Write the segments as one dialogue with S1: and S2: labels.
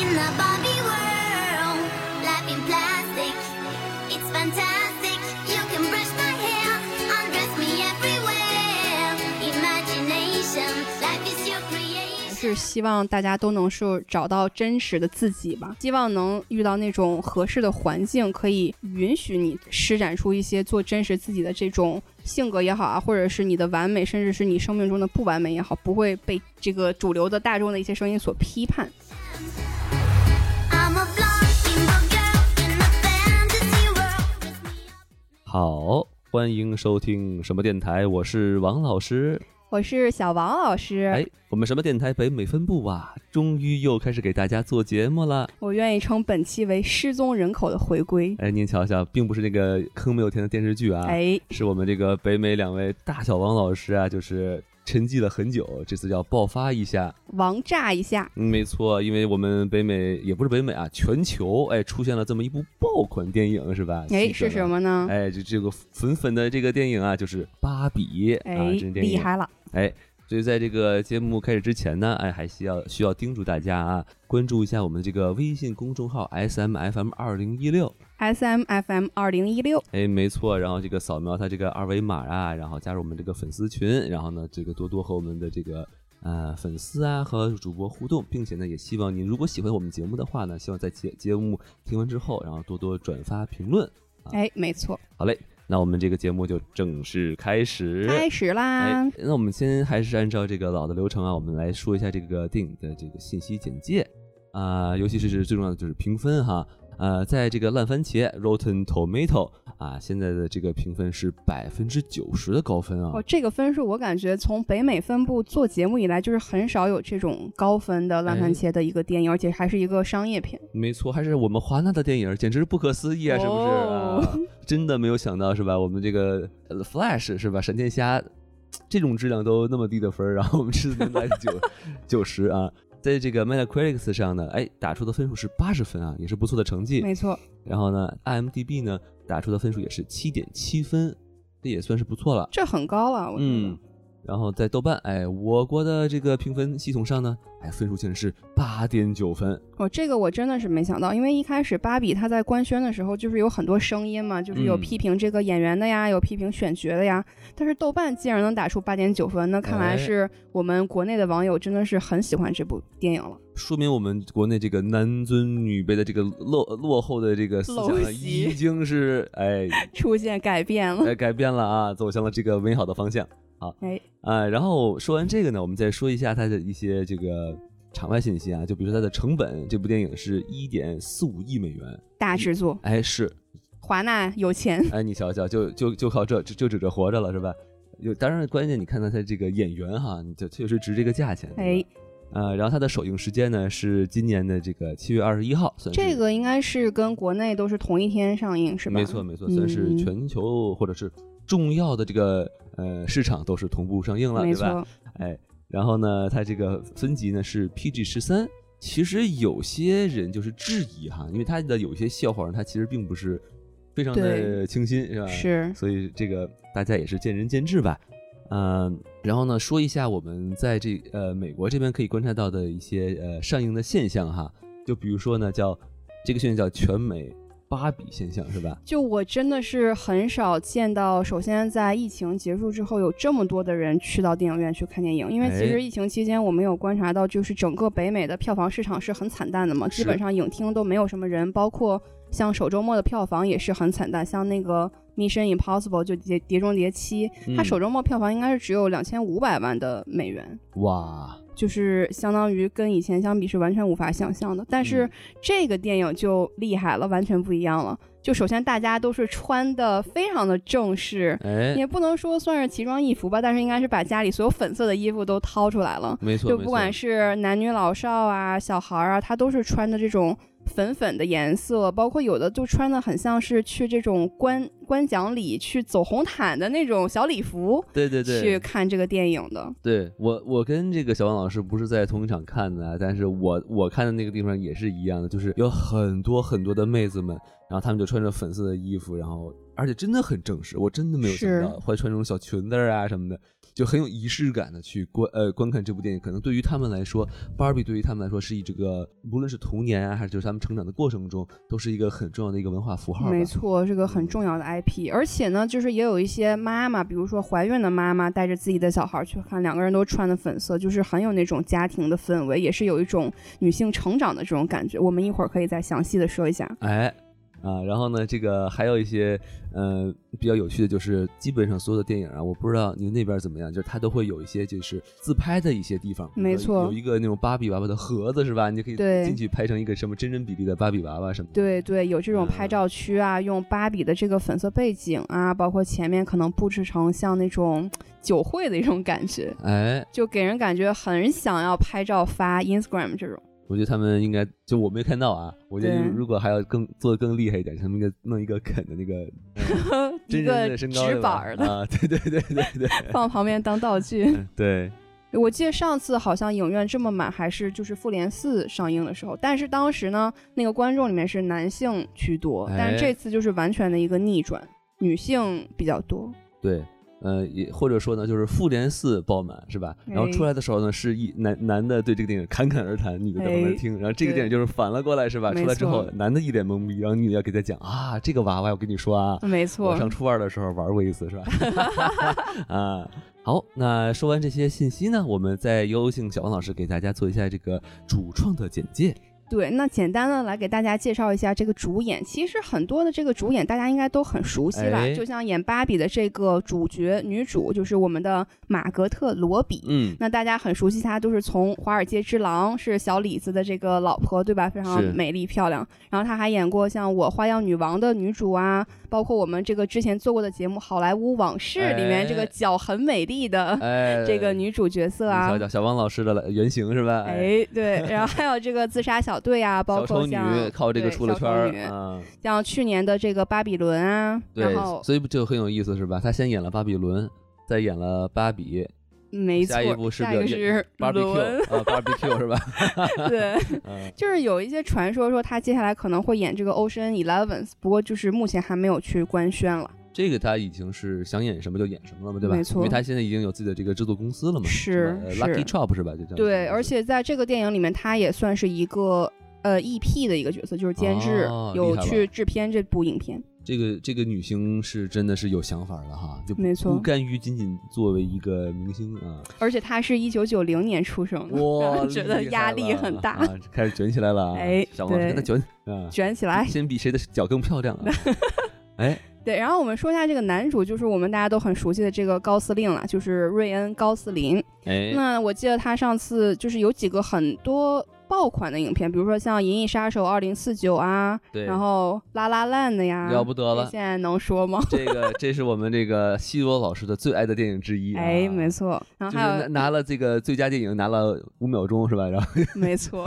S1: in a Barbie world. Life in plastic, it's fantastic. You can brush my hair, undress me everywhere. Imagination, life is your creation.
S2: 还是希望大家都能是找到真实的自己吧，希望能遇到那种合适的环境，可以允许你施展出一些做真实自己的这种性格也好啊，或者是你的完美，甚至是你生命中的不完美也好，不会被这个主流的大众的一些声音所批判。
S1: I'm a blonde single girl in a fantasy world. Dress me up.
S3: 好，欢迎收听什么电台，我是王老师。
S2: 我是小王老师，
S3: 哎，我们什么电台北美分部啊，终于又开始给大家做节目了。
S2: 我愿意称本期为失踪人口的回归。
S3: 哎，您瞧瞧，并不是那个坑没有填的电视剧啊，
S2: 哎，
S3: 是我们这个北美两位大小王老师啊，就是沉寂了很久，这次要爆发一下。
S2: 王炸一下，
S3: 嗯没错，因为我们北美也不是北美啊，全球哎出现了这么一部爆款电影是吧？
S2: 哎
S3: 记得
S2: 是什
S3: 吗？
S2: 么呢？
S3: 哎，这这个粉粉的这个电影啊，就是《芭比》啊，这电
S2: 哎厉
S3: 影。
S2: 害了，
S3: 哎，所以在这个节目开始之前呢，哎，还需要需要叮嘱大家啊，关注一下我们这个微信公众号 S M F M 二零一六。
S2: S M F M 二零一六，
S3: 哎，没错，然后这个扫描它这个二维码啊，然后加入我们这个粉丝群，然后呢，这个多多和我们的这个呃粉丝啊和主播互动，并且呢，也希望您如果喜欢我们节目的话呢，希望在节节目听完之后，然后多多转发评论。
S2: 哎，没错，
S3: 好嘞，那我们这个节目就正式开始。
S2: 开始啦
S3: 哎，，那我们先还是按照这个老的流程啊，我们来说一下这个电影的这个信息简介啊、尤其是最重要的就是评分哈。呃，在这个烂番茄 （Rotten Tomato） 啊，现在的这个评分是百分之九十的高分啊
S2: 哦，，这个分数我感觉从北美分部做节目以来，就是很少有这种高分的
S3: 哎
S2: 烂番茄的一个电影，而且还是一个商业片。
S3: 没错，还是我们华纳的电影，简直不可思议啊，是不是？
S2: 哦
S3: 啊， 真的没有想到是吧？我们这个呃 Flash 是吧？闪电侠这种质量都那么低的分儿，然后我们这次能来九九十啊，在这个 Metacritic 上呢，哎，打出的分数是八十分啊，也是不错的成绩。
S2: 没错，
S3: 然后呢，IMDB 呢打出的分数也是七点七分，这也算是不错了。
S2: 这很高了，我觉得。
S3: 嗯，然后在豆瓣，哎，我国的这个评分系统上呢，哎，分数竟然是八点九分。
S2: 哦，这个我真的是没想到，因为一开始芭比她在官宣的时候，就是有很多声音嘛，就是有
S3: 嗯
S2: 批评这个演员的呀，有批评选角的呀，但是豆瓣竟然能打出八点九分，那看
S3: 哎
S2: 来是我们国内的网友真的是很喜欢这部电影了。
S3: 说明我们国内这个男尊女卑的这个落落后的这个思想
S2: 陋
S3: 呢，
S2: 习
S3: 已经是哎
S2: 出现改变了，
S3: 哎改变了啊，走向了这个美好的方向。好，
S2: 哎
S3: 啊，然后说完这个呢，我们再说一下它的一些这个场外信息啊，就比如说它的成本，这部电影是一点四五亿美元，
S2: 大制作，
S3: 哎是，
S2: 华纳有钱。
S3: 哎你瞧瞧，就就就靠这就就指着活着了是吧？有，当然关键你看到它这个演员哈，你就确实值这个价钱。对吧
S2: 哎，，
S3: 呃，然后它的首映时间呢是今年的这个七月二十一号，算是
S2: 这个应该是跟国内都是同一天上映，是吧？
S3: 没错，没错，
S2: 嗯
S3: 算是全球或者是重要的这个呃市场都是同步上映了，
S2: 没
S3: 对吧？
S2: 错。
S3: 哎，然后呢，它这个分级呢是 PG 十三。其实有些人就是质疑哈，因为它的有一些笑话，它其实并不是非常的
S2: 对
S3: 清新，是吧？
S2: 是
S3: 所以这个大家也是见仁见智吧。嗯，然后呢，说一下我们在这呃美国这边可以观察到的一些呃上映的现象哈，就比如说呢，叫这个现象叫全美芭比现象是吧？
S2: 就我真的是很少见到，首先在疫情结束之后，有这么多的人去到电影院去看电影，因为其
S3: 哎
S2: 实疫情期间我们有观察到，就是整个北美的票房市场是很惨淡的嘛，
S3: 是
S2: 基本上影厅都没有什么人，包括像首周末的票房也是很惨淡，像那个《Mission Impossible》就碟《碟中谍七》，它
S3: 嗯
S2: 首周末票房应该是只有两千五百万的美元，
S3: 嗯哇，
S2: 就是相当于跟以前相比是完全无法想象的。但是
S3: 嗯
S2: 这个电影就厉害了，完全不一样了。就首先大家都是穿的非常的正式，
S3: 哎，
S2: 也不能说算是奇装异服吧，但是应该是把家里所有粉色的衣服都掏出来了。
S3: 没错，
S2: 就不
S3: 没错
S2: 管是男女老少啊、小孩儿啊，他都是穿的这种粉粉的颜色，包括有的就穿的很像是去这种观观奖礼、去走红毯的那种小礼服
S3: 对对对，
S2: 去看这个电影的。
S3: 对我，我跟这个小王老师不是在同一场看的啊，但是我我看的那个地方也是一样的，就是有很多很多的妹子们，然后她们就穿着粉色的衣服，然后而且真的很正式，我真的没有想
S2: 是
S3: 到会穿这种小裙子儿啊什么的，就很有仪式感的去观呃观看这部电影。可能对于他们来说，Barbie 对于他们来说是一这个无论是童年啊，还是就是他们成长的过程中，都是一个很重要的一个文化符号吧。
S2: 没错，是个很
S3: 嗯
S2: 重要的 IP。而且呢，就是也有一些妈妈，比如说怀孕的妈妈带着自己的小孩去看，两个人都穿的粉色，就是很有那种家庭的氛围，也是有一种女性成长的这种感觉。我们一会儿可以再详细的说一下。
S3: 哎，啊，然后呢，这个还有一些呃比较有趣的，就是基本上所有的电影啊，我不知道您那边怎么样，就是它都会有一些就是自拍的一些地方，比如
S2: 没错
S3: 说有一个那种芭比娃娃的盒子是吧？你就可以
S2: 对
S3: 进去拍成一个什么真人比例的芭比娃娃什么的。
S2: 对对，有这种拍
S3: 嗯
S2: 照区啊，用芭比的这个粉色背景啊，包括前面可能布置成像那种酒会的一种感觉，
S3: 哎，
S2: 就给人感觉很想要拍照发 Instagram 这种。
S3: 我觉得他们应该就我没看到啊，我觉得
S2: 对
S3: 如果还要更做的更厉害一点，他们应该弄一个啃 的那个嗯真
S2: 一
S3: 人
S2: 个
S3: 的身高
S2: 纸
S3: 对
S2: 板
S3: 吧
S2: 儿的
S3: 啊，对对对对对 嗯
S2: 放旁边当道具。
S3: 对，
S2: 我记得上次好像影院这么满，还是就是《复联四》上映的时候，但是当时呢，那个观众里面是男性居多
S3: 哎，
S2: 但是这次就是完全的一个逆转，女性比较多。
S3: 对，呃，也或者说呢，就是复联四爆满是吧？然后
S2: 哎
S3: 出来的时候呢，是一男男的对这个电影侃侃而谈，女的在旁边
S2: 哎
S3: 听。然后这个
S2: 对
S3: 电影就是反了过来是吧？
S2: 没
S3: 出来之后
S2: 错，
S3: 男的一脸懵逼，然后女的要给他讲啊，这个娃娃我跟你说啊，
S2: 没
S3: 我
S2: 错，
S3: 上初二的时候玩过一次是吧？ 啊。好，那说完这些信息呢，我们再有请小王老师给大家做一下这个主创的简介。
S2: 对。那简单的来给大家介绍一下这个主演，其实很多的这个主演大家应该都很熟悉吧，
S3: 哎
S2: 就像演芭比的这个主角女主就是我们的玛格特罗比，
S3: 嗯，
S2: 那大家很熟悉她，都是从《华尔街之狼》是小李子的这个老婆，对吧？非常
S3: 是
S2: 美丽漂亮。然后她还演过像我《花样女王》的女主啊，包括我们这个之前做过的节目《好莱坞往事》里面这
S3: 哎
S2: 个脚很美丽的、
S3: 哎，
S2: 这个女主角色啊
S3: 小。哎小小王老师的原型是吧？，
S2: 哎，对，然后还有这个自杀小队啊，包
S3: 小丑
S2: 括
S3: 女
S2: 像
S3: 靠这个
S2: 对
S3: 出了
S2: 小
S3: 圈
S2: 丑
S3: 儿
S2: 女
S3: 啊。
S2: 像去年的这个巴比伦啊，
S3: 对
S2: 然后，
S3: 所以就很有意思，是吧？他先演了巴比伦，再演了芭比
S2: 没错，
S3: 下一部是
S2: 下一个
S3: 表演
S2: 是伦，
S3: ，barbecue 啊，barbecue 是吧？
S2: 对，
S3: 嗯，
S2: 就是有一些传说说他接下来可能会演这个 Ocean Eleven，不过就是目前还没有去官宣了。
S3: 这个他已经是想演什么就演什么了嘛，对吧？
S2: 没错
S3: 因为他现在已经有自己的这个制作公司了嘛，
S2: 是
S3: 吧呃
S2: 是
S3: ，Lucky Chop 是吧？就叫
S2: 对，而且在这个电影里面，他也算是一个呃 EP 的一个角色，就是监制、
S3: 哦厉
S2: 有
S3: 害了
S2: 去制片这部影片。
S3: 这个这个女星是真的是有想法了哈，就不
S2: 没错
S3: 不甘于仅仅作为一个明星 啊，
S2: 而且他是一九九零年出生的，然
S3: 哇，
S2: 后觉得
S3: 厉害
S2: 压力
S3: 了
S2: 很大，
S3: 啊，开始卷起来了啊，
S2: 哎
S3: 小王老师
S2: 对
S3: 跟他卷啊，
S2: 卷起来。
S3: 先比谁的脚更漂 亮啊，哎，
S2: 对，然后我们说一下这个男主，就是我们大家都很熟悉的这个高司令了，就是瑞恩·高斯林。
S3: 哎，
S2: 那我记得他上次就是有几个很多爆款的影片，比如说像《银翼杀手二零四九》啊，
S3: 对
S2: 然后《拉拉烂》的呀，
S3: 了不得了
S2: 这现在能说吗？
S3: 这个这是我们这个西多老师的最爱的电影之一、啊。
S2: 哎，没，错，然
S3: 就
S2: 后
S3: 是
S2: 还有、
S3: 拿拿了这个最佳电影，拿了五秒钟是吧？然后
S2: 没 错，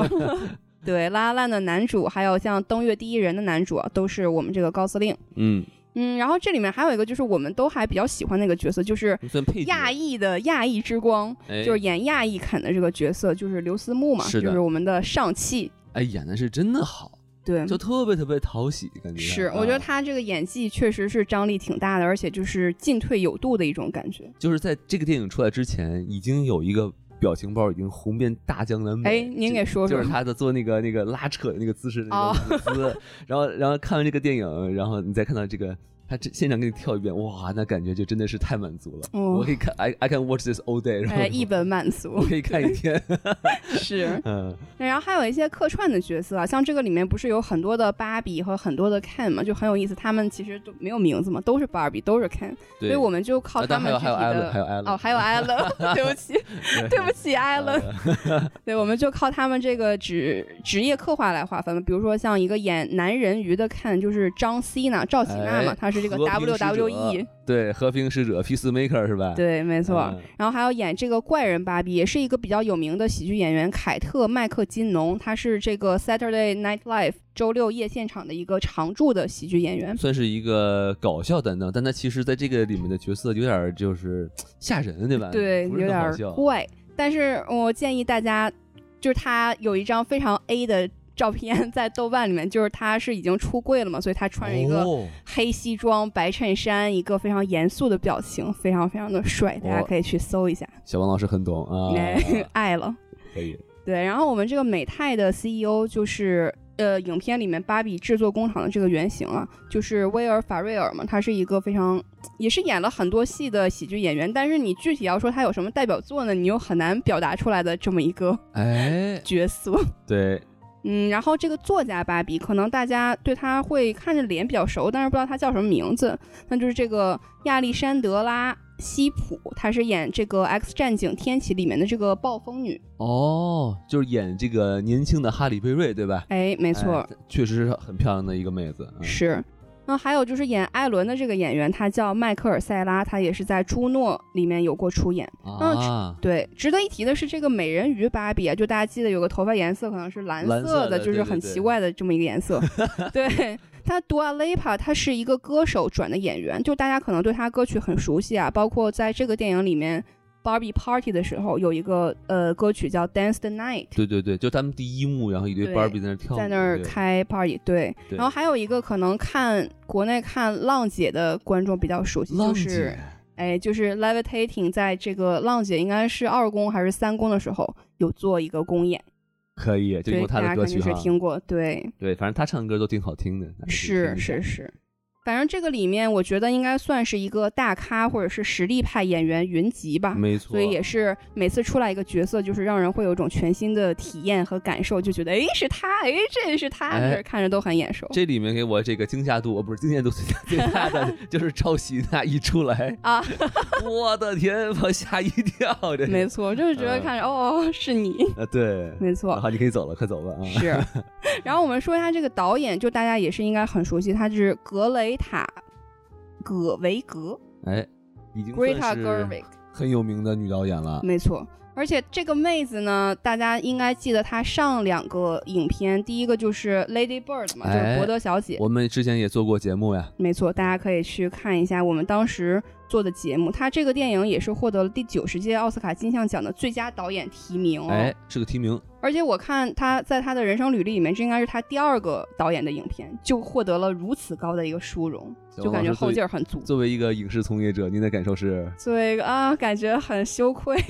S2: 对《拉拉烂》的男主，还有像《登月第一人》的男主、啊，都是我们这个高司令。
S3: 嗯，
S2: 嗯，然后这里面还有一个就是我们都还比较喜欢那个角色，就是
S3: 算配角
S2: 亚裔的亚裔之光，
S3: 哎
S2: 就是演亚裔肯的这个角色，就是刘思慕嘛，
S3: 是的
S2: 就是我们的上汽。
S3: 哎演的是真的好，
S2: 对，
S3: 就特别特别讨喜，感觉
S2: 是，
S3: 啊
S2: 我觉得他这个演技确实是张力挺大的，而且就是进退有度的一种感觉。
S3: 就是在这个电影出来之前，已经有一个表情包已经红遍大江南北。
S2: 哎，您
S3: 就
S2: 给说
S3: 就
S2: 说
S3: 是，他的做那个那个拉扯的那个姿势的
S2: 哦
S3: 那个舞姿， 然后然后看完这个电影，然后你再看到这个，他这现场给你跳一遍，哇，那感觉就真的是太满足了。
S2: 哦
S3: 我可以看，I I can watch this all day，然后
S2: 哎，一嗯本满
S3: 我
S2: 足
S3: 可以看一天。
S2: 是。
S3: 嗯，
S2: 然后还有一些客串的角色啊，像这个里面不是有很多的芭比和很多的 Ken 嘛，就很有意思。他们其实都没有名字嘛，都是芭比，都是 Ken，所
S3: 对
S2: 以我们就靠
S3: 啊
S2: 他
S3: 当
S2: 们
S3: 然
S2: 具体
S3: 还有
S2: 的。
S3: 还有啊 Allen，
S2: 哦，还有 Allen，对不起， 对不 起 Allen，对，我们就靠他们这个职职业刻画来划分。比如说像一个演男人鱼的 Ken，就是张希娜，赵喜娜嘛，
S3: 哎
S2: 她是这个
S3: 和平使者啊
S2: WWE，
S3: 对和平使者 Peacemaker 是吧？嗯
S2: 对，没
S3: 没
S2: 错。然后还有演这个怪人芭比，也是一个比较有名的喜剧演员凯特·麦克金农，他是这个 Saturday Night Live 周六夜现场的一个常驻的喜剧演员。
S3: 算是一个搞笑担当，但他其实在这个里面的角色有点儿就是吓人，对吧？
S2: 对，
S3: 嗯不
S2: 有
S3: 是
S2: 点
S3: 很好
S2: 儿
S3: 笑。啊
S2: 怪。但是我建议大家，就是他有一张非常 A 的照片在豆瓣里面，就是他是已经出柜了嘛，所以他穿着一个
S3: 哦
S2: 黑西装、白衬衫，一个非常严肃的表情，非常非常的帅，大家可以去搜一下，
S3: 小王老师很懂啊，
S2: 爱了。
S3: 可以，
S2: 对，然后我们这个美泰的 CEO 就是呃，影片里面芭比制作工厂的这个原型啊，就是威尔法瑞尔嘛，他是一个非常也是演了很多戏的喜剧演员，但是你具体要说他有什么代表作呢，你又很难表达出来的这么一个
S3: 哎，
S2: 角色。
S3: 对，
S2: 嗯，然后这个作家芭比，可能大家对他会看着脸比较熟，但是不知道他叫什么名字。那就是这个亚历山德拉·西普，她是演这个《X 战警：天启》里面的这个暴风女。
S3: 哦，就是演这个年轻的哈里贝瑞，对吧？
S2: 哎，没
S3: 没
S2: 错，
S3: 确实是很漂亮的一个妹子。嗯
S2: 是。那还有就是演艾伦的这个演员，他叫迈克尔·塞拉，他也是在《朱诺》里面有过出演。
S3: 啊，
S2: 对，值得一提的是，这个美人鱼芭比啊，就大家记得有个头发颜色可能是蓝
S3: 蓝色
S2: 的，
S3: 的
S2: 就是
S3: 对对
S2: 很
S3: 对
S2: 奇怪的这么一个颜 色。对，他 Dua Lipa，他是一个歌手转的演员，就大家可能对他歌曲很熟悉啊，包括在这个电影里面。Barbie Party 的时候有一个呃歌曲叫 Dance the Night，
S3: 对对对，就他们第一幕，然后一堆
S2: 对
S3: 芭比在那儿跳舞，
S2: 在那儿
S3: 对
S2: 开 party，对。
S3: 对
S2: 然后还有一个可能看国内看浪姐的观众比较熟悉，
S3: 浪
S2: 就是
S3: 姐，
S2: 哎，就是 Levitating，在这个浪姐应该是二公还是三公的时候有做一个公演，
S3: 可以，就
S2: 对，
S3: 用她
S2: 大家
S3: 的歌
S2: 肯
S3: 曲
S2: 定
S3: 哈
S2: 是，听过，对，
S3: 对，反正她唱歌都挺好听的，大家可以
S2: 是
S3: 听一下
S2: 是是。反正这个里面，我觉得应该算是一个大咖或者是实力派演员云集吧，
S3: 没错，
S2: 所以也是每次出来一个角色，就是让人会有一种全新的体验和感受，就觉得哎是他，哎这是他，
S3: 哎
S2: 就是看着都很眼熟。
S3: 这里面给我这个惊吓度，哦不是惊吓度 最大最大的就是抄袭那一 出来，
S2: 啊，
S3: 我的天，我吓一跳，这
S2: 没错，就是觉得
S3: 嗯
S2: 看着、哦，是你，
S3: 啊对，
S2: 没错，
S3: 好，你可以走了，快走吧啊，
S2: 是。然后我们说一下这个导演，就大家也是应该很熟悉，他是格雷塔·葛维格
S3: 哎，已经算
S2: （Greta
S3: 是啊
S2: Gerwig），
S3: 很有名的女导演了，
S2: 没错。而且这个妹子呢，大家应该记得她上两个影片，第一个就是《Lady Bird》嘛，就是
S3: 哎
S2: 伯德小姐，
S3: 我们之前也做过节目呀，
S2: 没错，大家可以去看一下我们当时做的节目。她这个电影也是获得了第九十届奥斯卡金像奖的最佳导演提名哦。
S3: 哎，是个提名，
S2: 而且我看他在他的人生履历里面，这应该是他第二个导演的影片，就获得了如此高的一个殊荣，
S3: 小
S2: 就
S3: 王
S2: 感觉
S3: 老师
S2: 后
S3: 对
S2: 劲儿很足。
S3: 作为一个影视从业者，您的感 受是？
S2: 作为一个啊，感觉很羞愧，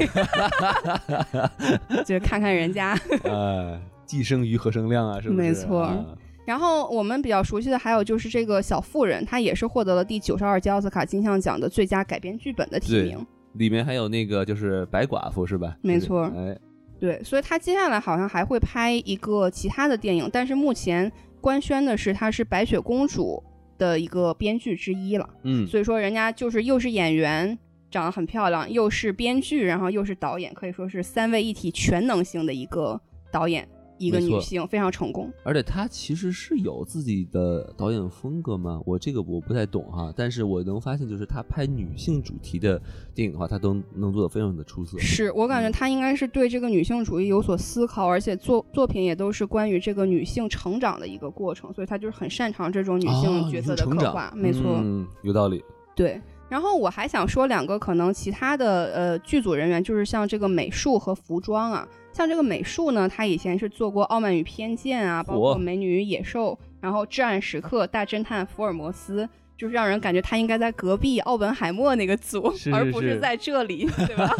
S2: 就是看看人家。
S3: 呃，寄生于何生亮啊，是不是？
S2: 没错
S3: 啊
S2: 然后我们比较熟悉的还有就是这个小妇人，她也是获得了第九十二届奥斯卡金像奖的最佳改编剧本的提
S3: 对
S2: 名。
S3: 里面还有那个就是白寡妇是吧？
S2: 没错
S3: 哎，
S2: 对，所以他接下来好像还会拍一个其他的电影，但是目前官宣的是他是《白雪公主》的一个编剧之一了。
S3: 嗯，
S2: 所以说人家就是又是演员，长得很漂亮，又是编剧，然后又是导演，可以说是三位一体全能型的一个导演，一个
S3: 没错
S2: 女性，非常成功。
S3: 而且他其实是有自己的导演风格嘛，我这个我不太懂哈，但是我能发现，就是他拍女性主题的电影的话，他都能做得非常的出色。
S2: 是我感觉她应该是对这个女性主义有所思考，而且作作品也都是关于这个女性成长的一个过程，所以她就是很擅长这种女
S3: 啊
S2: 性角色的
S3: 成
S2: 刻
S3: 长
S2: 画，没错。
S3: 嗯，有道理。
S2: 对。然后我还想说两个可能其他的呃剧组人员，就是像这个美术和服装啊，像这个美术呢，他以前是做过《傲慢与偏见》啊，包括
S3: 火
S2: 《美女与野兽》，然后《至暗时刻》《大侦探福尔摩斯》，就是让人感觉他应该在隔壁奥本海默那个组，
S3: 是
S2: 而
S3: 是
S2: 不
S3: 是
S2: 在这里， 对吧？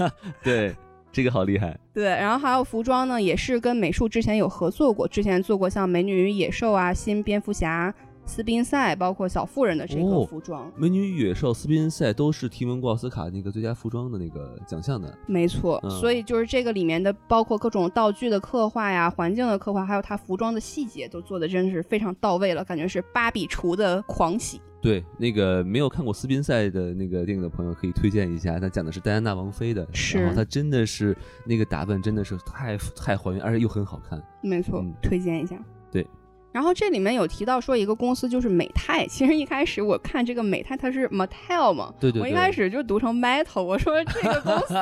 S3: 对，这个好厉害。
S2: 对，然后还有服装呢，也是跟美术之前有合作过，之前做过像《美女与野兽》啊、《新蝙蝠侠》、《斯宾塞》，包括《小妇人》的这个
S3: 哦
S2: 服装。
S3: 《美女与野兽》、《斯宾塞》都是提名过奥斯卡那个最佳服装的那个奖项的。
S2: 没错，
S3: 嗯
S2: 所以就是这个里面的，包括各种道具的刻画呀、环境的刻画，还有它服装的细节，都做的真是非常到位了，感觉是芭比厨的狂喜。
S3: 对，那个没有看过斯宾塞的那个电影的朋友可以推荐一下，他讲的是戴安娜王妃的，
S2: 是
S3: 然后她真的是那个打扮真的是太太还原，而且又很好看。
S2: 没错，
S3: 嗯
S2: 推荐一下。
S3: 对。
S2: 然后这里面有提到说一个公司就是美泰，其实一开始我看这个美泰它是 Mattel 嘛，
S3: 对对对
S2: 我一开 始就读成 Metal，我说这个公 司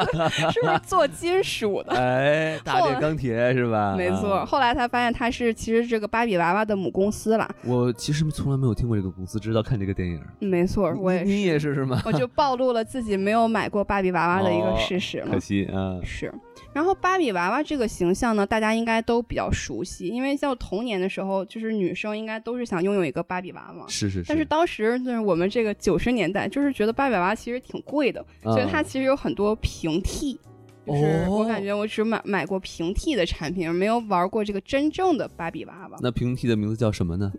S2: 是不是做金属的？
S3: 哎，大
S2: 后
S3: 炼钢铁是吧？
S2: 没错，
S3: 啊
S2: 后来才发现它是其实这个芭比娃娃的母公司啦。
S3: 我其实从来没有听过这个公司，直到看这个电影。
S2: 没错，我也
S3: 你
S2: 是，
S3: 你也是是吗？
S2: 我就暴露了自己没有买过芭比娃娃的一个
S3: 哦
S2: 事实嘛。
S3: 可惜啊，
S2: 是，然后芭比娃娃这个形象呢，大家应该都比较熟悉，因为到童年的时候，就是女生应该都是想拥有一个芭比娃娃。
S3: 是是是，
S2: 但是当时就是我们这个九十年代，就是觉得芭比娃娃其实挺贵的，
S3: 啊
S2: 所以
S3: 嗯
S2: 它其实有很多平替。就是我感
S3: 哦
S2: 觉我只买买过平替的产品，没有玩过这个真正的芭比娃娃，
S3: 那平替的名字叫什么呢？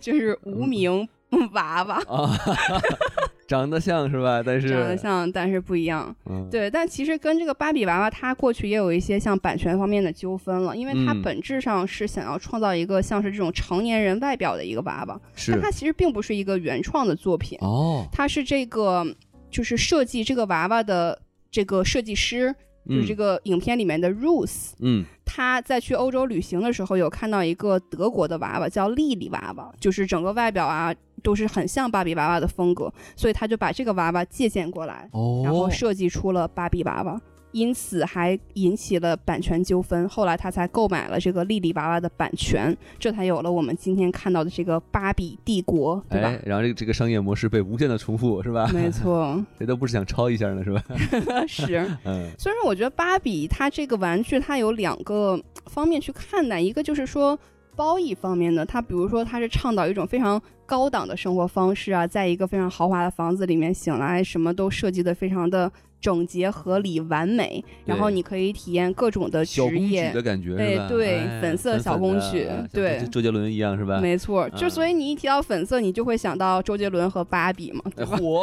S2: 就是无
S3: 嗯
S2: 名娃娃，
S3: 啊， 长得像是吧？但是
S2: 长得像但是不一样。
S3: 嗯，
S2: 对，但其实跟这个芭比娃娃，它过去也有一些像版权方面的纠纷了，因为它
S3: 嗯
S2: 本质上是想要创造一个像是这种成年人外表的一个娃娃，但
S3: 是
S2: 它其实并不是一个原创的作品，
S3: 哦，
S2: 它是这个就是设计这个娃娃的这个设计师，就是这
S3: 嗯
S2: 个影片里面的 Rose，
S3: 嗯
S2: 他在去欧洲旅行的时候有看到一个德国的娃娃叫莉莉娃娃，就是整个外表啊都是很像芭比娃娃的风格，所以他就把这个娃娃借鉴过来。
S3: 哦，
S2: 然后设计出了芭比娃娃，因此还引起了版权纠纷。后来他才购买了这个莉莉娃娃的版权，这才有了我们今天看到的这个芭比帝国，对吧？嗯
S3: 哎，然后这个这个商业模式被无限的重复是 吧？
S2: 没错，
S3: 谁都不是想抄一下呢是吧？
S2: 是。
S3: 嗯
S2: 所以说，我觉得芭比它这个玩具，它有两个方面去看待，一个就是说褒义方面的，它比如说它是倡导一种非常高档的生活方式啊，在一个非常豪华的房子里面醒来，什么都设计的非常的整洁、合理、完美，然后
S3: 对
S2: 你可以体验各种的职
S3: 小公举
S2: 业
S3: 的。感觉
S2: 哎
S3: 是吧？
S2: 对
S3: 哎
S2: 粉色
S3: 粉
S2: 小
S3: 粉
S2: 公
S3: 的
S2: 举
S3: 啊像
S2: 对
S3: 周周杰伦一样是吧？
S2: 没错，就
S3: 嗯
S2: 所以你一提到粉色，你就会想到周杰伦和芭比 嘛，对吧？
S3: 哎火，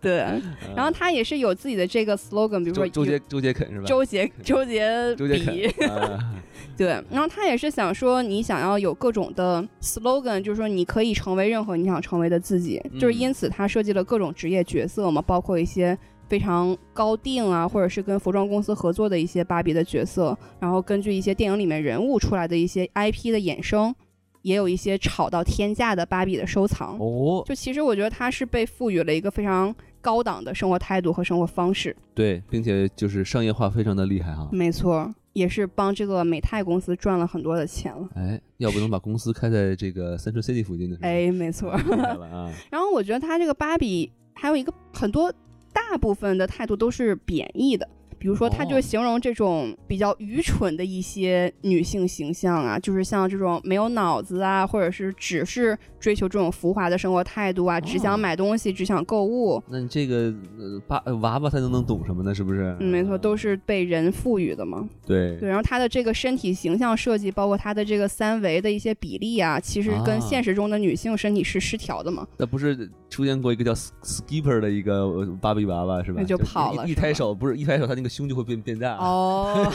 S2: 对， 然后他也是有自己的这个 slogan，比如说
S3: 嗯周周
S2: 有
S3: 杰周杰肯是吧？
S2: 周杰周杰
S3: 周杰
S2: 比，
S3: 肯，啊
S2: 对，然后他也是想说，你想要有各种的 slogan，就是说你可以成为任何你想成为的自己，
S3: 嗯
S2: 就是因此他设计了各种职业角色嘛，包括一些非常高定啊，或者是跟服装公司合作的一些芭比的角色，然后根据一些电影里面人物出来的一些 IP 的衍生，也有一些炒到天价的芭比的收藏。
S3: 哦，
S2: 就其实我觉得他是被赋予了一个非常高档的生活态度和生活方式。
S3: 对，并且就是商业化非常的厉害哈。
S2: 没错，也是帮这个美泰公司赚了很多的钱了。
S3: 哎，要不能把公司开在这个 Central City 附近的是吧？
S2: 哎，没错。
S3: 明白了啊，
S2: 然后我觉得他这个芭比还有一个很多大部分的态度都是贬义的，比如说他就
S3: 哦
S2: 形容这种比较愚蠢的一些女性形象啊，就是像这种没有脑子啊，或者是只是追求这种浮华的生活态度啊，只
S3: 哦
S2: 想买东西，只想购物。
S3: 那你这个呃芭呃娃娃他都能懂什么呢？是不是？
S2: 嗯，没错，都是被人赋予的嘛。
S3: 哎对
S2: 对，然后他的这个身体形象设计，包括他的这个三维的一些比例啊，其实
S3: 啊
S2: 跟现实中的女性身体是失调的嘛。
S3: 那不是出现过一个叫 Sk- Skipper 的一个呃芭比娃娃是吧？
S2: 那就跑
S3: 一
S2: 了
S3: 一
S2: 是
S3: 抬
S2: 吧
S3: 手不是一抬手，他那个胸就会变变大。
S2: 哦，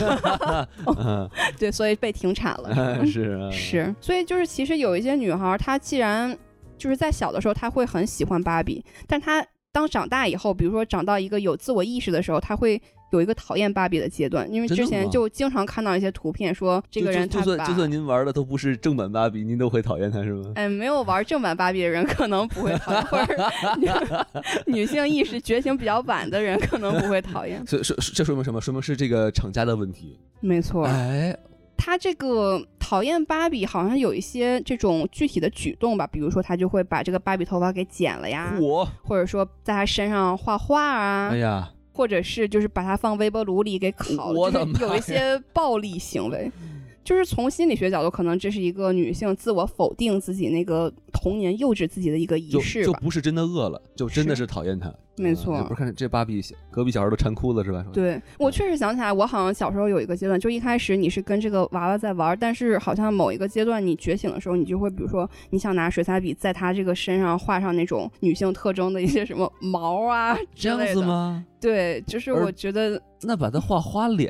S3: 嗯，
S2: 对，所以被停产了。 是吧
S3: 是啊
S2: 是，所以就是其实有一些女孩儿，她既然就是在小的时候，她会很喜欢芭比，但她当长大以后，比如说长到一个有自我意识的时候，她会有一个讨厌芭比的阶段，因为
S3: 真
S2: 之
S3: 的
S2: 前
S3: 吗
S2: 就经常看到一些图片说这
S3: 就
S2: 个
S3: 就
S2: 人
S3: 就
S2: 他
S3: 算
S2: 把。
S3: 就算您玩的都不是正版芭比，您都会讨厌他是吗？
S2: 哎，没有玩正版芭比的人可能不会讨厌，或者女 女性意识觉醒比较晚的人可能不会讨厌。
S3: 所以说这说明什么？说明是这个厂家的问题。
S2: 没错，
S3: 哎，
S2: 他这个讨厌芭比好像有一些这种具体的举动吧，比如说他就会把这个芭比头发给剪了呀，
S3: 我
S2: 或者说在她身上画画啊，
S3: 哎呀，
S2: 或者是就是把它放微波炉里给烤
S3: 我
S2: 了，
S3: 的
S2: 就是
S3: 妈
S2: 有一
S3: 呀
S2: 些暴力行 为。就是从心理学角度，可能这是一个女性自我否定自己那个童年幼稚自己的一个仪
S3: 就
S2: 式
S3: 就
S2: 吧。
S3: 不是真的饿了，就真的
S2: 是
S3: 是讨厌他。
S2: 没
S3: 啊
S2: 错
S3: 不是看这芭比小隔壁小孩都馋哭了是吧？说，
S2: 对我确实想起来，我好像小时候有一个阶段，就一开始你是跟这个娃娃在玩，但是好像某一个阶段你觉醒的时候，你就会比如说你想拿水彩笔在她这个身上画上那种女性特征的一些什么毛啊
S3: 这
S2: 之
S3: 样
S2: 类
S3: 子
S2: 的。
S3: 吗？
S2: 对，就是
S3: 而
S2: 我觉得
S3: 那把他画花脸，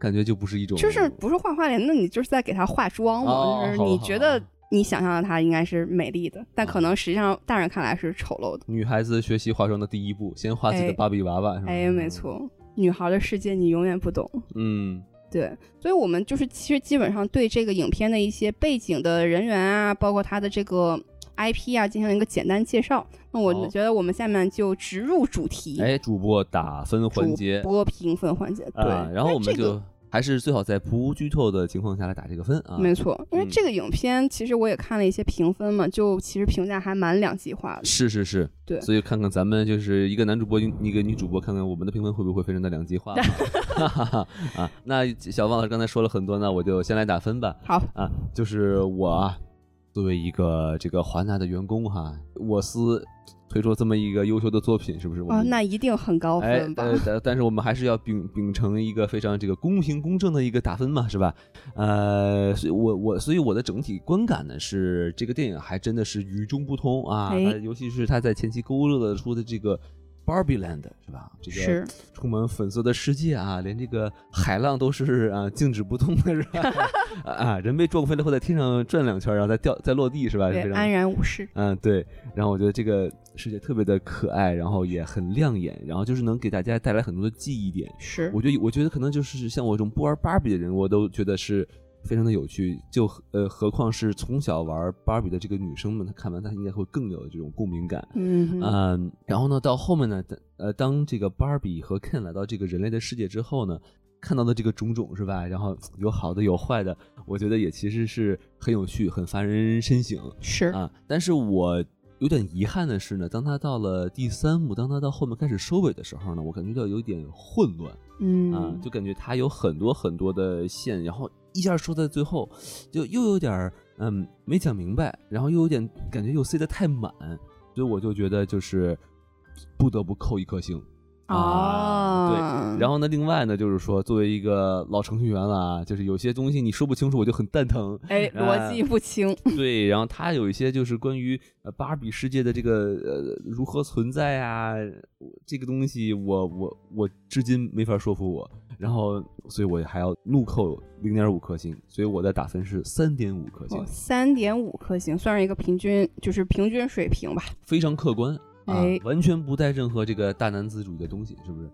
S3: 感觉就不是一种，
S2: 就是不是画画脸，那你就是在给她化妆嘛，
S3: 哦
S2: 就是
S3: 好
S2: 你
S3: 好
S2: 觉
S3: 好
S2: 得你想象的她应该是美丽的，但可
S3: 嗯
S2: 能实际上大人看来是丑陋的。
S3: 女孩子学习化妆的第一步，先画自己
S2: 哎
S3: 的芭比娃娃。是吧
S2: 哎，没，错，女孩的世界你永远不懂。
S3: 嗯，
S2: 对，所以我们就是其实基本上对这个影片的一些背景的人员啊，包括它的这个 IP 啊，进行了一个简单介绍。那我
S3: 好
S2: 觉得我们下面就直入主题，
S3: 哎，主播打分环
S2: 主
S3: 节
S2: 播评分环节。对，
S3: 啊，然后我
S2: 那
S3: 们
S2: 这个
S3: 就还是最好在不剧透的情况下来打这个分啊。
S2: 没错，因为
S3: 嗯
S2: 这个影片其实我也看了一些评分嘛，就其实评价还蛮两极化的。
S3: 是是是，
S2: 对
S3: 所以看看咱们就是一个男主播，一一个女主播，看看我们的评分会不会非常的两 极化啊？那小王老师刚才说了很多，那我就先来打分吧。
S2: 好，
S3: 啊，就是我啊，作为一个这个华纳的员工哈，我司推出这么一个优秀的作品，是不是？我
S2: 哦，
S3: 们
S2: 那一定很高
S3: 哎
S2: 分，吧？
S3: 呃但但是我们还是要秉秉承一个非常这个公平公正的一个打分嘛，是吧？呃，所以我我所以我的整体观感呢是这个电影还真的是与众不同啊，
S2: 哎
S3: 它尤其是它在前期勾勒出的这个 Barbie Land 是吧？这个
S2: 是
S3: 充满粉色的世界啊，连这个海浪都是啊静止不动的是吧？ 啊啊，人被撞飞了会在天上转两圈，然后再掉再落地是吧？非
S2: 对，
S3: 常
S2: 安然无事。
S3: 嗯，对。然后我觉得这个世界特别的可爱，然后也很亮眼，然后就是能给大家带来很多的记忆点。
S2: 是
S3: 我觉得，我觉得可能就是像我这种不玩芭比的人，我都觉得是非常的有趣。就呃，何况是从小玩芭比的这个女生们，她看完她应该会更有这种共鸣感。
S2: 嗯哼，
S3: 嗯，然后呢，到后面呢，呃，当这个芭比和 Ken 来到这个人类的世界之后呢，看到的这个种种是吧？然后有好的有坏的，我觉得也其实是很有趣，很发人深省。
S2: 是
S3: 啊，但是我有点遗憾的是呢，当他到了第三幕，当他到后面开始收尾的时候呢，我感觉到有点混乱啊，
S2: 嗯，
S3: 就感觉他有很多很多的线，然后一下说在最后，就又有点儿嗯没讲明白，然后又有点感觉又塞得太满，所以我就觉得就是不得不扣一颗星。啊对
S2: 哦，
S3: 然后呢，另外呢，就是说作为一个老程序员了啊，就是有些东西你说不清楚，我就很蛋疼。
S2: 哎，逻
S3: 啊
S2: 辑不清，
S3: 对，然后他有一些就是关于呃芭比世界的这个呃如何存在啊，我这个东西我我我至今没法说服我，然后所以我还要怒扣零点五颗星，所以我的打分是三点五颗星，
S2: 哦三点五颗星算是一个平均，就是平均水平吧。
S3: 非常客观啊，
S2: 哎
S3: 完全不带任何这个大男子主义的东西，是不是？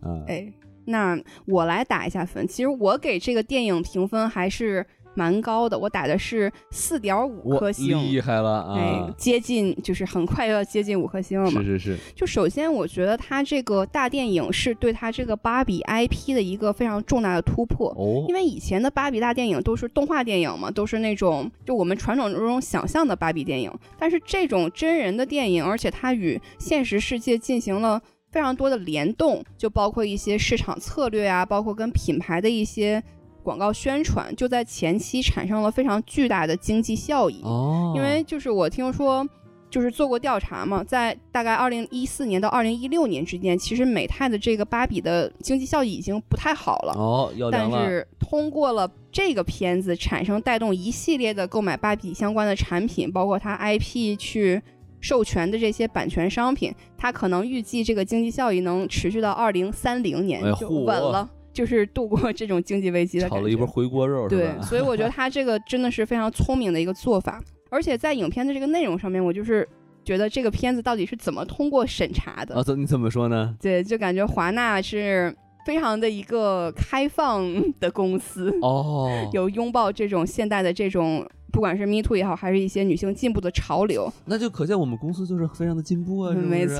S3: 啊、
S2: 哎，那我来打一下分。其实我给这个电影评分还是蛮高的，我打的是四点五
S3: 我
S2: 颗星
S3: 厉。害了啊
S2: 哎，！接近就是很快要接近五颗星了嘛
S3: 是。是是，
S2: 就首先，我觉得它这个大电影是对它这个芭比 IP 的一个非常重大的突破。
S3: 哦
S2: 因，为以前的芭比大电影都是动画电影嘛，都是那种就我们传统中想象的芭比电影，但是这种真人的电影，而且它与现实世界进行了。非常多的联动，就包括一些市场策略啊，包括跟品牌的一些广告宣传，就在前期产生了非常巨大的经济效益。
S3: 哦，
S2: 因为就是我听说，就是做过调查嘛，在大概二零一四年到二零一六年之间，其实美泰的这个芭比的经济效益已经不太好了。
S3: 哦要
S2: 但
S3: 凉了，
S2: 是通过了这个片子，产生带动一系列的购买芭比相关的产品，包括它 IP 去授权的这些版权商品，它可能预计这个经济效益能持续到二零三零年
S3: 哎，
S2: 就
S3: 嚯
S2: 稳了，就是度过这种经济危机的
S3: 炒
S2: 感
S3: 了一
S2: 觉
S3: 波。回锅肉是
S2: 对
S3: 吧，？
S2: 所以我觉得他这个真的是非常聪明的一个做法，而且在影片的这个内容上面，我就是觉得这个片子到底是怎么通过审查的
S3: 啊，？怎你怎么说呢？
S2: 对，就感觉华纳是非常的一个开放的公司，
S3: 哦，
S2: 有拥抱这种现代的这种，不管是 Me Too 也好，还是一些女性进步的潮流。
S3: 那就可见我们公司就是非常的进步啊，是不是
S2: 没错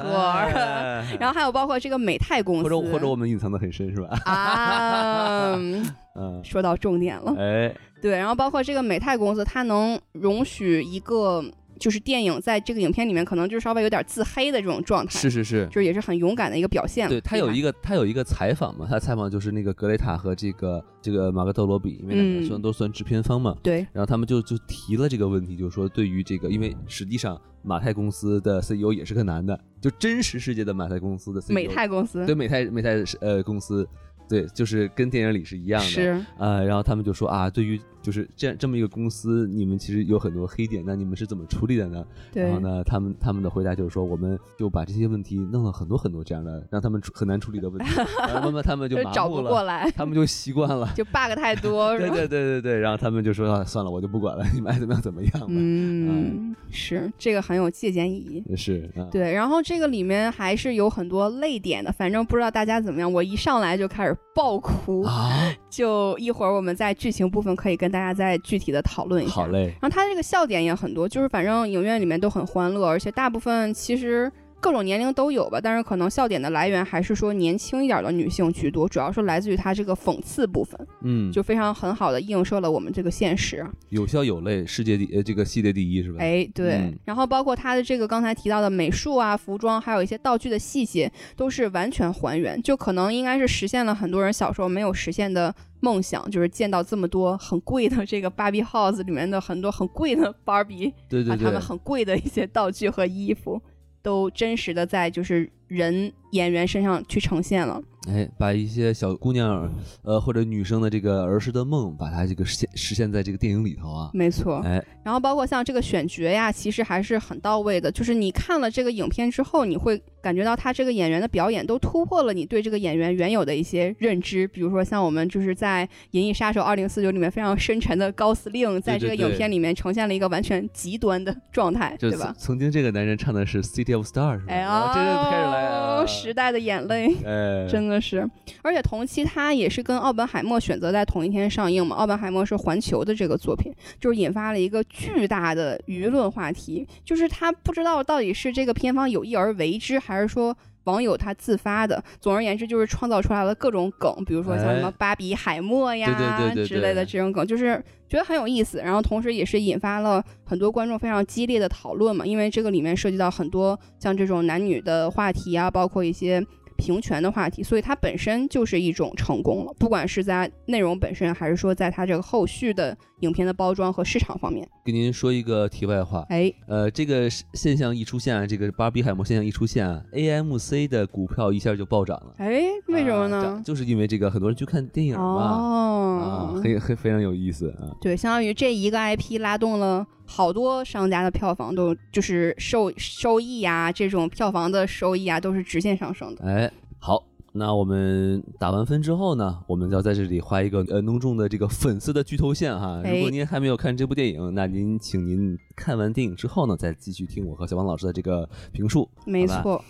S3: 哎
S2: 然后还有包括这个美泰公
S3: 或
S2: 司，
S3: 者或者我们隐藏的很深是吧？
S2: 啊，嗯
S3: 嗯，
S2: 说到重点了。
S3: 哎，
S2: 对，然后包括这个美泰公司，它能容许一个就是电影在这个影片里面可能就是稍微有点自黑的这种状态，
S3: 是是是，
S2: 就是也是很勇敢的一个表现了。
S3: 对他有一
S2: 个
S3: 个他有一个采访嘛，他采访就是那个格雷塔和这个这个马格特罗比，因为两
S2: 嗯
S3: 个算都算制片方嘛，
S2: 对，
S3: 然后他们就就提了这个问题，就是说对于这个，因为实际上马泰公司的 CEO 也是个男的，就真实世界的马泰公司的 CEO，
S2: 美泰公司
S3: 对美泰美泰是呃公司，对，就是跟电影里是一样的，
S2: 是
S3: 呃，然后他们就说啊，对于就是这样这么一个公司，你们其实有很多黑点，那你们是怎么处理的呢？
S2: 对
S3: 然后呢，他们他们的回答就是说，我们就把这些问题弄了很多很多这样的让他们处很难处理的问题， 然后慢慢他们就
S2: 就是
S3: 麻
S2: 找
S3: 木
S2: 不
S3: 了，
S2: 过来，。
S3: 他们就习惯了
S2: 就 bug 太多， 是
S3: 对
S2: 吧？
S3: 对对对对，然后他们就说、啊、算了，我就不管了，你们爱怎么样怎么样吧。
S2: 嗯，是这个很有借鉴意义。
S3: 是，啊、
S2: 对，然后这个里面还是有很多泪点的，反正不知道大家怎么样，我一上来就开始爆哭，
S3: 啊，
S2: 就一会儿我们在剧情部分可以跟大家再具体的讨论一下。
S3: 好嘞，
S2: 然后它这个笑点也很多，就是反正影院里面都很欢乐，而且大部分其实各种年龄都有吧，但是可能笑点的来源还是说年轻一点的女性居多，主要是来自于它这个讽刺部分，
S3: 嗯，
S2: 就非常很好的映射了我们这个现实。
S3: 有笑有泪，世界第呃这个系列第一是吧？
S2: 哎，对，
S3: 嗯
S2: 然后包括它的这个刚才提到的美术啊、服装，还有一些道具的细节，都是完全还原，就可能应该是实现了很多人小时候没有实现的梦想，就是见到这么多很贵的这个芭比 house 里面的很多很贵的芭比，
S3: 对对
S2: 把
S3: 对，
S2: 他们很贵的一些道具和衣服，都真实的在就是人演员身上去呈现了。
S3: 哎，把一些小姑娘儿呃或者女生的这个儿时的梦，把它这个实现实现在这个电影里头啊。
S2: 没错，
S3: 哎，
S2: 然后包括像这个选角呀，其实还是很到位的。就是你看了这个影片之后，你会感觉到他这个演员的表演都突破了你对这个演员原有的一些认知。比如说像我们就是在《银翼杀手二零四九》里面非常深沉的高司令，在这个
S3: 对对
S2: 影片里面呈现了一个完全极端的状态，
S3: 就是
S2: 对吧？
S3: 曾经这个男人唱的是《City of Stars》，是吧
S2: 哎
S3: 然后
S2: 呀，
S3: 这就开始来啊
S2: 时代的眼泪。
S3: 哎，
S2: 真的是，而且同期它也是跟《奥本海默》选择在同一天上映嘛，《奥本海默》是环球的这个作品，就是引发了一个巨大的舆论话题，就是他不知道到底是这个片方有意而为之，还是说。网友他自发的，总而言之就是创造出来了各种梗，比如说像什么
S3: 哎
S2: 巴比海默呀、
S3: 对对对对
S2: 之类的
S3: 对
S2: 这种梗，就是觉得很有意思。然后同时也是引发了很多观众非常激烈的讨论嘛，因为这个里面涉及到很多像这种男女的话题啊，包括一些平权的话题，所以它本身就是一种成功了，不管是在内容本身，还是说在它这个后续的影片的包装和市场方面。
S3: 跟您说一个题外话，
S2: 哎，
S3: 呃，这个是现象一出现啊，这个巴比海默现象一出现啊，AMC 的股票一下就暴涨了。
S2: 哎，为什么
S3: 啊
S2: 呢
S3: 涨？就是因为这个，很多人去看电影嘛，啊，
S2: 哦，
S3: 很很非常有意思啊。
S2: 对，相当于这一个 IP 拉动了好多商家的票房都就是收收益呀、这种票房的收益啊，都是直线上升的。
S3: 哎，好，那我们打完分之后呢，我们要在这里画一个呃浓重的这个粉丝的剧透线哈。
S2: 哎
S3: 如果您还没有看这部电影，那您请您看完电影之后呢，再继续听我和小王老师的这个评述。
S2: 没
S3: 好吧
S2: 错，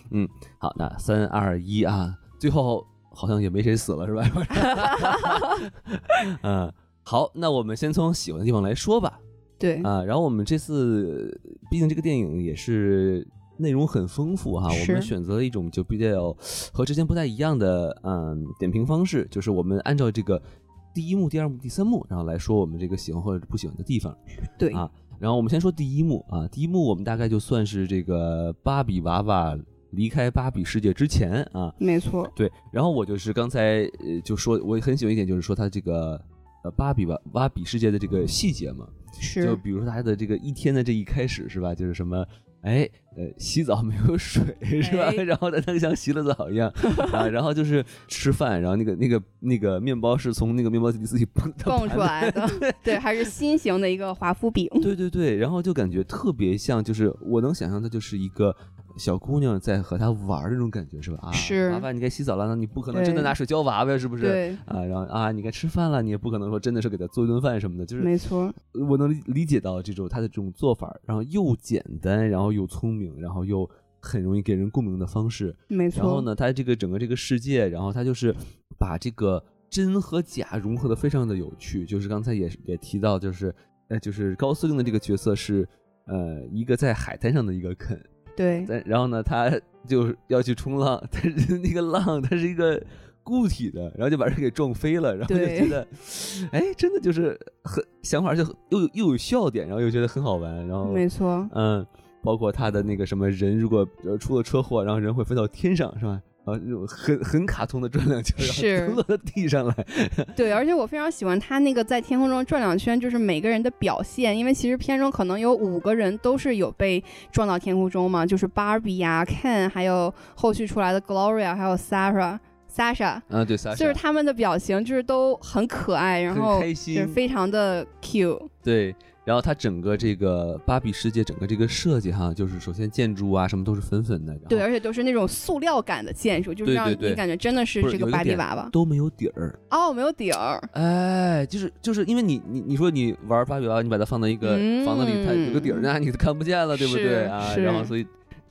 S3: 好，那三二一啊，最后好像也没谁死了是吧？ 嗯，好，那我们先从喜欢的地方来说吧。
S2: 对，
S3: 啊，然后我们这次，毕竟这个电影也是内容很丰富哈，我
S2: 是
S3: 们选择了一种就比较和之前不太一样的嗯点评方式，就是我们按照这个第一幕、第二幕、第三幕，然后来说我们这个喜欢或者不喜欢的地方。
S2: 对，
S3: 啊然后我们先说第一幕啊，第一幕我们大概就算是这个芭比娃娃离开芭比世界之前啊，
S2: 没错，
S3: 对，然后我就是刚才呃就说我很喜欢一点，就是说它这个呃芭比吧芭比世界的这个细节嘛，就是比如说他的这个一天的这一开始是吧，就是什么。哎，呃，洗澡没 有水是吧？
S2: 哎
S3: 然后他像洗了澡 一样啊，然后就是吃饭，然后那个那个那个面包是从那个面包机里自己蹦到
S2: 蹦
S3: 盘
S2: 出
S3: 子
S2: 来的，对，还是新型的一个华夫饼。
S3: 对对对，然后 就感觉特别像，就是我能想象的，就是一个小姑娘在和他玩儿那种感觉，是吧？啊，
S2: 是
S3: 娃娃，你该洗澡了，那你不可能真的
S2: 对
S3: 拿水浇娃娃呀，是不是？
S2: 对，
S3: 啊，然后啊，你该吃饭了，你也不可能说真的是给他做一顿饭什么的，就是
S2: 没错，
S3: 我能理理解到这种他的这种做法儿，然后又简单，然后又聪明，然后又很容易给人共鸣的方式。
S2: 没错。
S3: 然后？呢，他这个整个这个世界，然后他就是把这个真和假融合的非常的有趣。就是刚才也是也提到，就是呃，就是高司令的这个角色是呃一个在海滩上的一个 肯，
S2: 对，
S3: 但然后呢，他就是要去冲浪，但是那个浪它是一个固体的，然后就把人给撞飞了，然后就
S2: 对
S3: 觉得，哎，真的就是很想法就很又有又有笑点，然后又觉得很好玩，然后
S2: 没错，
S3: 嗯，包括他的那个什么人，如果呃出了车祸，然后人会飞到天上，是吧？然后那种很很卡通的转两圈，然
S2: 是
S3: 后落到地上来，
S2: 对，而且我非常喜欢他那个在天空中转两圈，就是每个人的表现，因为其实片中可能有五个人都是有被撞到天空中嘛，就是 Barbie 呀、Ken，还有后续出来的 Gloria，还有 Sarah、Sasha，
S3: 啊，对，撒
S2: 就是他们的表情就是都很可爱，然
S3: 很
S2: 后就
S3: 开
S2: 是
S3: 心
S2: 非常的 cute，
S3: 对，然后它整个这个芭比世界整个这个设计哈，就是首先建筑啊什么都是粉粉的，然后
S2: 对，而且都是那种塑料感的建筑，就是
S3: 对
S2: 让
S3: 对对
S2: 你感觉真的是
S3: 不是
S2: 这
S3: 有
S2: 个
S3: 一个
S2: 芭比
S3: 点
S2: 娃娃
S3: 都没有底儿。
S2: 哦，没有底儿，
S3: 哎，就是就是因为你你你说你玩芭比娃娃，你把它放到一个
S2: 嗯
S3: 房子里，它有个底儿，那你都看不见了，对不对
S2: 是
S3: 啊？
S2: 是
S3: 然
S2: 嗯
S3: 后所以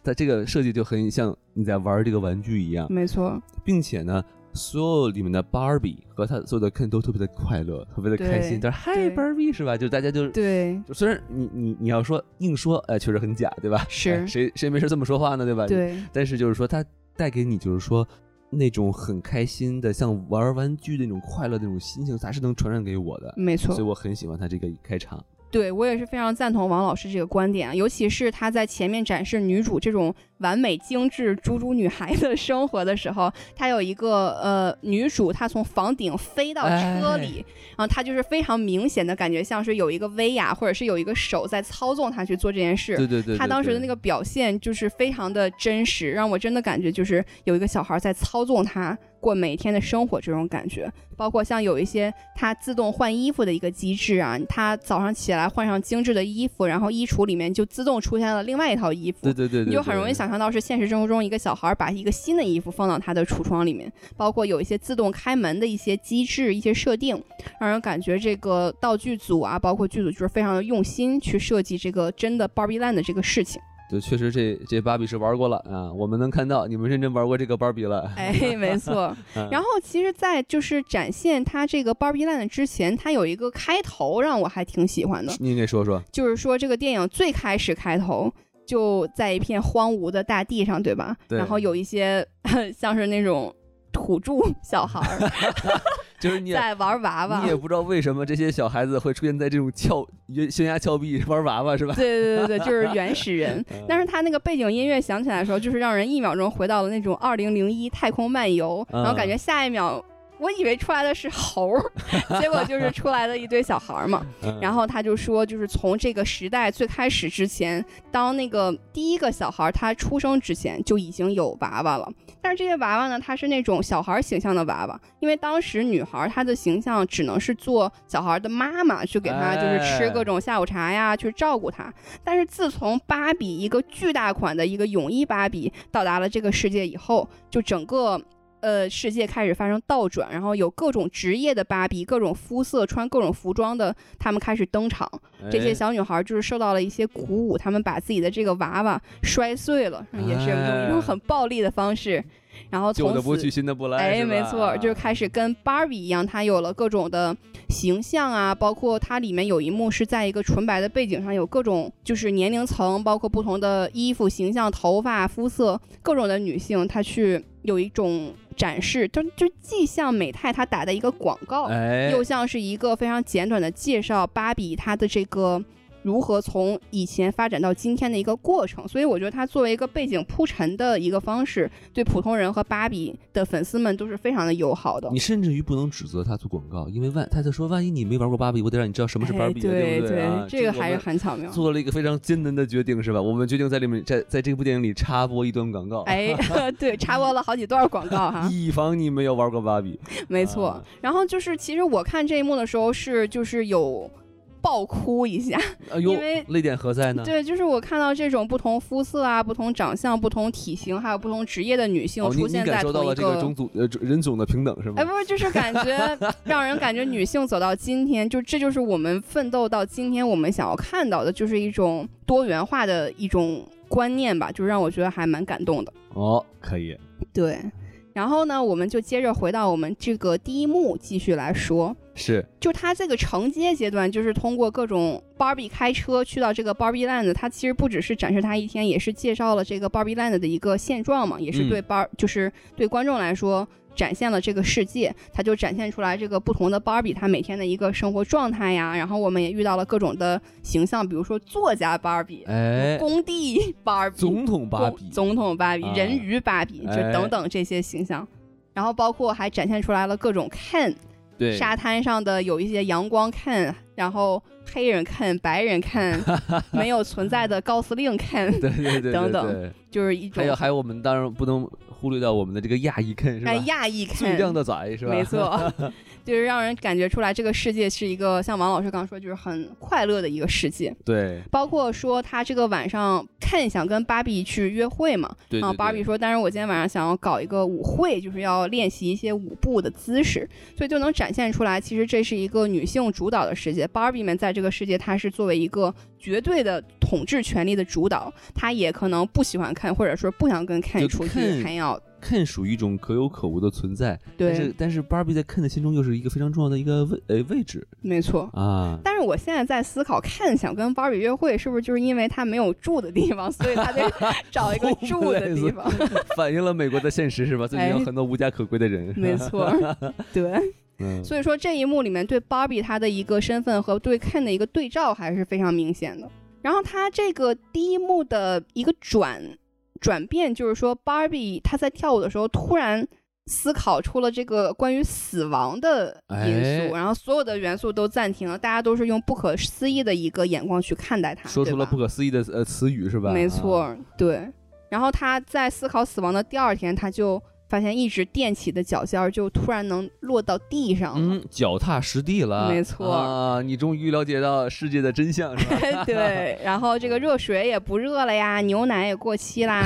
S3: 它这个设计就很像你在玩这个玩具一样，
S2: 没错，
S3: 并且呢，所有里面的 Barbie 和他所有的 Ken 都特别的快乐，特别的开心，
S2: 对
S3: 都是嗨
S2: 对
S3: Barbie 是吧？就大家就
S2: 对
S3: 就虽然你你你要说硬说，哎，确实很假，对吧？
S2: 是
S3: 哎谁谁没事这么说话呢，对吧？。
S2: 对
S3: 但是就是说，它带给你就是说那种很开心的，像玩玩具的那种快乐的那种心情，它是能传染给我的，
S2: 嗯没错
S3: 所以，我很喜欢它这个开场。
S2: 对我也是非常赞同王老师这个观点，啊尤其是他在前面展示女主这种完美精致猪猪女孩的生活的时候，他有一个呃女主她从房顶飞到车里，然后她就是非常明显的感觉像是有一个威亚或者是有一个手在操纵她去做这件事，
S3: 对对对对
S2: 他当时的那
S3: 对
S2: 个表现就是非常的真实，让我真的感觉就是有一个小孩在操纵他过每天的生活这种感觉。包括像有一些他自动换衣服的一个机制啊，他早上起来换上精致的衣服，然后衣橱里面就自动出现了另外一套衣服。
S3: 对对对对，
S2: 你就很容易
S3: 对。
S2: 想象到是现实生活中一个小孩把一个新的衣服放到他的橱窗里面，包括有一些自动开门的一些机制、一些设定，让人感觉这个道具组啊，包括剧组就是非常的用心去设计这个真的 Barbie Land 的这个事情。
S3: 就确实这这芭比是玩过了啊，我们能看到你们认真玩过这个芭比了。
S2: 哎，没 错。然后其实，在就是展现它这个 Barbie Land 之前，它有一个开头让我还挺喜欢的，
S3: 您给 说说，
S2: 就是说这个电影最开始开头就在一片荒芜的大地上，对吧？
S3: 对
S2: 然后有一些 像是那种土著 小孩儿
S3: 就是 你也
S2: 在玩娃娃
S3: 你。也不知道为什么这些小孩子会出现在这种峭悬悬崖峭壁玩娃娃是吧？
S2: 对对对对，就是原始 人。嗯但是他那个背景音乐响起来的时候，就是让人一秒钟回到了那种二零零一太空漫游，
S3: 嗯
S2: 然后感觉下一秒。我以为出来的是猴儿， 结果就是出来的一堆小孩儿嘛。
S3: 嗯
S2: 然后他就说，就是从这个时代最开始之前，当那个第一个小孩他出生之前就已经有娃娃了。但是这些娃娃呢，它是那种小孩形象的娃娃，因为当时女孩她的形象只能是做小孩的妈妈，去给她就是吃各种下午茶呀，去照顾她。但是自从芭比一个巨大款的一个泳衣芭比到达了这个世界以后，就整个呃世界开始发生倒转，然后有各种职业的芭比，各种肤色、穿各种服装的，她们开始登场。
S3: 哎
S2: 这些小女孩就是受到了一些鼓舞，她们把自己的这个娃娃摔碎了，也是用一种很暴力的方式，然后
S3: 哎旧
S2: 从
S3: 的哎不去，
S2: 此。
S3: 新的不来，
S2: 哎，
S3: 是吧
S2: 没错，就是开始跟芭比一样，她有了各种的形象啊，包括它里面有一幕是在一个纯白的背景上，有各种就是年龄层，包括不同的衣服、形象、头发、肤色，各种的女性，她去有一种展示，就就既像美泰她打的一个广告，
S3: 哎，
S2: 又像是一个非常简短的介绍芭比她的这个如何从以前发展到今天的一个过程。所以我觉得它作为一个背景铺陈的一个方式，对普通人和芭比的粉丝们都是非常的友好的
S3: 你。甚至于不能指责他做广告，因为万他在说，万一你没玩过芭比，我得让你知道什么是芭比、
S2: 哎对
S3: 对不啊、
S2: 这个
S3: 我们
S2: 还是很巧妙。
S3: 做了一个非常艰难的决定，是吧？我们决定在里面，在在这部电影里插播一段广告，
S2: 哎， 对，插播了好几段广告 哈。
S3: 以防你没有玩过芭比。
S2: 没错。
S3: 啊
S2: 然后就是，其实我看这一幕的时候是就是有爆哭一下，
S3: 哎呦
S2: 因为，
S3: 泪点何在呢？
S2: 对，就是我看到这种不同肤色啊、不同长相、不同体型，还有不同职业的女性
S3: 哦，你
S2: 出
S3: 你
S2: 现
S3: 感
S2: 在
S3: 受
S2: 同
S3: 到
S2: 一
S3: 了这个种族呃人种的平等是吗
S2: 哎，？不是，就是感 觉让人感觉女性走到今天，就这就是我们奋斗到今天，我们想要看到的，就是一种多元化的一种观念吧，就让我觉得还蛮感动的。
S3: 哦，可以，
S2: 对，然后呢，我们就接着回到我们这个第一幕继续来说。
S3: 是
S2: 就它这个承接阶段，就是通过各种 Barbie 开车去到这个 Barbie Land，它其实不只是展示它一天，也是介绍了这个 Barbie Land 的一个现状嘛，
S3: 嗯
S2: 也是对 Bar、就是对观众来说展现了这个世界，它就展现出来这个不同的 Barbie 它每天的一个生活状态呀。然后我们也遇到了各种的形象，比如说作家 Barbie、
S3: 哎，
S2: 工地 Barbie、
S3: 总统芭
S2: 总
S3: 比，
S2: 总统芭比、
S3: 啊
S2: 人鱼芭比，就
S3: 哎
S2: 等等这些形象。然后包括还展现出来了各种 Ken。
S3: 对
S2: 沙滩上的有一些阳光看，然后黑人看、白人看，没有存在的高司令看，
S3: 对对对对
S2: 等等
S3: 对
S2: 就是一种
S3: 还有还有，我们当然不能忽略到我们的这个亚裔 Ken 是吧？
S2: 哎亚裔
S3: 最
S2: 看，
S3: 靓的仔是吧？
S2: 没错， 就是让人感觉出来这个世界是一个像王老师刚说，就是很快乐的一个世界。
S3: 对
S2: 包括说他这个晚上看想跟芭比去约会嘛，
S3: 对
S2: 然后嗯啊芭比说，但是我今天晚上想要搞一个舞会，就是要练习一些舞步的姿势，所以就能展现出来，其实这是一个女性主导的世界。芭比们在这个世界，她是作为一个绝对的统治权力的主导，她也可能不喜欢看，或者说不想跟看
S3: 就
S2: 出去，
S3: Ken
S2: 还要
S3: Ken 属于一种可有可无的存在，但是
S2: 对，
S3: 但是 Barbie 在 Ken 的心中又是一个非常重要的一个位呃位置
S2: 没错。
S3: 啊。
S2: 但是我现在在思考，看想跟芭比约会，是不是就是因为他没有住的地方，所以他得 找一 个住的地方？
S3: 反映了美国的现实是吧？最近有
S2: 哎
S3: 很多无家可归的人。
S2: 没 错，对。
S3: 嗯，
S2: 所以说这一幕里面对芭比她的一个身份和对 Ken 的一个对照还是非常明显的。然后他这个第一幕的一个转转变，就是说芭比她在跳舞的时候突然。思考出了这个关于死亡的因
S3: 哎
S2: 素，然后所有的元素都暂停了，大家都是用不可思议的一个眼光去看待它，
S3: 说
S2: 对
S3: 出了
S2: 吧
S3: 不可思议的呃词语是吧？
S2: 没错，
S3: 啊，
S2: 对。然后他在思考死亡的第二天，他就发现一直垫起的脚尖儿就突然能落到地上了。
S3: 嗯，脚踏实地了，
S2: 没错
S3: 啊，你终于了解到世界的真相 是吧？
S2: 对，然后这个热水也不热了呀，牛奶也过期啦，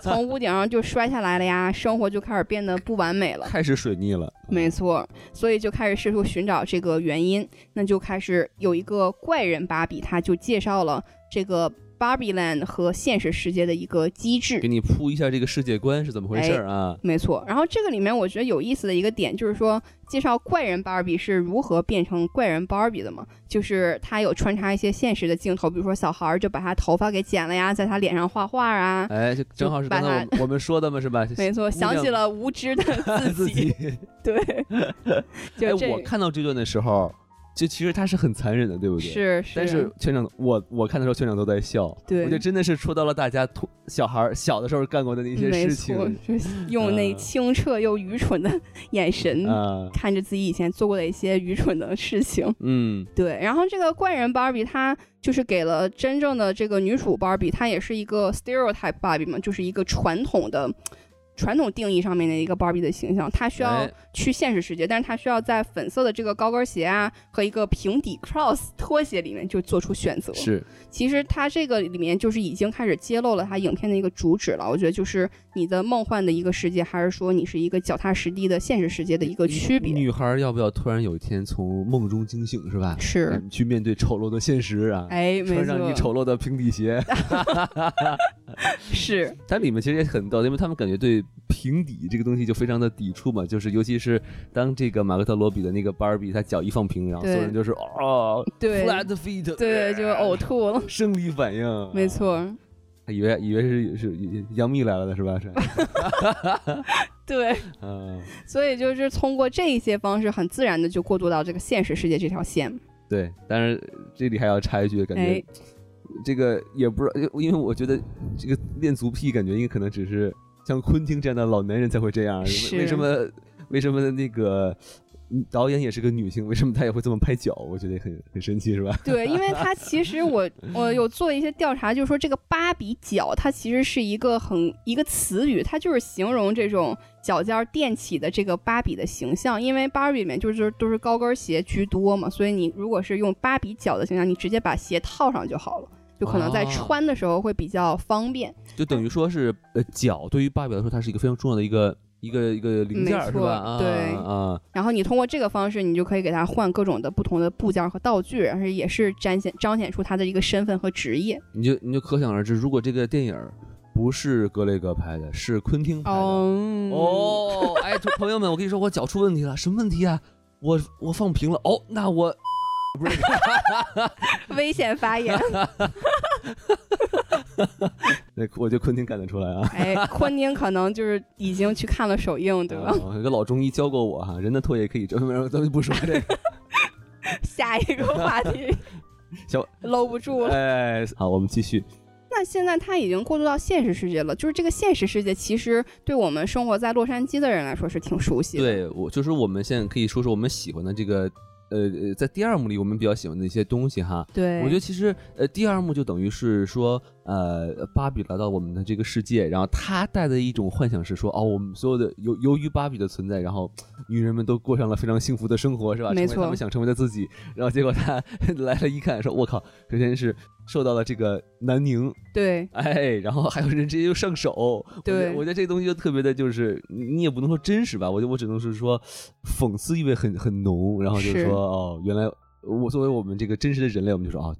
S2: 从屋顶上就摔下来了呀，生活就开始变得不完美了。
S3: 开始水逆了，
S2: 没错，所以就开始试图寻找这个原因。那就开始有一个怪人芭比，他就介绍了这个 Barbie Land 和现实世界的一个机制
S3: 给。你铺一下这个世界观是怎么回事
S2: 哎
S3: 儿啊？
S2: 没错，然后这个里面我觉得有意思的一个点就是说，介绍怪人芭比是如何变成怪人芭比的嘛，就是他有穿插一些现实的镜头，比如说小孩儿就把他头发给剪了呀，在他脸上画画啊，
S3: 哎，这正好是刚才我们我们说的嘛，是吧？
S2: 没错，
S3: 哎姑娘
S2: 想起了无知的
S3: 自
S2: 自己，
S3: 己。
S2: 对，
S3: 哎，
S2: 就这
S3: 我看到这段的时候，就其实他是很残忍的，对不对？。
S2: 是是，啊
S3: 但是全场，我我看的时候，全场都在笑。
S2: 对
S3: 我觉得真的是戳到了大家同小孩儿小的时候干过的那些
S2: 没
S3: 事
S2: 错
S3: 情，
S2: 就是用那
S3: 嗯
S2: 清澈又愚蠢的 眼神。
S3: 啊。
S2: 看着自己以前做过的一些愚蠢的事情，
S3: 嗯，
S2: 对，然后这个怪人芭比，她就是给了真正的这个女主芭比，她也是一个 stereotype 芭比嘛，就是一个传统的、传统定义上面的一个芭比的形象。她需要
S3: 哎
S2: 去现实世界，但是她需要在粉色的这个高跟鞋啊和一个平底 cross 拖鞋里面就做出选择。
S3: 是
S2: 其实它这个里面就是已经开始揭露了它影片的一个主旨了。我觉得就是你的梦幻的一个世界，还是说你是一个脚踏实地的现实世界的一个区别？
S3: 女孩儿要不要突然有一天从梦中惊醒，是吧？
S2: 是，
S3: 嗯去面对丑陋的现实啊！
S2: 哎，没
S3: 穿上你
S2: 错，
S3: 丑陋的平 底鞋，
S2: 是。
S3: 但里面其实也很逗，因为他们感觉对平底这个东西就非常的抵触嘛，就是尤其是当这个马克特罗比的那个芭比，她脚一放平，然后所
S2: 对
S3: 有人就是哦
S2: 对
S3: ，flat feet，呃
S2: 对，就呕吐 了。
S3: 生理反应，啊
S2: 没，
S3: 嗯
S2: 错，
S3: 他以为以为是是是杨幂来了的是吧？是，
S2: 对，
S3: 嗯，
S2: 所以就是通过这一些方式，很自然的就过渡到这个现实世界这条线。
S3: 对，但是这里还要插一句，感觉
S2: 哎
S3: 这个也不知道，因为我觉得这个恋足癖感觉应该可能只是像昆汀这样的老男人才会这样。
S2: 是
S3: 为为什么？为什么那个嗯导演也是个女性，为什么她也会这么拍脚？我觉得很很神奇，是吧？
S2: 对，因为它其实我我有做一些调查，就是说这个芭比脚，它其实是一个很一个词语，它就是形容这种脚尖儿垫起的这个芭比的形象。因为芭比里面就是都是高跟鞋居多嘛，所以你如果是用芭比脚的形象，你直接把鞋套上就好了，就可能在
S3: 哦
S2: 穿的时候会比较方便。
S3: 就等于说是呃，脚对于芭比来说，它是一个非常重要的一个一个一个零件儿，
S2: 没
S3: 是
S2: 错
S3: 吧？啊
S2: 对
S3: 啊，
S2: 然后你通过这个方式，你就可以给它换各种的不同的部件儿和道具，然后也是彰显彰显出它的一个身份和职业。
S3: 你就你就可想而知，如果这个电影儿不是格雷格拍的，是昆汀拍的。
S2: 哦，
S3: 哦，哎，同朋友们，我跟你说，我脚出问题了，什么问题啊？我我放平了，哦，那我不是
S2: 危险发言，
S3: 那我觉得昆汀干得出来啊。
S2: 哎，昆汀可能就是已经去看了首映，对吧？
S3: 啊有个老中医教过我哈，人的唾液可以这，咱们不说这个。
S2: 下一个话题
S3: 嗯 小
S2: 搂不 住了。
S3: 哎，好，我们继续。
S2: 那现在它已经过渡到现实世界了，就是这个现实世界其实对我们生活在洛杉矶的人来说是挺熟悉的。
S3: 对我就是我们现在可以说说我们喜欢的这个，呃，呃在第二幕里我们比较喜欢的一些东西哈。
S2: 对，
S3: 我觉得其实呃，第二幕就等于是说，呃，芭比来到我们的这个世界，然后她带着一种幻想是说，哦，我们所有的由由于芭比的存在，然后女人们都过上了非常幸福的生活，是吧？
S2: 没
S3: 成为她
S2: 错
S3: 们想成为的自己。然后结果她 来了一看，说，我靠，首先是受到了这个南宁，
S2: 对
S3: 哎，然后还有人直接就上手，我觉得
S2: 对
S3: 我觉得这东西就特别的，就是你你也不能说真实吧，我就我只能是说讽刺意味很很浓，然后就是
S2: 是
S3: 说哦，原来我作为我们这个真实的人类，我们就说哦，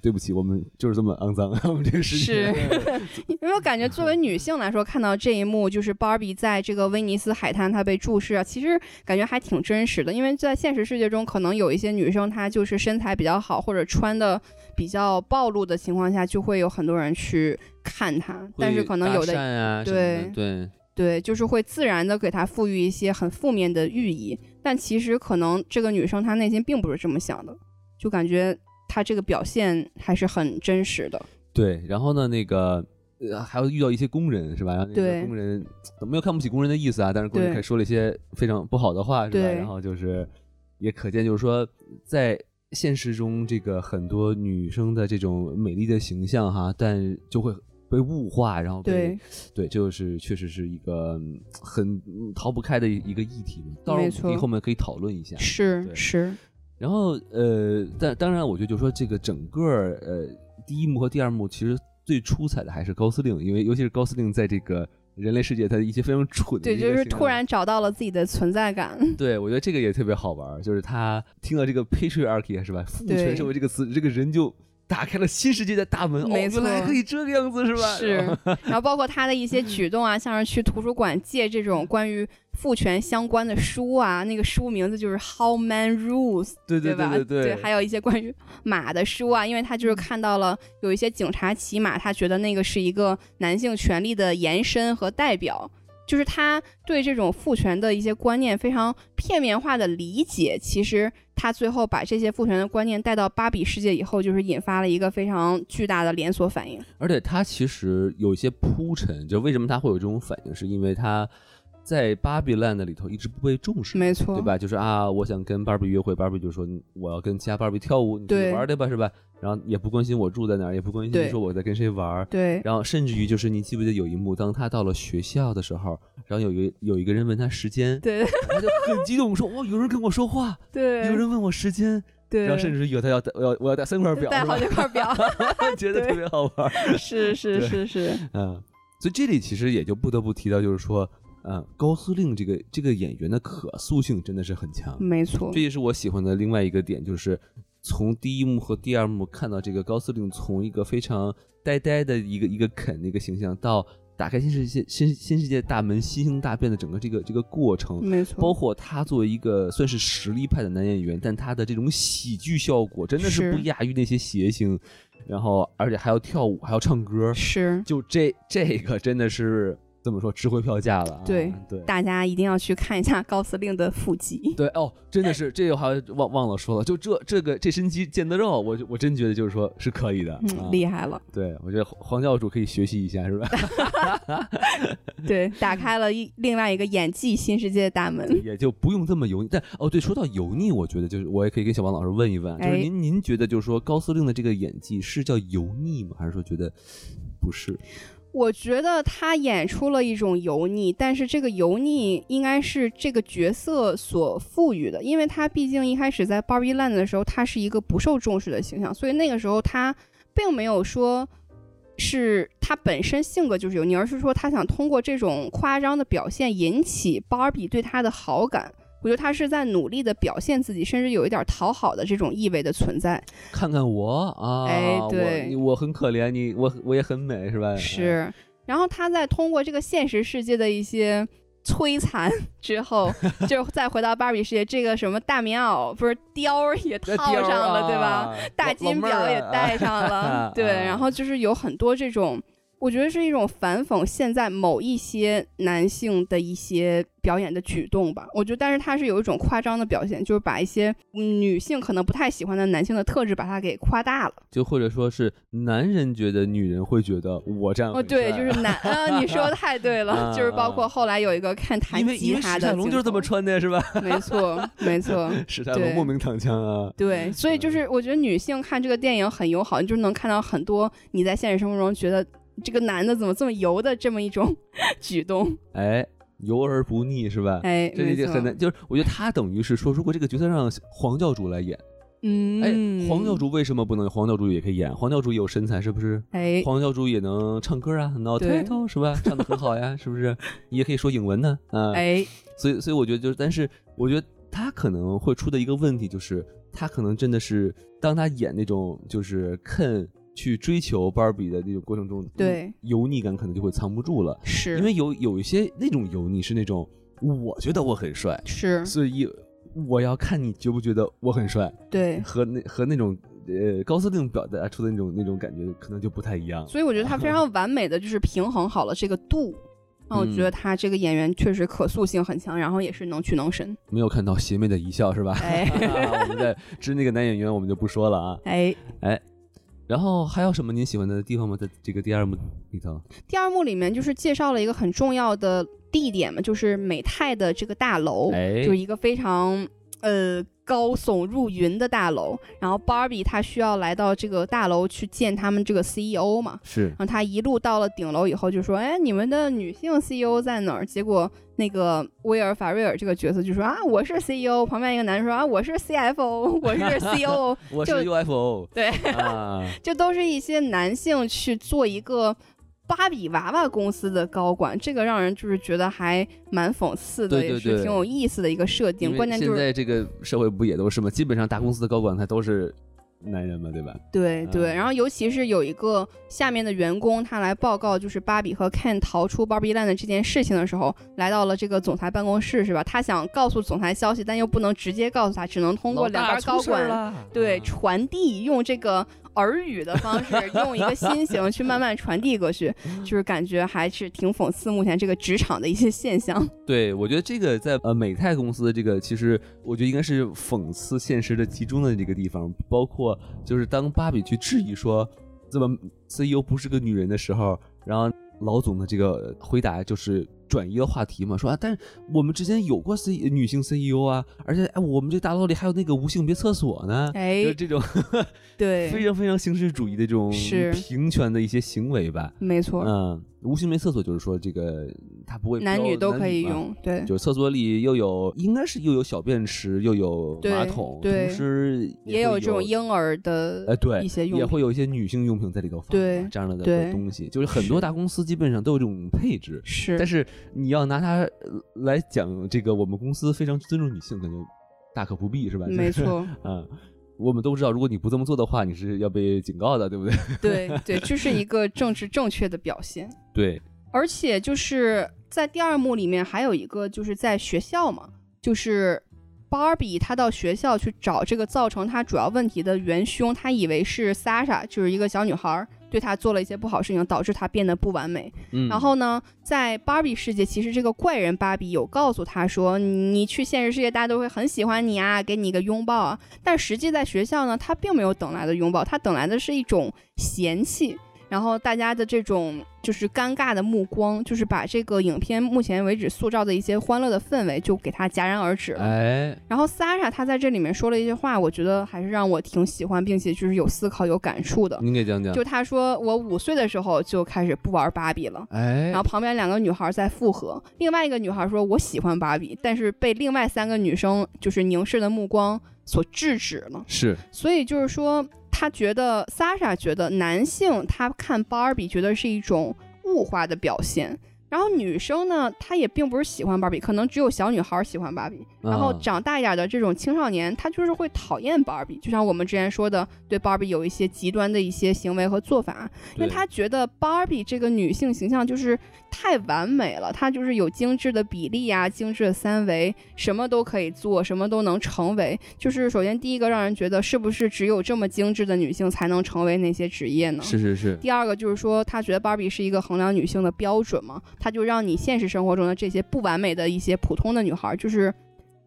S3: 对不起，我们就是这么肮脏， 我们这个世界。
S2: 因为我感觉作为女性来说，看到这一幕就是芭比在这个威尼斯海滩她被注视啊，其实感觉还挺真实的。因为在现实世界中，可能有一些女生她就是身材比较好，或者穿的比较暴露的情况下，就会有很多人去看她， 但是可能有
S4: 搭
S2: 的
S4: 讪啊什么
S2: 对
S4: 的，对，
S2: 对，就是会自然的给她赋予一些很负面的寓意。但其实可能这个女生她内心并不是这么想的，就感觉她这个表现还是很真实的。
S3: 对，然后呢，那个呃，还有遇到一些工人是吧？然后那
S2: 对
S3: 个工人呃没有看不起工人的意思啊，但是工人
S2: 对
S3: 开始说了一些非常不好的话是吧？
S2: 对
S3: 然后就是也可见，就是说在现实中，这个很多女生的这种美丽的形象哈，但就会。被物化，然后被
S2: 对，
S3: 对，这就是确实是一个嗯很嗯逃不开的一个议题嘛。到时候
S2: 没
S3: 我们可以
S2: 错
S3: 后面可以讨论一下。
S2: 是
S3: 对
S2: 是，
S3: 然后呃，但当然，我觉得就是说这个整个儿呃第一幕和第二幕，其实最出彩的还是高司令，因为尤其是高司令在这个人类世界，他的一些非常蠢的
S2: 对，
S3: 一个
S2: 就是
S3: 行为
S2: 突然找到了自己的存在感。
S3: 对我觉得这个也特别好玩儿，就是他听到这个 patriarchy 是吧，父权
S2: 对
S3: 社会这个词，这个人就打开了新世界的大门，哦，
S2: 没
S3: 原来还
S2: 错
S3: 可以这个样子是吧？哦
S2: 是， 然后包括他的一些举动啊，像是去图书馆借这种关于父权相关的书啊，那个书名字就是《How Man Rules》，
S3: 对对
S2: 吧？
S3: 对嗯对，
S2: 还有一些关于 马的书啊，因为他就是看到了有一些警察骑马，他觉得那个是一个男性权利的延伸和代表。就是他对这种父权的一些观念非常片面化的理解，其实他最后把这些父权的观念带到芭比世界以后，就是引发了一个非常巨大的连锁反应。
S3: 而且他其实有一些铺陈，就为什么他会有这种反应，是因为他在芭比 land 里头一直不被重视，
S2: 没错，
S3: 对吧？就是啊，我想跟芭比约会，芭比就说嗯我要跟其他芭比跳舞，你去
S2: 对
S3: 玩儿去吧，是吧？然后也不关心我住在哪儿，也不关心
S2: 对
S3: 说我在跟谁玩儿。
S2: 对，
S3: 然后甚至于就是你记不记得有一幕，当他到了学校的时候，然后有一个有一个人问他时间，
S2: 对
S3: 他就很激动说：“ 哇，有人跟我说话，
S2: 对
S3: 有人问我时间。”
S2: 对，
S3: 然后甚至有他要带我要我要带三块表，
S2: 带
S3: 是
S2: 好
S3: 吧
S2: 几块表，
S3: 觉得特
S2: 对
S3: 别好玩儿。
S2: 是是是是，
S3: 嗯，所以这里其实也就不得不提到，就是说，嗯，高司令这个这个演员的可塑性真的是很强，
S2: 没错
S3: 这，也是我喜欢的另外一个点，就是从第一幕和第二幕看到这个高司令从一个非常呆呆的一个一个啃的一个形象，到打开新世界新新世界大门、新兴大变的整个这个这个过程。
S2: 没错，
S3: 包括他作为一个算是实力派的男演员，但他的这种喜剧效果真的是
S2: 是
S3: 不亚于那些谐星，然后而且还要跳舞，还要唱歌，
S2: 是
S3: 就这这个真的是怎么说值回票价了、啊？
S2: 对
S3: 对
S2: 大家一定要去看一下 高司令的腹肌，
S3: 对哦，真
S2: 哎
S3: 的是这个还忘忘了说了，就这这个这身肌腱子肉，我就我真觉得就是说是可以的，啊
S2: 嗯，厉害了，
S3: 对我觉得黄黄教主可以学习一下，是吧？
S2: 对，打开了一另外一个演技新世界的大门。
S3: 也就不用这么油腻。但哦，对，说到油腻，我觉得就是我也可以跟小王老师问一问，就是
S2: 哎
S3: 您、您觉得就是说高司令的这个演技是叫油腻吗？还是说觉得不是？
S2: 我觉得他演出了一种油腻，但是这个油腻应该是这个角色所赋予的，因为他毕竟一开始在 Barbie Land 的时候，他是一个不受重视的形象，所以那个时候他并没有说是他本身性格就是油腻，而是说他想通过这种夸张的表现引起 Barbie 对他的好感。我觉得他是在努力的表现自己，甚至有一点讨好的这种意味的存在。
S3: 看看我啊，
S2: 哎对
S3: 我你我很可怜，你我我也很美，是吧？哎
S2: 是，然后他在通过这个现实世界的一些摧残 之后，就再回到芭比世界，这个什么大棉袄不是貂儿也
S3: 这
S2: 套
S3: 貂
S2: 上
S3: 儿
S2: 了，对吧？
S3: 啊
S2: 大
S3: 老老
S2: 金
S3: 妹儿
S2: 表也
S3: 啊
S2: 戴上 了，对，
S3: 啊
S2: 然后就是有很多这种。我觉得是一种反讽现在某一些男性的一些表演的举动吧。我觉得，但是他是有一种夸张的表现，就是把一些女性可能不太喜欢的男性的特质，把它给夸大了。
S3: 就或者说是男人觉得女人会觉得我这样
S2: 哦，
S3: 很
S2: 对，
S3: 帅
S2: 就是男，啊，你说的太对 了，就是包括后来有一个看弹
S3: 嗯因为
S2: 吉
S3: 因为
S2: 他
S3: 史
S2: 的
S3: 泰龙就是这么
S2: 镜
S3: 穿的，是吧？
S2: 头，没错，没错，
S3: 史泰龙
S2: 对
S3: 莫名躺枪啊，
S2: 对，所以就是我觉得女性看这个电影很友好，你就能看到很多你在现实生活中觉得这个男的怎么这么油的这么一种 举动，
S3: 哎，油而不腻是吧？
S2: 哎，
S3: 嗯这
S2: 没
S3: 就
S2: 错，
S3: 很难，就是我觉得他等于是说，如果这个角色让黄教主来演，
S2: 嗯，
S3: 哎，黄教，主为什么不能？黄教主也可以演，黄教主也有身材，是不是？
S2: 哎，
S3: 黄教主也能唱歌啊，No
S2: 对
S3: title 是吧？唱的很好呀，是不 是？你也可以说英文呢，啊，
S2: 哎，
S3: 所以所以我觉得就是，但是我觉得他可能会出的一个问题就是，他可能真的是当他演那种就是肯去追求芭比的那种过程中，
S2: 对，
S3: 油腻感可能就会藏不住了，
S2: 是
S3: 嗯因为有有一些那种油腻是那种我觉得我很帅，
S2: 是
S3: 所以我要看你觉不觉得我很帅，
S2: 对，
S3: 和那和那种呃高司令表达出的那种那种感觉可能就不太一样。
S2: 所以我觉得他非常完美的就是平衡好了这个度。那我觉得
S3: 嗯
S2: 他这个演员确实可塑性很强，然后也是能屈能伸。
S3: 没有看到邪魅的一笑是吧？
S2: 哎
S3: 我们在知那个男演员我们就不说了啊。
S2: 哎，
S3: 然后还有什么您喜欢的地方吗？在这个第二幕里头，
S2: 第二幕里面就是介绍了一个很重要的地点嘛，就是美泰的这个大楼，
S3: 哎
S2: 哦就是一个非常呃高耸入云的大楼。然后 Barbie 她需要来到这个大楼去见他们这个 CEO 嘛，
S3: 是
S2: 然后她一路到了顶楼以后就说：“哎，你们的女性 CEO 在哪儿？”结果那个威尔法瑞尔这个角色就说：“啊，我是 CEO。”旁边一个男人说：“啊，我是 CFO，我是 COO。”
S3: 我
S2: 就是
S3: UFO
S2: 对
S3: 啊，
S2: 就都是一些男性去做一个芭比娃娃公司的高管，这个让人就是觉得还蛮讽刺的，
S3: 对对
S2: 也
S3: 对
S2: 是挺有意思的一个设
S3: 因
S2: 定。
S3: 为
S2: 关键就
S3: 现
S2: 是
S3: 在这个社会不也都是吗？基本上大公司的高管他都是男人嘛，对吧？
S2: 对
S3: 嗯
S2: 对，然后尤其是有一个下面的员工，他来报告就是芭比和 Ken 逃出 Barbie Land 这件事情的时候，来到了这个总裁办公室，是吧？他想告诉总裁消息，但又不能直接告诉他，只能通过两边高管
S3: 了
S2: 对，传递用这个耳语的方式，用一个心形去慢慢传递过去，
S3: 嗯
S2: 就是感觉还是挺讽刺目前这个职场的一些现 象。
S3: 对，我觉得这个在呃美泰公司的这个，其实我觉得应该是讽刺现实的集中的这个地方，包括就是当芭比去质疑说怎么 CEO 不是个女人的时候，然后老总的这个回答就是转移了话题嘛，说啊，但是我们之前有过 C 女性 CEO 啊，而且哎，我们这大楼里还有那个无性别厕所呢，
S2: 哎
S3: 就是这种非
S2: 对，
S3: 常非常形式主义的这种
S2: 是
S3: 平权的一些行为吧。
S2: 没错，
S3: 嗯，无性别厕所就是说这个它不会
S2: 男
S3: 标
S2: 女都可以
S3: 嘛
S2: 用。对，
S3: 就是厕所里又有，应该是又有小便池，又有
S2: 对
S3: 马桶，
S2: 对
S3: 同时
S2: 也
S3: 有
S2: 有这种，婴儿
S3: 呃，
S2: 的
S3: 对，
S2: 一些用
S3: 也
S2: 品。
S3: 会有一些女性用品在里头放嘛，
S2: 对
S3: 这样的
S2: 对
S3: 东西，就是很多
S2: 是
S3: 大公司基本上都有这种配置，
S2: 是，
S3: 但是你要拿它呃来讲这个我们公司非常尊重女性，感觉大可不必是吧？就是
S2: 没， 错，
S3: 嗯。我们都知道，如果你不这么做的话，你是要被警告的，对不 对？
S2: 对对，这是一个政治正确的表现。
S3: 对，
S2: 而且就是在第二幕里面还有一个就是在学校嘛，就是芭比她到学校去找这个造成她主要问题的元凶，她以为是 Sasha，就是一个小女孩儿对她做了一些不好事情，导致她变得不完美。
S3: 嗯。
S2: 然后呢，在芭比世界，其实这个怪人芭比有告诉她说，你去现实世界，大家都会很喜欢你啊，给你一个拥抱啊。但实际在学校呢，她并没有等来的拥抱，她等来的是一种嫌弃。然后大家的这种就是尴尬的目光，就是把这个影片目前为止塑造的一些欢乐的氛围，就给它戛然而止了。
S3: 哎，
S2: 然后 Sasha 她在这里面说了一些话，我觉得还是让我挺喜欢，并且就是有思考、有感触的。
S3: 您给讲讲。
S2: 就她说，我五岁的时候就开始不玩芭比了，
S3: 哎
S2: 然，后旁边两个女孩在附和，另外一个女孩说：“我喜欢芭比。”但是被另外三个女生就是凝视的目光所制止了。
S3: 是
S2: 所以就是说，她觉得 Sasha 觉得男性他看芭比觉得是一种物化的表现。然后女生呢，她也并不是喜欢芭比，可能只有小女孩喜欢芭比。然后
S3: 啊
S2: 长大一点的这种青少年，他就是会讨厌芭比，就像我们之前说的，对芭比有一些极端的一些行为和做法。因为
S3: 对
S2: 他觉得芭比这个女性形象就是太完美了，她就是有精致的比例啊，精致的三维，什么都可以做，什么都能成为。就是首先第一个让人觉得，是不是只有这么精致的女性才能成为那些职业呢？
S3: 是是是，
S2: 第二个就是说，他觉得芭比是一个衡量女性的标准嘛，他就让你现实生活中的这些不完美的一些普通的女孩儿，就是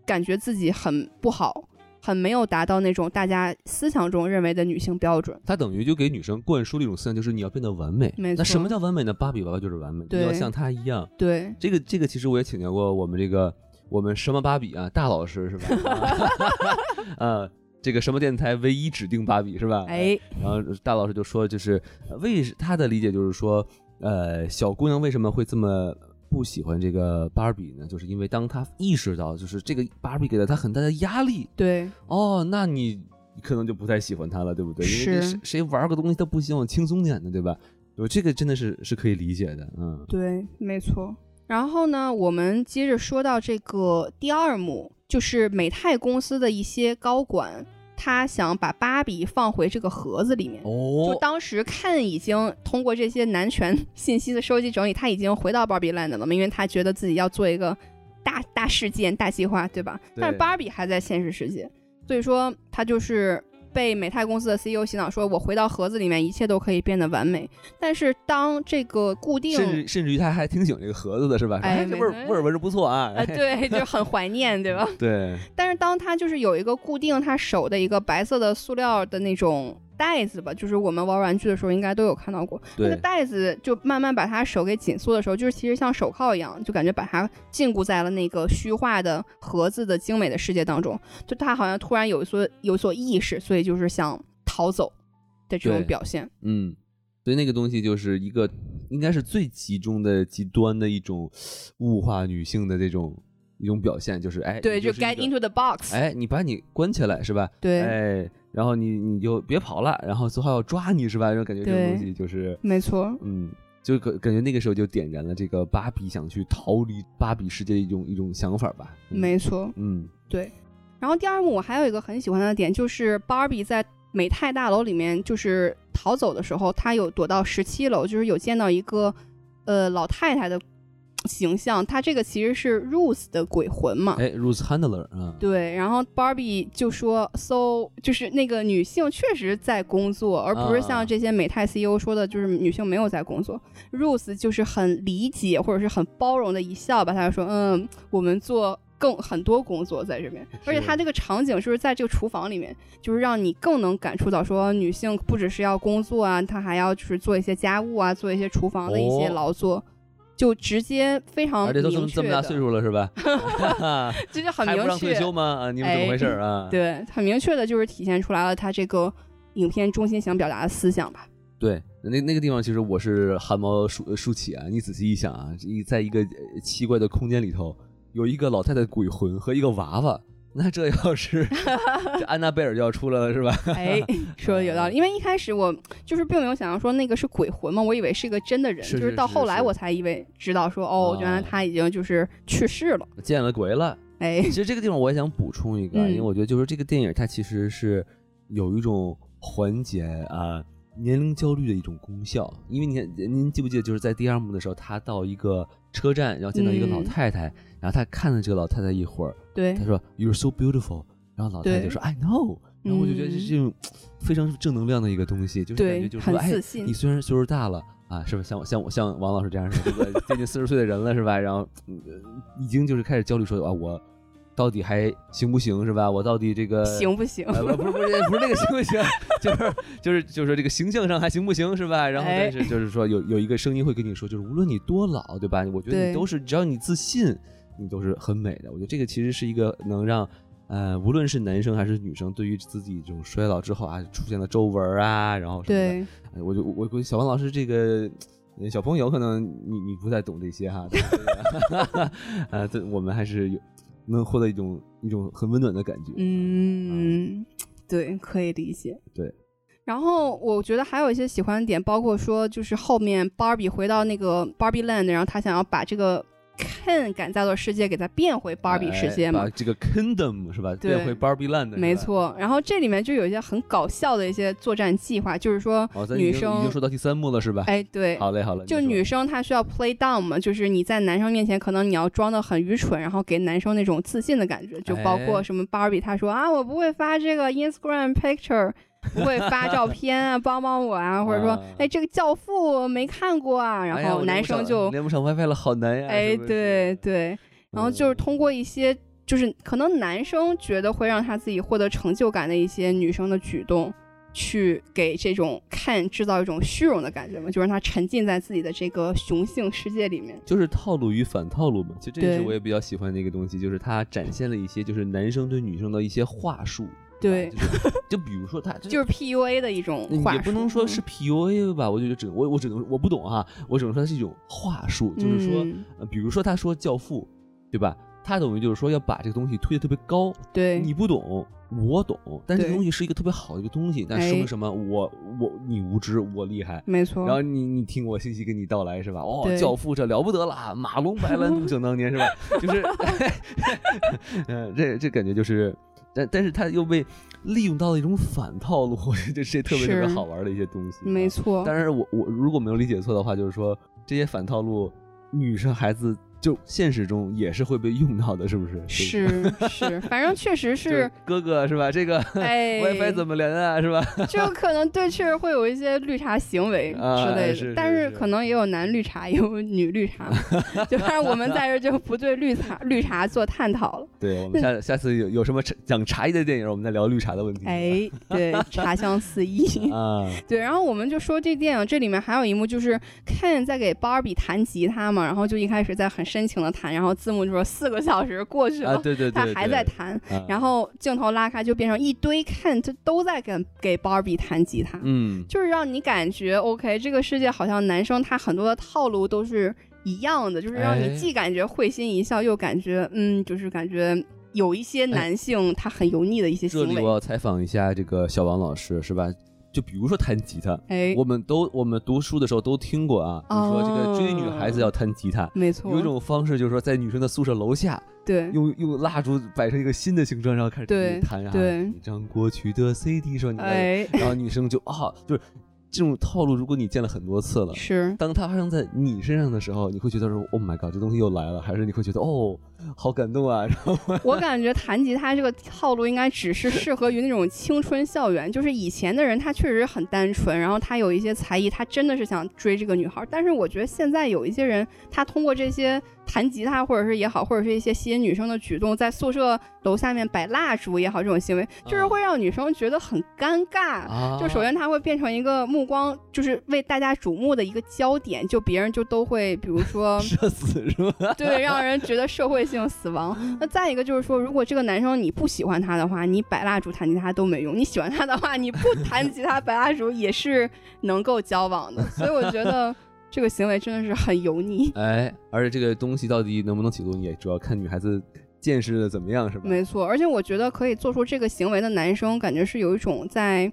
S2: 感觉自己很不好，很没有达到那种大家思想中认为的女性标准。
S3: 他等于就给女生灌输了一种思想，就是你要变得完美。
S2: 没
S3: 那什
S2: 错
S3: 么叫完美呢？芭比娃娃就是完美，你
S2: 对
S3: 要像她一样。
S2: 对，
S3: 这个这个其实我也请教过我们这个我们什么芭比啊，大老师是吧？ 呃，这个什么电台唯一指定芭比是吧？，
S2: 哎，
S3: 然后大老师就说，就是呃为他的理解就是说，呃，小姑娘为什么会这么不喜欢这个芭比呢？就是因为当她意识到，就是这个芭比给了她很大的压力，
S2: 对，
S3: 哦，那你可能就不太喜欢他了，对不对？因
S2: 是
S3: 为谁谁玩个东西他不希望轻松点的，对吧？我这个真的是是可以理解的，嗯，
S2: 对，没错。然后呢，我们接着说到这个第二幕，就是美泰公司的一些高管，他想把芭比放回这个盒子里面。就
S3: 哦，
S2: 当时看已经通过这些男权 信息的收集整理，他已经回到 Barbie Land 了嘛，因为他觉得自己要做一个大大事件、大计划，对吧？
S3: 对
S2: 但是 Barbie 还在现实世界，所以说他就是被美泰公司的 CEO 洗脑，说我回到盒子里面，一切都可以变得完美。但是当这个固定
S3: 甚至甚至于他还挺喜欢这个盒子的是吧？说
S2: 哎
S3: 哎，这
S2: 没
S3: 味儿
S2: 错
S3: 味儿闻着不错啊。
S2: 啊，
S3: 哎
S2: 对， 就很怀念，对吧？
S3: 对，
S2: 但是当他就是有一个固定他手的一个白色的塑料的那种袋子吧，就是我们玩玩具的时候应该都有看到过，那个
S3: 对
S2: 袋子就慢慢把他手给紧缩的时候，就是其实像手铐一样，就感觉把他禁锢在了那个虚化的盒子的精美的世界当中。就他好像突然有所有所意识，所以就是想逃走的这种
S3: 对
S2: 表现。
S3: 嗯，所以那个东西就是一个应该是最集中的极端的一种物化女性的这种一种表现，就是哎，
S2: 对，
S3: 你
S2: 就是
S3: 一
S2: get
S3: 个
S2: into the box、
S3: 哎，你把你关起来是吧？
S2: 对，
S3: 哎，然后你你就别跑了，然后最后要抓你是吧？然后感觉这种
S2: 对
S3: 东西就是
S2: 没错。
S3: 嗯。就感感觉那个时候就点燃了这个芭比想去逃离芭比世界的一种一种想法吧。嗯
S2: 没错，
S3: 嗯，
S2: 然后第二幕我还有一个很喜欢的点，就是芭比在美泰大楼里面就是逃走的时候，她有躲到十七楼，就是有见到一个呃老太太的形象，她这个其实是 Rose 的鬼魂嘛。
S3: 哎，Rose Handler 啊，
S2: 对，然后 Barbie 就说，so 就是那个女性确实在工作，而不是像这些美泰 CEO 说的，就是女性没有在工作。Rose 就是很理解或者是很包容的一笑吧，他就说，嗯，我们做更很多工作在这边，而且他这个场景就是在这个厨房里面，就是让你更能感触到说，女性不只是要工作啊，她还要就是做一些家务啊，做一些厨房的一些
S3: 哦
S2: 劳作。就直接非常
S3: 而且都这
S2: 明
S3: 么
S2: 确
S3: 这
S2: 的，
S3: 么大岁数了是吧？
S2: 这就 很
S3: 还
S2: 明
S3: 不让退
S2: 确，哎
S3: 休吗？啊，你们怎么回事儿啊？
S2: 对，很明确的就是体现出来了他这个影片中心想表达的思想 吧。
S3: 对，那那个地方其实我是汗毛竖竖起啊！你仔细一想啊，一在一个呃奇怪的空间里头，有一个老太太鬼魂和一个娃娃，那这要是这安娜贝尔就要出来了是吧？
S2: 哎，说的有道理，因为一开始我就是并没有想到说那个是鬼魂嘛，我以为是一个真的人，
S3: 是
S2: 就是到
S3: 是
S2: 后来
S3: 是
S2: 我才以为知道说哦
S3: 啊，
S2: 原来他已经就是去世了。
S3: 见了鬼了！
S2: 哎
S3: 其，实这个地方我也想补充一个啊，
S2: 嗯
S3: 因为我觉得就是这个电影它其实是有一种缓解啊年龄焦虑的一种功效，因为你看您记不记得就是在第二幕的时候，他到一个车站，然后见到一个老
S2: 嗯
S3: 太太，然后他看了这个老太太一会儿。
S2: 对
S3: 他，说 You're so beautiful，然后老太
S2: 哎
S3: 太就
S2: 对嗯
S3: 说 I know，然后我就觉得这是这种非常正能量的一个东西，就是感觉
S2: 对，
S3: 就是
S2: 很
S3: 说，哎
S2: 自，信
S3: 你。虽然岁数大了啊，是吧？像我像我像王老师这样是吧这个接近四十岁的人了是吧？然后、嗯呃已经就是开始焦虑说啊，我到底还行不行是吧？我到底这个。
S2: 行不行？
S3: 呃不 不是不是不是那个行不行， 就是就是就是说这个形象上还行不行是吧？然后但
S2: 哎
S3: 是就是说有有一个声音会跟你说，就是无论你多老，对吧？我觉得你
S2: 对
S3: 都是只要你自信，你都是很美的。我觉得这个其实是一个能让呃无论是男生还是女生，对于自己这种衰老之后啊出现了皱纹啊，然后什么的，
S2: 对，
S3: 哎我就我我小王老师这个。呃小朋友可能你你不太懂这 些哈，对 吧啊，对，我们还是有能获得一种一种很温暖的感觉。
S2: 嗯，对，可以理解。
S3: 对。
S2: 然后我觉得还有一些喜欢的点，包括说就是后面 Barbie 回到那个 Barbie Land，然后他想要把这个 Ken 赶造的世界给他变回 Barbie 世界嘛
S3: 哎把，这个 Kingdom 是吧？
S2: 对
S3: 变回 Barbie Land，是吧
S2: 没。错。然后这里面就有一些很搞笑的一些作战计划，就是说
S3: 哦，咱已
S2: 女
S3: 经已
S2: 生
S3: 经，说到第三幕了是吧？
S2: 哎，对，
S3: 啊好嘞，好嘞。
S2: 就
S3: 你说
S2: 女生她需要 play down 嘛，就是你在男生面前可能你要装的很愚蠢，然后给男生那种自信的感觉，就包括
S3: 哎
S2: 什么 Barbie 她说啊，我不会发这个 Instagram picture，不会发照片啊，帮帮我啊，或者说
S3: 啊
S2: 哎这个教父我没看过啊，
S3: 哎
S2: 然
S3: 呀
S2: 后
S3: 我
S2: 男
S3: 连不上
S2: 生就
S3: 连不上 WiFi 了，好难呀。
S2: 哎
S3: 是嗯不是
S2: 对，对，然后就是通过一些就是可能男生觉得会让他自己获得成就感的一些女生的举动。去给这种看制造一种虚荣的感觉嘛，就让他沉浸在自己的这个雄性世界里面。
S3: 就是套路与反套路嘛。其实这也是
S2: 对
S3: 我也比较喜欢的一个东西，就是它展现了一些就是男生对女生的一些话术。
S2: 对
S3: 啊，就是就比如 说他
S2: 就是 PUA 的一种
S3: 你
S2: 话术，嗯
S3: 嗯也不能说是 PUA 吧，我就只我我只能我不懂啊，我只能说它是一种话术，
S2: 嗯，
S3: 就是说，
S2: 嗯
S3: 呃比如说他说《教父》，对吧？他等于就是说要把这个东西推得特别高，
S2: 对，
S3: 你不懂，我懂，但这个
S2: 对
S3: 东西是一个特别好的一个东西，但
S2: 哎
S3: 生什么我我你无知，我厉害。
S2: 没错，
S3: 然后你你听我信息跟你道来是吧？哦，
S2: 对
S3: 教父这了不得了，马龙白兰度想当年 是 呃吧？就是，嗯、这这感觉就是，但但是他又被利用到了一种反套路， 我觉得这是特别特别
S2: 是
S3: 好玩的一些东西。啊
S2: 没。错，
S3: 但是我我如果没有理解错的话，就是说这些反套路，女生孩子就现实中也是会被用到的，是不是？就是
S2: 是，反正确实，
S3: 就是 哥哥是吧？这个
S2: 哎
S3: WiFi 怎么连啊？是吧？
S2: 就可能对，确实会有一些绿茶行为
S3: 啊
S2: 之类的，
S3: 是是
S2: 但
S3: 是
S2: 可能也有男绿茶，也有女绿茶 嘛，就但是我们在这儿就不对绿茶绿茶做探讨了。
S3: 对，我们下下次有有什么茶讲茶艺的电影，我们再聊绿茶的问题。
S2: 哎，对，茶香四 溢。
S3: 啊，
S2: 对，然后我们就说这电影这里面还有一幕就是 Ken 在给 Barbie 弹吉他嘛，然后就一开始在很深情的弹，然后字幕就说四个小时过去了，
S3: 啊，对对对，
S2: 他还
S3: 对
S2: 在，弹，
S3: 啊
S2: 然后镜头拉开就变成一堆 Ken 就都在给给 Barbie 弹吉他，
S3: 嗯，
S2: 就是让你感觉 OK，这个世界好像男生他很多的套路都是一样的，就是让
S3: 哎
S2: 你既感觉会心一笑，又感觉嗯，就是感觉有一些男性他很油腻的一些
S3: 哎这
S2: 行
S3: 里
S2: 为
S3: 我。要采访一下这个小王老师，是吧？就比如说弹吉他，
S2: 哎，
S3: 我们都我们读书的时候都听过啊，就是说这个追女孩
S2: 哦
S3: 子要弹吉他。
S2: 没错，
S3: 有一种方式就是说，在女生的宿舍楼下，
S2: 对
S3: 用用蜡烛摆成一个新的形状，然后开始
S2: 对
S3: 弹啊，
S2: 对
S3: 一张过去的 CD 是吧？你来
S2: 哎
S3: 然后女生就啊，就是这种套路，如果你见了很多次了，
S2: 是
S3: 当它发生在你身上的时候，你会觉得说 “Oh my god”，这东西又来了，还是你会觉得哦，好感动啊？然 后
S2: 我感觉弹吉他这个套路应该只是适合于那种青春校园，就是以前的人他确实很单纯，然后他有一些才艺，他真的是想追这个女孩。但是我觉得现在有一些人，他通过这些弹吉他或者是也好，或者是一些吸引女生的举动，在宿舍楼下面摆蜡烛也好，这种行为就是会让女生觉得很尴尬。
S3: 啊，
S2: 就首先他会变成一个目光，就是为大家瞩目的一个焦点，就别人就都会，比如说
S3: 社死是吧？
S2: 对，让人觉得社会性死亡。那再一个就是说，如果这个男生你不喜欢他的话，你摆蜡烛、弹吉他都没用；你喜欢他的话，你不弹吉他、摆蜡烛也是能够交往的。所以我觉得这个行为真的是很油腻。
S3: 哎，而且这个东西到底能不能起作用，也主要看女孩子见识的怎么样，是吧？
S2: 没错，而且我觉得可以做出这个行为的男生，感觉是有一种在。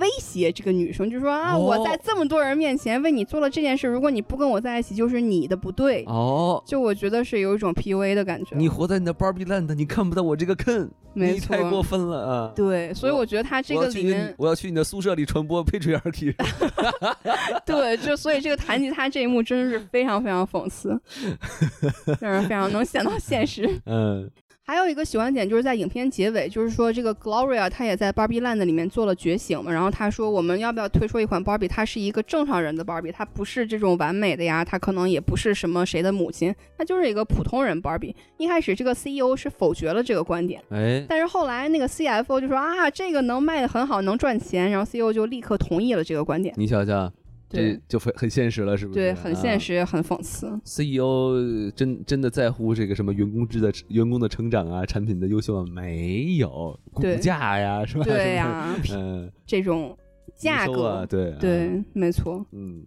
S2: 威胁这个女生，就说啊，
S3: 哦
S2: 我在这么多人面前为你做了这件事，如果你不跟我在一起，就是你的不对。
S3: 哦，
S2: 就我觉得是有一种 PUA 的感觉。
S3: 你活在你的 Barbie Land，你看不到我这个 Ken，
S2: 没
S3: 你
S2: 错，
S3: 太过分了啊！
S2: 对，所以
S3: 我
S2: 我觉得他这
S3: 我
S2: 个
S3: 要去
S2: 里
S3: 你
S2: 面，
S3: 我要去你的宿舍里传 播 patriarchy。
S2: 对，就所以这个弹吉他这一幕真的是非常非常讽刺，让人非常能想到现实。
S3: 嗯，
S2: 还有一个喜欢点就是在影片结尾，就是说这个 Gloria 她也在 Barbie Land 里面做了觉醒嘛，然后她说我们要不要推出一款 Barbie，她是一个正常人的 Barbie，她不是这种完美的呀，她可能也不是什么谁的母亲，她就是一个普通人 Barbie。一开始这个 CEO 是否决了这个观点。
S3: 哎，
S2: 但是后来那个 CFO 就说啊，这个能卖的很好，能赚钱，然后 CEO 就立刻同意了这个观点。
S3: 你想想，这
S2: 对
S3: 就很很现实了，是不是？
S2: 对，很现
S3: 啊。
S2: 实，也很讽 刺。
S3: CEO 真真的在乎这个什么员工制的员工的成长啊，产品的优秀啊？没有，股
S2: 对
S3: 价呀，是吧？
S2: 对呀、
S3: 是不是嗯，
S2: 这种价
S3: 营收
S2: 格，
S3: 啊，对啊
S2: 对，没错。
S3: 嗯，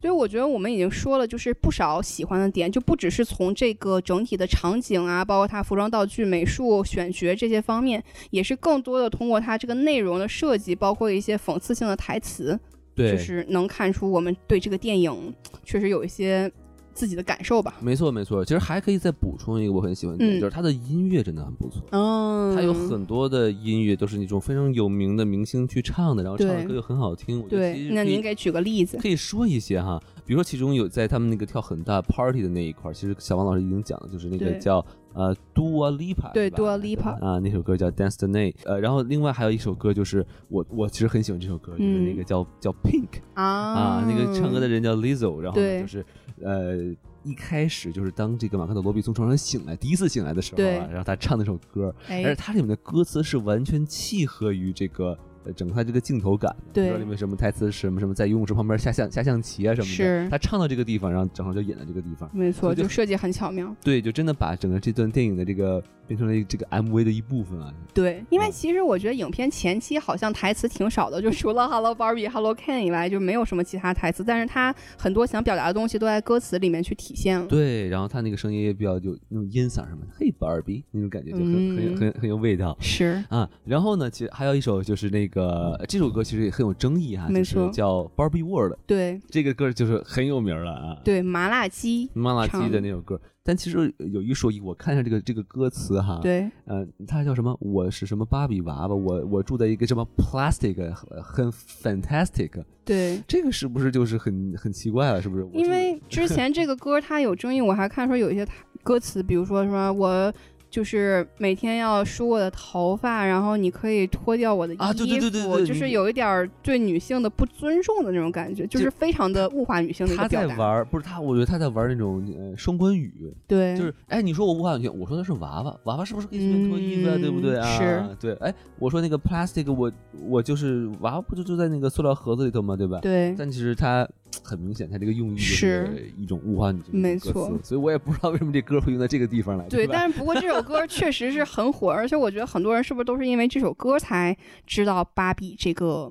S2: 所以我觉得我们已经说了，就是不少喜欢的点，就不只是从这个整体的场景啊，包括它服装、道具、美术、选角这些方面，也是更多的通过它这个内容的设计，包括一些讽刺性的台词，
S3: 对，
S2: 就是能看出我们对这个电影确实有一些自己的感受吧。
S3: 没错没错。其实还可以再补充一个我很喜欢的点，
S2: 嗯
S3: 就是他的音乐真的很不错。
S2: 嗯，
S3: 他有很多的音乐都是那种非常有名的明星去唱的，然后唱的
S2: 对
S3: 歌又很好听。我觉得其
S2: 对
S3: 实，
S2: 那
S3: 可以
S2: 您给举个例子。
S3: 可以说一些哈，比如说其中有在他们那个跳很大 party 的那一块儿，其实小王老师已经讲了，就是那个
S2: 对
S3: 叫呃 Dua Lipa
S2: 对
S3: 是吧
S2: Dua Lipa
S3: 啊那首歌叫 Dance the Night，呃，然后另外还有一首歌就是我我其实很喜欢这首歌，就是
S2: 嗯
S3: 那个叫叫 Pink
S2: 啊
S3: 啊，那个唱歌的人叫 Lizzo，然后呢
S2: 对
S3: 就是呃。一开始就是当这个马克·德罗比从床上醒来，第一次醒来的时候
S2: 对
S3: 啊，然后他唱那首歌，
S2: 哎，
S3: 而且它里面的歌词是完全契合于这个呃整个它这个镜头感的，
S2: 对
S3: 比如说里面什么台词什么什么在游泳池旁边下象下象棋啊什么的，
S2: 是
S3: 他唱到这个地方，然后正好就演到这个地方，
S2: 没错，
S3: 所以就
S2: 就设计很巧妙。
S3: 对，就真的把整个这段电影的这个变成了一这个 MV 的一部分啊，
S2: 对，因
S3: 嗯
S2: 为其实我觉得影片前期好像台词挺少的，就除了 “Hello Barbie”、“Hello Ken” 以外，就没有什么其他台词。但是它很多想表达的东西都在歌词里面去体现了。
S3: 对，然后他那个声音也比较有那种阴嗓什么的，嘿，b a r b i e 那种感觉就很、很有
S2: 嗯
S3: 很有很有味道。
S2: 是，
S3: 啊，然后呢，其实还有一首就是那个呃这首歌其实也很有争议哈、啊，
S2: 没
S3: 就是
S2: 错
S3: 叫 Barbie World，
S2: 对
S3: 这个歌就是很有名了啊。
S2: 对，麻辣鸡，
S3: 麻辣鸡
S2: 唱
S3: 的那首歌，但其实有一说一，我看一下这个这个歌词哈，，
S2: 对
S3: 呃，它叫什么？我是什么芭比娃娃？我我住在一个什么 plastic，呃很 fantastic，
S2: 对。
S3: 这个是不是就是很很奇怪了？是不是？我
S2: 因
S3: 住
S2: 为 之前这个歌它有争议，我还看说有一些歌词，比如说什么我就是每天要梳我的头发，然后你可以脱掉我的衣服，
S3: 啊对对对对对
S2: 就是
S3: 你
S2: 有一点儿对女性的不尊重的那种感觉，就
S3: 就是
S2: 非常的物化女性的一
S3: 他
S2: 个
S3: 在
S2: 表
S3: 玩
S2: 达。
S3: 儿，不是他，我觉得他在玩儿那种呃双关语，
S2: 对，
S3: 就是哎，你说我无法女性，我说的是娃娃，娃娃是不是可以随便脱衣服啊？对不对
S2: 嗯
S3: 啊？
S2: 是，
S3: 对，哎，我说那个 plastic，我我就是娃娃不就就在那个塑料盒子里头吗？对吧？
S2: 对
S3: 但其实它很明显，它这个用意就是一种物化女性的
S2: 没
S3: 歌词
S2: 错
S3: 所以我也不知道为什么这歌会用在这个地方来，
S2: 对，
S3: 吧？
S2: 但是不过这首歌确实是很火，而且我觉得很多人是不是都是因为这首歌才知道芭比这个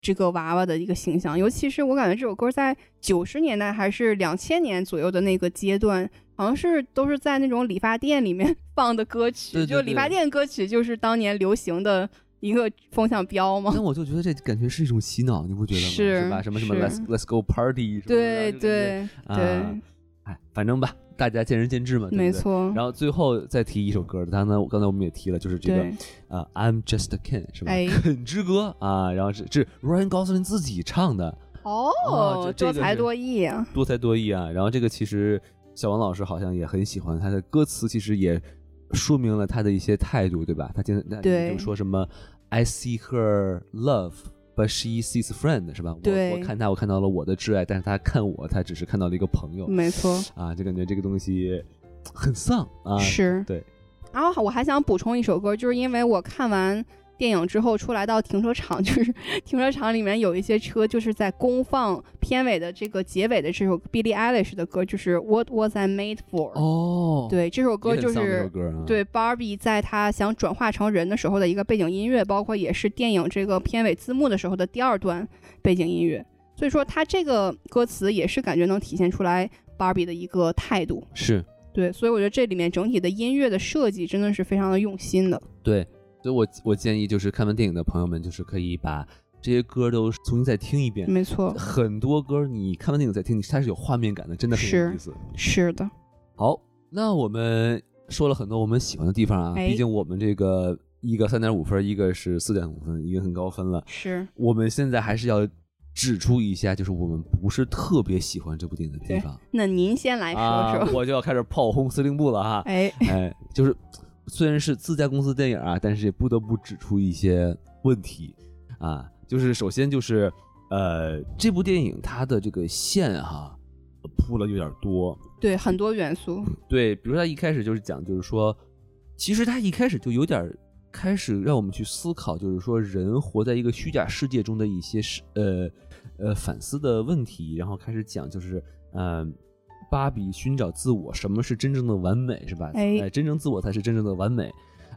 S2: 这个娃娃的一个形象？尤其是我感觉这首歌在九十年代还是两千年左右的那个阶段，好像是都是在那种理发店里面 放的歌曲，
S3: 对对
S2: 就理发
S3: 对
S2: 店歌曲就是当年流行的一个风向标嘛。
S3: 但我就觉得这感觉是一种洗脑，你不觉得吗？
S2: 哦是
S3: 吧？什么什么
S2: 是
S3: Let's Let's Go Party，什么的
S2: 对，对
S3: 就感觉啊，哎，反正吧，大家见仁见智嘛，对不
S2: 没
S3: 对。
S2: 错，
S3: 然后最后再提一首歌，刚才刚才我们也提了，就是这个
S2: 对，
S3: 呃，I'm Just a Ken 是吧？
S2: 哎，
S3: 肯之歌啊，然后是这 Ryan Gosling 自己唱的，
S2: 哦，
S3: 这
S2: 多
S3: 这个
S2: 才
S3: 是
S2: 多艺啊，
S3: 多才多艺啊。然后这个其实小王老师好像也很喜欢，他的歌词其实也说明了他的一些态度，对吧？他经常
S2: 对
S3: 就说什么 I see her love。But she sees friend 是吧？
S2: 对
S3: 我我看他，我看到了我的挚爱，但是他看我，他只是看到了一个朋友、
S2: 没错。
S3: 啊，就感觉这个东西很丧啊。
S2: 是，
S3: 对。
S2: 然后我还想补充一首歌，就是因为我看完电影之后出来到停车场， 就是停车场里面有一些车就是在公放片尾的这个结尾的这首 Billie Eilish 的歌，就是 What Was I Made For？、
S3: 哦，，
S2: 对，这首歌就
S3: 这首
S2: 是。
S3: 歌啊，
S2: 对，Barbie 在她想转化成人的时候的一个背景音乐，包括也是电影这个片尾字幕的时候的第二段背景音乐。所以说，它这个歌词也是感觉能体现出来 Barbie 的一个态度。
S3: 是
S2: 对，所以我觉得这里面整体的音乐的设计真的是非常的用心的。
S3: 对，所以我我建议就是看完电影的朋友们，就是可以把这些歌都重新再听一遍。
S2: 没错，
S3: 嗯很多歌你看完电影再听，它是有画面感的，真的很有
S2: 是
S3: 意思。
S2: 是的，
S3: 好，那我们说了很多我们喜欢的地方啊，
S2: 哎
S3: 毕竟我们这个一个三点五分，一个是四点五分，已经很高分了。
S2: 是
S3: 我们现在还是要指出一下，就是我们不是特别喜欢这部电影的地
S2: 对
S3: 方
S2: 那您先来说
S3: 啊
S2: 说，，
S3: 我就要开始炮轰司令部了哈。
S2: 哎，
S3: 哎，就是虽然是自家公司电影啊，但是也不得不指出一些问题啊。就是首先就是呃，这部电影它的这个线哈、铺了有点多。
S2: 对，很多元素，
S3: 对，比如它一开始就是讲，就是说，其实它一开始就有点儿开始让我们去思考，就是说人活在一个虚假世界中的一些是呃呃反思的问题，然后开始讲就是嗯。芭比寻找自我，什么是真正的完美，是吧？
S2: 哎
S3: 真正自我才是真正的完美。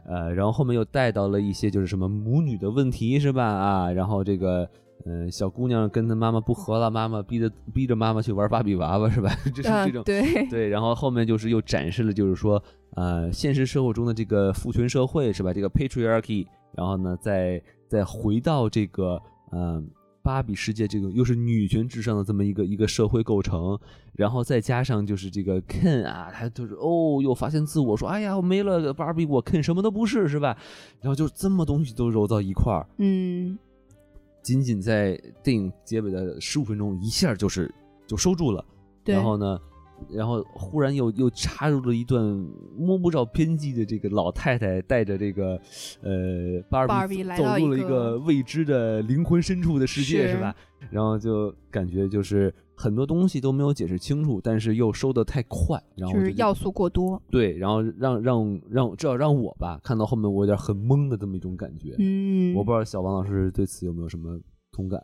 S3: 呃，然后后面又带到了一些就是什么母女的问题，是吧？啊，然后这个嗯、呃小姑娘跟她妈妈不和了，妈妈逼着逼着妈妈去玩芭比娃娃，是吧？ 这 是这
S2: 嗯
S3: 种，
S2: 对，
S3: 对，然后后面就是又展示了，就是说，呃，现实社会中的这个父权社会是吧？这个 patriarchy，然后呢，再再回到这个，呃，芭比世界这个又是女权至上的这么一个一个社会构成，然后再加上就是这个 Ken 啊，他就是哦，又发现自我，说哎呀，我没了芭比，我 Ken 什么都不是，是吧？然后就是这么东西都揉到一块儿，
S2: 嗯，
S3: 仅仅在电影结尾的十五分钟，一下就是就收住了。
S2: 对，
S3: 然后呢，然后忽然又又插入了一段摸不着边际的这个老太太带着这个呃芭比
S2: Barbie 来
S3: 走
S2: 到
S3: 入了
S2: 一
S3: 一
S2: 个
S3: 个未知的灵魂深处的世界，
S2: 是
S3: 是吧？然后就感觉就是很多东西都没有解释清楚，但是又收的太快，然后
S2: 就
S3: 我
S2: 是
S3: 觉得
S2: 要素过多，
S3: 对，然后让让让至少让我吧看到后面我有点很懵的这么一种感觉。
S2: 嗯，
S3: 我不知道小王老师对此有没有什么同感？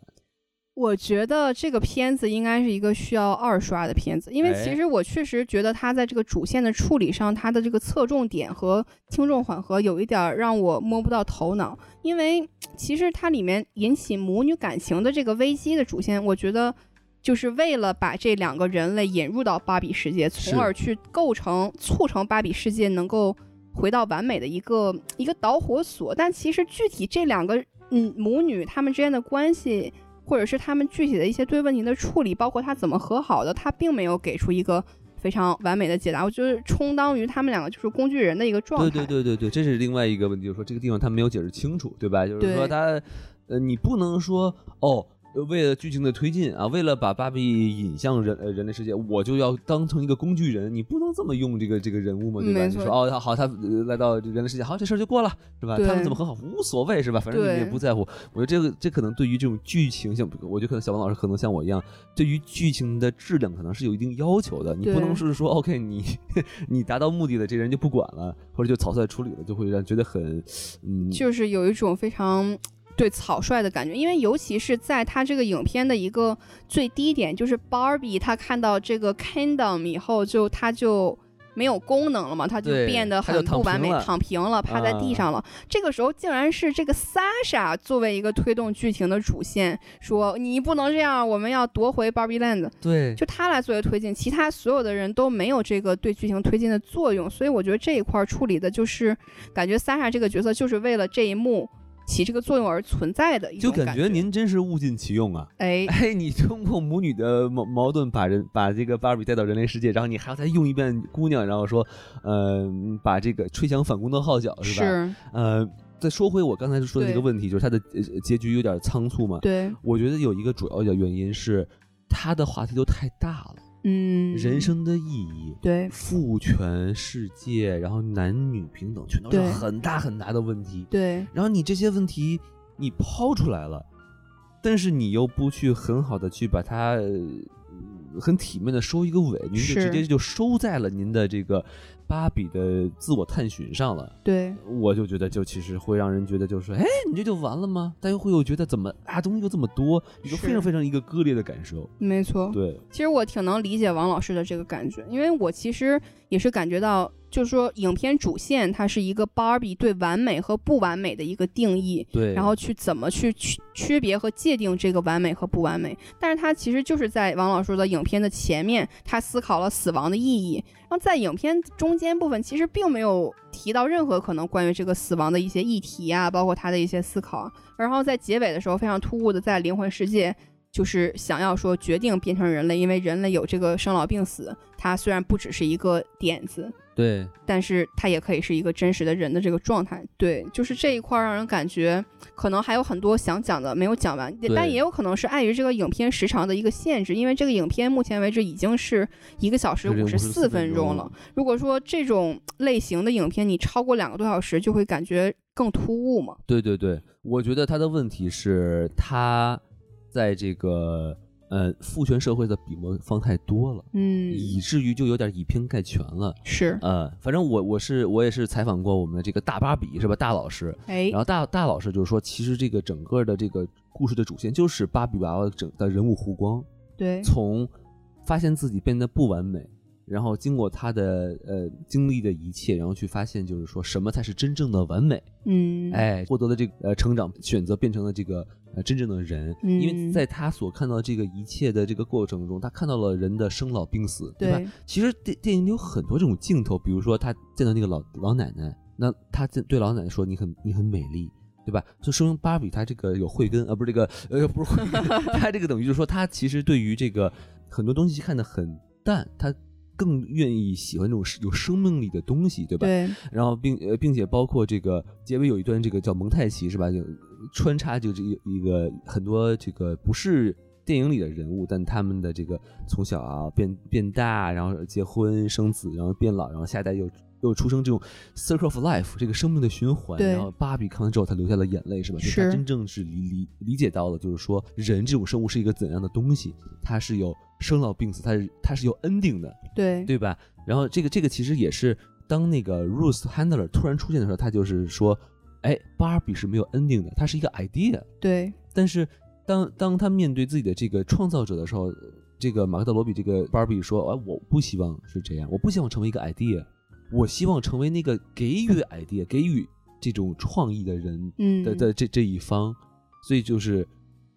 S2: 我觉得这个片子应该是一个需要二刷的片子，因为
S3: 哎
S2: 其实我确实觉得它在这个主线的处理上，它的这个侧重点和轻重缓和有一点儿让我摸不到头脑。因为其实它里面引起母女感情的这个危机的主线，我觉得就是为了把这两个人类引入到芭比世界，
S3: 是
S2: 从而去构成促成芭比世界能够回到完美的一个一个导火索。但其实具体这两个嗯，母女她们之间的关系，或者是她们具体的一些对问题的处理，包括她怎么和好的，她并没有给出一个非常完美的解答。我就是充当于她们两个就是工具人的一个状态。
S3: 对对对对对，这是另外一个问题，就是说这个地方他没有解释清楚，对吧？就是
S2: 对
S3: 说他，呃，你不能说哦。呃为了剧情的推进啊，为了把芭比引向人呃人类世界，我就要当成一个工具人，你不能这么用这个这个人物嘛，对吧？
S2: 没
S3: 你
S2: 错
S3: 说哦，他好，他呃来到人类世界，好，这事儿就过了，是吧？
S2: 对
S3: 他们怎么和好无所谓，是吧？反正你
S2: 对
S3: 也不在乎。我觉得这个这可能对于这种剧情，像我觉得可能小王老师可能像我一样，对于剧情的质量可能是有一定要求的，你不
S2: 对
S3: 能是说 OK 你你达到目的了，这人就不管了，或者就草率处理了，就会让觉得很嗯，
S2: 就是有一种非常对草率的感觉，因为尤其是在他这个影片的一个最低点，就是 Barbie 她看到这个 Kingdom 以后就，她就没有功能了嘛，她就
S3: 对
S2: 变得
S3: 她就
S2: 很
S3: 躺
S2: 不完
S3: 平
S2: 美，
S3: 了啊
S2: 躺平了，趴在地上了。这个时候竟然是这个 Sasha 作为一个推动剧情的主线，说你不能这样，我们要夺回 Barbie Land。
S3: 对
S2: 就他来作为推进，其他所有的人都没有这个对剧情推进的作用，所以我觉得这一块儿处理的就是感觉 Sasha 这个角色就是为了这一幕起这个作用而存在的一
S3: 就
S2: 种
S3: 感
S2: 觉
S3: 觉您真是物尽其用啊！
S2: 哎，
S3: 哎，你通过母女的矛矛盾把人把这个芭比带到人类世界，然后你还要再用一遍姑娘，然后说，呃，把这个吹响反攻的号角是吧？
S2: 是
S3: 呃，再说回我刚才说的那个
S2: 对
S3: 问题，就是它的呃结局有点仓促嘛。
S2: 对，
S3: 我觉得有一个主要的原因是，它的话题都太大了，
S2: 嗯，
S3: 人生的意义。
S2: 对
S3: 父权世界，然后男女平等，全都是
S2: 对
S3: 很大很大的问题。
S2: 对
S3: 然后你这些问题你抛出来了，但是你又不去很好的去把它、呃很体面的收一个尾，您就是直接就收在了您的这个芭比的自我探寻上了。
S2: 对
S3: 我就觉得，就其实会让人觉得，就是哎，你这就完了吗？但又会有觉得怎么啊，东西又这么多，一个
S2: 是
S3: 非常非常一个割裂的感受。
S2: 没错。
S3: 对，
S2: 其实我挺能理解王老师的这个感觉，因为我其实也是感觉到，就是说影片主线它是一个 Barbie 对完美和不完美的一个定义，
S3: 对，
S2: 然后去怎么去区区别和界定这个完美和不完美。但是他其实就是在王老师的影片的前面，他思考了死亡的意义，然后在影片中间部分其实并没有提到任何可能关于这个死亡的一些议题啊，包括他的一些思考啊。然后在结尾的时候，非常突兀的在灵魂世界。就是想要说决定变成人类，因为人类有这个生老病死，它虽然不只是一个点子，
S3: 对，
S2: 但是它也可以是一个真实的人的这个状态。对，就是这一块儿让人感觉可能还有很多想讲的没有讲完，但也有可能是碍于这个影片时长的一个限制，因为这个影片目前为止已经是一个小时
S3: 这
S2: 五
S3: 是
S2: 十四
S3: 54
S2: 分
S3: 分
S2: 钟了。。如果说这种类型的影片你超过两个多小时，就会感觉更突兀嘛。
S3: 对对对，我觉得他的问题是他在这个呃父权社会的笔墨方太多了，
S2: 嗯，
S3: 以至于就有点以偏概全了。
S2: 是，
S3: 呃，反正我我是我也是采访过我们的这个大芭比是吧，大老师，
S2: 哎
S3: 然，后大大老师就是说，其实这个整个的这个故事的主线就是芭比娃娃整的人物弧光，
S2: 对，
S3: 从发现自己变得不完美，然后经过她的呃经历的一切，然后去发现就是说什么才是真正的完美。
S2: 嗯，，
S3: 哎，获得了这个呃成长，选择变成了这个呃真正的人，因为
S2: 嗯
S3: 在他所看到的这个一切的这个过程中，他看到了人的生老病死，对吧？
S2: 对，
S3: 其实电电影里有很多这种镜头，比如说他见到那个老老奶奶，那他见对老奶奶说你很你很美丽。对吧？就说明芭比她这个有慧根啊，不是这个呃，不是慧根， 她这个等于就是说，她其实对于这个很多东西看得很淡，她更愿意喜欢这种有生命力的东西，对吧？
S2: 对，
S3: 然后并呃，并且包括这个结尾有一段这个叫蒙太奇是吧？就穿插就这一一个很多这个不是电影里的人物，但他们的这个从小啊变变大，然后结婚生子，然后变老，然后下一代又又出生这种 circle of life 这个生命的循环。
S2: 对
S3: 然后芭比看完之后，她流下了眼泪是吧？就是她真正是理理理解到了，就是说人这种生物是一个怎样的东西，它是有生老病死，它是它是有 ending 的。
S2: 对，
S3: 对吧？然后这个这个其实也是当那个 Ruth Handler 突然出现的时候，他就是说，哎，芭比是没有 ending 的，它是一个 idea。
S2: 对，
S3: 但是当当他面对自己的这个创造者的时候，这个马克德罗比这个芭比说，哎，我不希望是这样，我不希望成为一个 idea，我希望成为那个给予 idea、给予这种创意的人
S2: 嗯，
S3: 的的这这一方，所以就是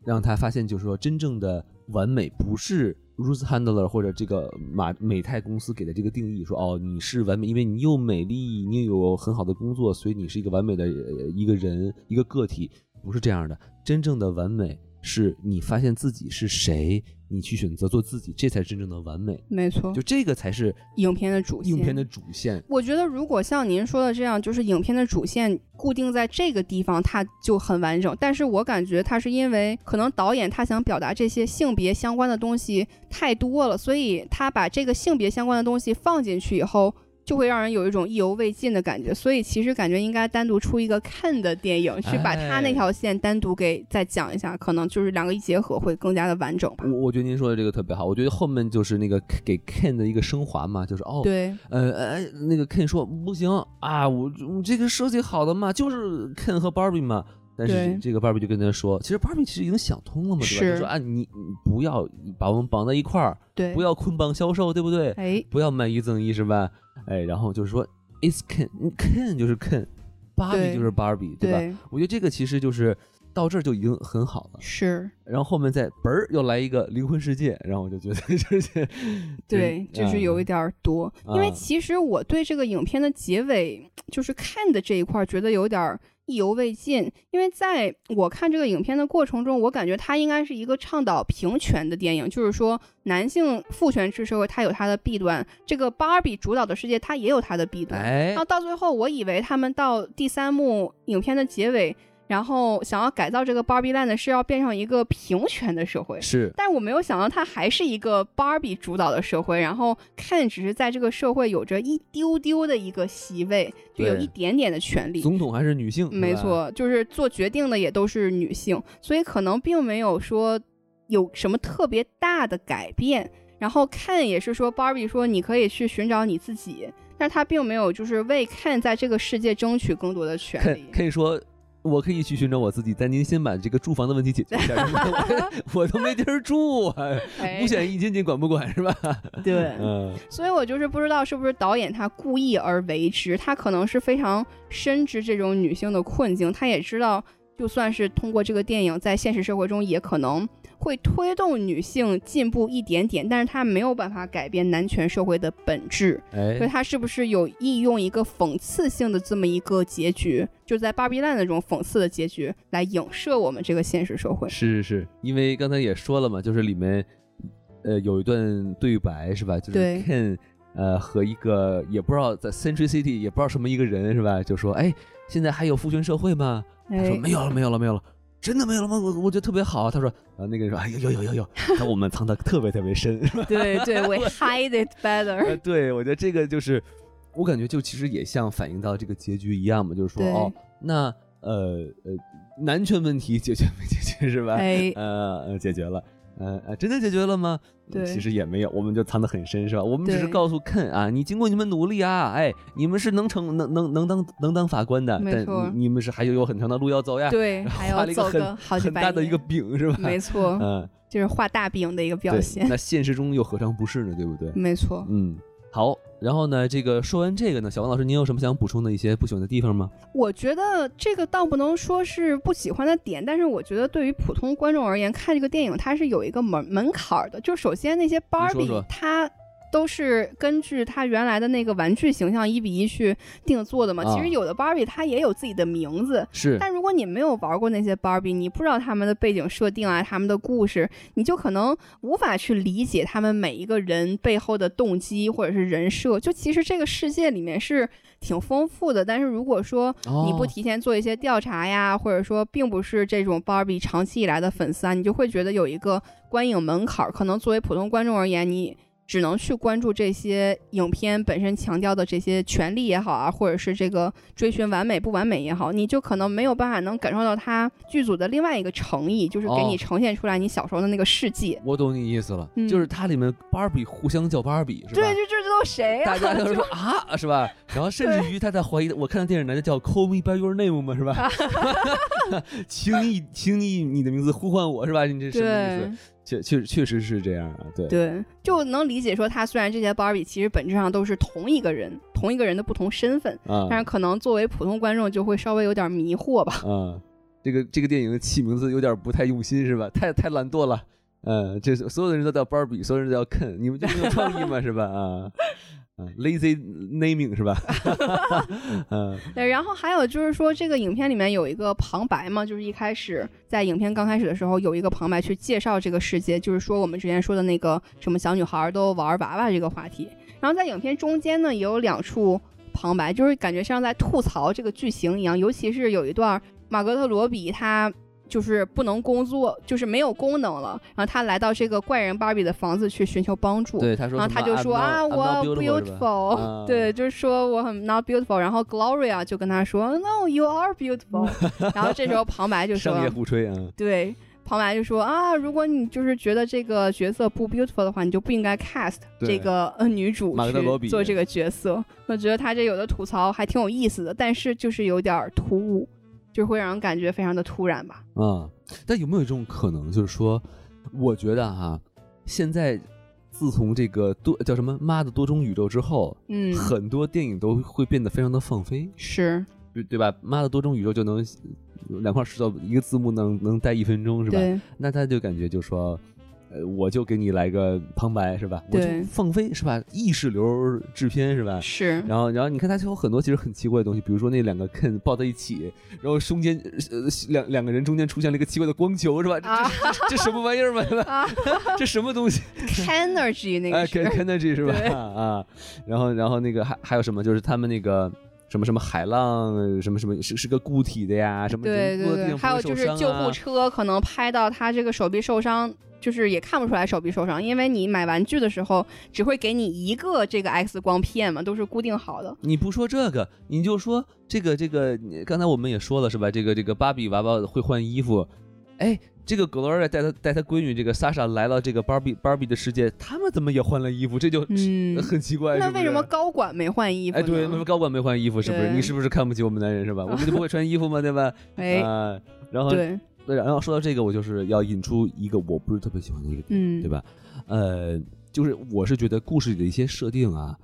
S3: 让他发现，就是说真正的完美不是 Ruth Handler 或者这个马美泰公司给的这个定义，说哦你是完美，因为你又美丽，你又有很好的工作，所以你是一个完美的呃一个人一个个体，不是这样的。真正的完美是你发现自己是谁，你去选择做自己，这才是真正的完美。
S2: 没错
S3: 就，这个才是
S2: 影片的主线。
S3: 影片的主线。
S2: 我觉得如果像您说的这样，就是影片的主线固定在这个地方，它就很完整。但是我感觉它是因为可能导演他想表达这些性别相关的东西太多了，所以他把这个性别相关的东西放进去以后。就会让人有一种意犹未尽的感觉，所以其实感觉应该单独出一个看的电影，去把他
S3: 哎
S2: 那条线单独给再讲一下，可能就是两个一结合会更加的完整吧。
S3: 我我觉得您说的这个特别好，我觉得后面就是那个给 Ken 的一个升华嘛，就是哦，
S2: 对，
S3: 呃，哎，那个 Ken 说不行啊，我我这个设计好的嘛，就是 Ken 和 Barbie 嘛。但是
S2: 对
S3: 这个 Barbie 就跟他说，其实 Barbie 其实已经想通了嘛，对吧？
S2: 是
S3: 就说啊，你你不要把我们绑在一块儿，
S2: 对，
S3: 不要捆绑销售，对不对？
S2: 哎，
S3: 不要卖一赠一，是吧？哎，然后就是说，It's Ken，Ken 就是 Ken，Barbie
S2: 对
S3: 就是 Barbie，对吧？
S2: 对，
S3: 我觉得这个其实就是到这儿就已经很好了。
S2: 是，
S3: 然后后面再嘣儿又来一个灵魂世界，然后我就觉得 就是嗯
S2: 对，就是有一点儿多，因为
S3: 啊
S2: 其实我对这个影片的结尾，就是看的这一块儿，觉得有点儿意犹未尽。因为在我看这个影片的过程中，我感觉它应该是一个倡导平权的电影，就是说男性父权制社会它有它的弊端，这个芭比主导的世界它也有它的弊端。
S3: 哎
S2: 然后到最后，我以为他们到第三幕影片的结尾，然后想要改造这个 Barbie Land 是要变成一个平权的社会，
S3: 是
S2: 但我没有想到，它还是一个芭比主导的社会，然后 Ken 只是在这个社会有着一丢丢的一个席位，就有
S3: 对
S2: 一点点的权利。
S3: 总统还是女性，
S2: 没
S3: 是吧，
S2: 错，就是做决定的也都是女性，所以可能并没有说有什么特别大的改变。然后 Ken 也是说芭比说你可以去寻找你自己，但是他并没有就是为 Ken 在这个世界争取更多的权利。
S3: 肯肯说。我可以去寻找我自己，但您先把这个住房的问题解决一 下，是吧我我都没地儿住啊！
S2: 哎
S3: 五险一金您管不管是吧？
S2: 对，
S3: 嗯，
S2: 所以我就是不知道是不是导演他故意而为之，他可能是非常深知这种女性的困境，他也知道，就算是通过这个电影在现实社会中也可能会推动女性进步一点点，但是他没有办法改变男权社会的本质，所以
S3: 哎，
S2: 他是不是有意用一个讽刺性的这么一个结局，就在芭比 land 的这种讽刺的结局来影射我们这个现实社会？
S3: 是是是，因为刚才也说了嘛，就是里面呃有一段对白是吧？就是
S2: 对
S3: Ken 呃和一个也不知道在 Century City 也不知道什么一个人是吧？就说哎，现在还有父权社会吗？他说
S2: 哎，
S3: 没有了，没有了，没有了，真的没有了吗？我我觉得特别好。他说，然后那个人说，哎，有有有有有，那我们藏的特别特别深。
S2: 对对，we hide it better。
S3: 呃对，我觉得这个就是，我感觉就其实也像反映到这个结局一样嘛，就是说，
S2: 对
S3: 哦，那呃呃，男权问题解决没解决是吧？
S2: 哎
S3: 呃，呃解决了。呃呃，真的解决了吗？嗯
S2: 对
S3: 其实也没有，我们就藏得很深，是吧？我们只是
S2: 对
S3: 告诉 Ken 啊，你经过你们努力啊，哎，你们是能成能能能当能当法官的，
S2: 没
S3: 但
S2: 错
S3: 你你们是还有有很长的路要 走呀。
S2: 对，
S3: 然后
S2: 还
S3: 画
S2: 要
S3: 了一个
S2: 走
S3: 很
S2: 个好几
S3: 很
S2: 百
S3: 大的一
S2: 年
S3: 个饼是吧？
S2: 没错，
S3: 嗯，
S2: 就是画大饼的一个表
S3: 对。
S2: 现。
S3: 那现实中又何尝不是呢？对不对？
S2: 没错，
S3: 嗯，好。然后呢，这个说完这个呢，小王老师，您有什么想补充的一些不喜欢的地方吗？
S2: 我觉得这个倒不能说是不喜欢的点，但是我觉得对于普通观众而言，看这个电影它是有一个门门槛儿的。就首先那些芭
S3: 说
S2: 比
S3: 说，
S2: 它都是根据它原来的那个玩具形象一比一去定做的嘛。
S3: 啊
S2: 其实有的芭比它也有自己的名字，
S3: 是
S2: 但如果你没有玩过那些芭比，你不知道他们的背景设定啊，他们的故事，你就可能无法去理解他们每一个人背后的动机或者是人设。就其实这个世界里面是挺丰富的，但是如果说你不
S3: 哦
S2: 提前做一些调查呀，或者说并不是这种芭比长期以来的粉丝啊，你就会觉得有一个观影门槛儿。可能作为普通观众而言，你只能去关注这些影片本身强调的这些权利也好啊，或者是这个追寻完美不完美也好，你就可能没有办法能感受到它剧组的另外一个诚意，就是给
S3: 哦
S2: 你呈现出来你小时候的那个世界。
S3: 我懂你意思了，
S2: 嗯
S3: 就是它里面芭比互相叫芭比是吧
S2: 对，？这这这都谁呀、
S3: 大家 都说啊，是吧？然后甚至于他在怀疑，我看到电影男的叫 Call Me by Your Name 嘛，是 吧？请你，请你你的名字呼唤我，是吧？你这什么意
S2: 对
S3: 思？确确确实是这样啊，对
S2: 对，就能理解说，他虽然这些芭比其实本质上都是同一个人，同一个人的不同身份，
S3: 啊
S2: 但是可能作为普通观众就会稍微有点迷惑 吧。
S3: 啊，这个这个电影起名字有点不太用心是吧？太太懒惰了。嗯，这所有的人都叫 Barbie，所有人都叫 Ken，你们就没有创意嘛是吧？啊，嗯，lazy naming 是吧？ 嗯
S2: 对，然后还有就是说，这个影片里面有一个旁白嘛，就是一开始在影片刚开始的时候有一个旁白去介绍这个世界，就是说我们之前说的那个什么小女孩都玩娃娃这个话题。然后在影片中间呢，也有两处旁白，就是感觉像在吐槽这个剧情一样，尤其是有一段马格特罗比他。就是不能工作，就是没有功能了。然后他来到这个怪人芭比的房子去寻求帮助。
S3: 对，他说
S2: 然后
S3: 什
S2: 他
S3: 么，
S2: 就
S3: "I'm
S2: 说
S3: not-
S2: 啊，
S3: I'm
S2: 我
S3: not beautiful 是吧
S2: beautiful，、
S3: 啊
S2: 对，就是说我很 not beautiful。然后 Gloria 就跟他说，No, you are beautiful 。然后这时候旁白就
S3: 商业
S2: 说，
S3: 互吹啊，
S2: 对，旁白就说啊，如果你就是觉得这个角色不 beautiful 的话，你就不应该 cast
S3: 对
S2: 这个呃女主
S3: 马格特罗比
S2: 去做这个角色。我觉得他这有的吐槽还挺有意思的，但是就是有点儿突兀，就是会让人感觉非常的突然吧。
S3: 啊、但有没有一种可能，就是说，我觉得哈、现在自从这个多叫什么妈的多种宇宙之后，
S2: 嗯，
S3: 很多电影都会变得非常的放飞，
S2: 是
S3: 对对吧？妈的多种宇宙就能两块石头一个字幕能能待一分钟是吧？
S2: 对，
S3: 那他就感觉就说。呃，我就给你来个旁白是吧？我就
S2: 对
S3: 放飞是吧？意识流制片是吧？
S2: 是，
S3: 然后，然后你看他就有很多其实很奇怪的东西，比如说那两个 Ken 抱在一起，然后中间呃两两个人中间出现了一个奇怪的光球，是吧？这
S2: 啊
S3: 这这什么玩意儿嘛？
S2: 啊
S3: 这什么东西？
S2: ，energy 那
S3: 哎
S2: 个是
S3: ，Ken Kennedy 是吧？
S2: 对
S3: 啊，然后然后那个还还有什么？就是他们那个。什么什么海浪，呃什么什么是是个固体的呀？什么
S2: 对
S3: 人落
S2: 对
S3: 地
S2: 对，
S3: 上
S2: 还有
S3: 不会
S2: 就是
S3: 受伤
S2: 救
S3: 啊
S2: 护车可能拍到他这个手臂受伤，就是也看不出来手臂受伤，因为你买玩具的时候只会给你一个这个 X 光片嘛，都是固定好的。
S3: 你不说这个，你就说这个这个，你刚才我们也说了是吧？这个这个芭比娃娃会换衣服，哎，这个 Gloria 带她带她闺女这个 Sasha 来到这个芭比芭比的世界，他们怎么也换了衣服？这就、
S2: 嗯
S3: 很奇怪，
S2: 那
S3: 是不
S2: 为什
S3: 是
S2: 么高管没换衣服
S3: 哎，
S2: 呢？
S3: 对，为什么高管没换衣服？是不是
S2: 对
S3: 你是不是看不起我们男人是吧？我们就不会穿衣服吗？对吧？
S2: 哎
S3: 啊然后
S2: 对，
S3: 然后说到这个，我就是要引出一个我不是特别喜欢的一个
S2: 嗯，
S3: 对吧？呃，就是我是觉得故事里的一些设定啊，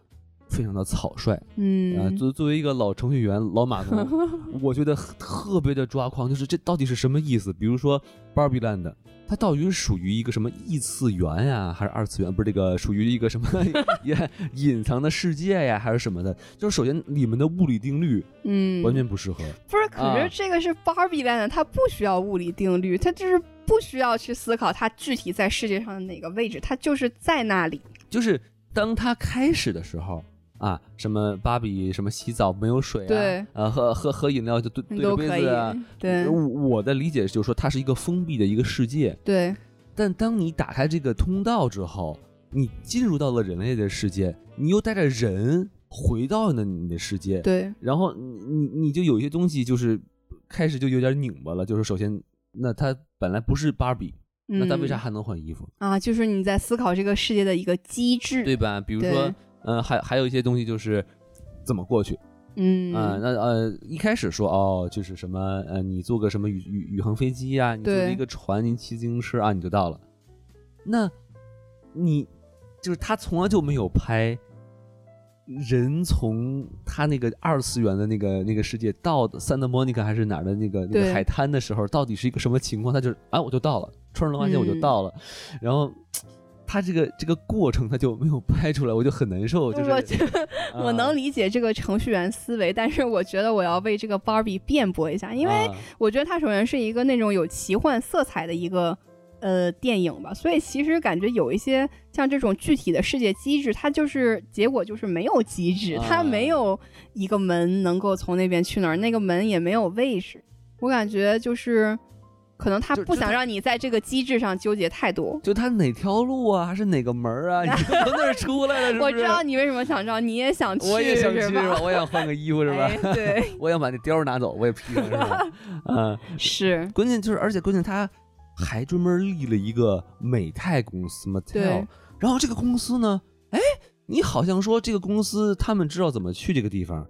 S3: 非常的草率。啊，
S2: 嗯，
S3: 作作为一个老程序员、老码农， 我觉得很特别的抓狂，就是这到底是什么意思？比如说 Barbie Land，它到底是属于一个什么异次元呀、还是二次元？不是这个，属于一个什么 也隐藏的世界呀、还是什么的？就是首先里面的物理定律
S2: 嗯，
S3: 完全不适合，
S2: 不是，可
S3: 啊
S2: 是这个是 Barbie Land，它不需要物理定律，它就是不需要去思考它具体在世界上的哪个位置，它就是在那里。
S3: 就是当它开始的时候。啊，什么芭比什么洗澡没有水啊？
S2: 对，
S3: 呃，喝喝喝饮料就对对着
S2: 都
S3: 杯
S2: 可以
S3: 子啊。，
S2: 对
S3: 我我的理解就是说，它是一个封闭的一个世界，
S2: 对，
S3: 但当你打开这个通道之后，你进入到了人类的世界，你又带着人回到了你的世界，
S2: 对，
S3: 然后你你你就有一些东西就是开始就有点拧巴了，就是首先，那他本来不是芭比，那他为啥
S2: 嗯
S3: 还能换衣服，
S2: 啊，就是你在思考这个世界的一个机制，
S3: 对吧？比如说
S2: 对，
S3: 呃，还还有一些东西就是。怎么过去
S2: 嗯，
S3: 啊、那呃，一开始说哦，就是什么呃，你坐个什么宇宇宇航飞机啊，你坐
S2: 对
S3: 一个船，你骑自行车啊，你就到了。那你就是他从来就没有拍人从他那个二次元的那个那个世界到 Santa Monica 还是哪儿的那个那个
S2: 对
S3: 海滩的时候，到底是一个什么情况？他就是啊，我就到了，穿上轮滑鞋我就
S2: 嗯
S3: 到了，然后。他这个这个过程他就没有拍出来，我就很难受。就是
S2: 我觉得我
S3: 啊
S2: 能理解这个程序员思维，但是我觉得我要为这个 Barbie 辩驳一下，因为
S3: 啊
S2: 我觉得它首先是一个那种有奇幻色彩的一个呃电影吧，所以其实感觉有一些像这种具体的世界机制，它就是结果就是没有机制，
S3: 啊
S2: 它没有一个门能够从那边去哪儿，那个门也没有位置，我感觉就是可能他
S3: 就
S2: 不
S3: 就
S2: 想
S3: 它
S2: 让你在这个机制上纠结太多。
S3: 就他哪条路啊，还是哪个门 儿啊？你就从那儿出来了，是不
S2: 我
S3: 是？
S2: 知道你为什么想知道，你也想去，
S3: 我也想去，
S2: 是
S3: 是
S2: 吧
S3: 吧？？我也想换个衣服，是吧？
S2: 哎、对，
S3: 我想把那貂儿拿走，我也披上，是吧？啊，
S2: 是，
S3: 关键就是，而且关键他还专门立了一个美泰公司 Mattel，
S2: 对
S3: 然后这个公司呢，哎，你好像说这个公司他们知道怎么去这个地方。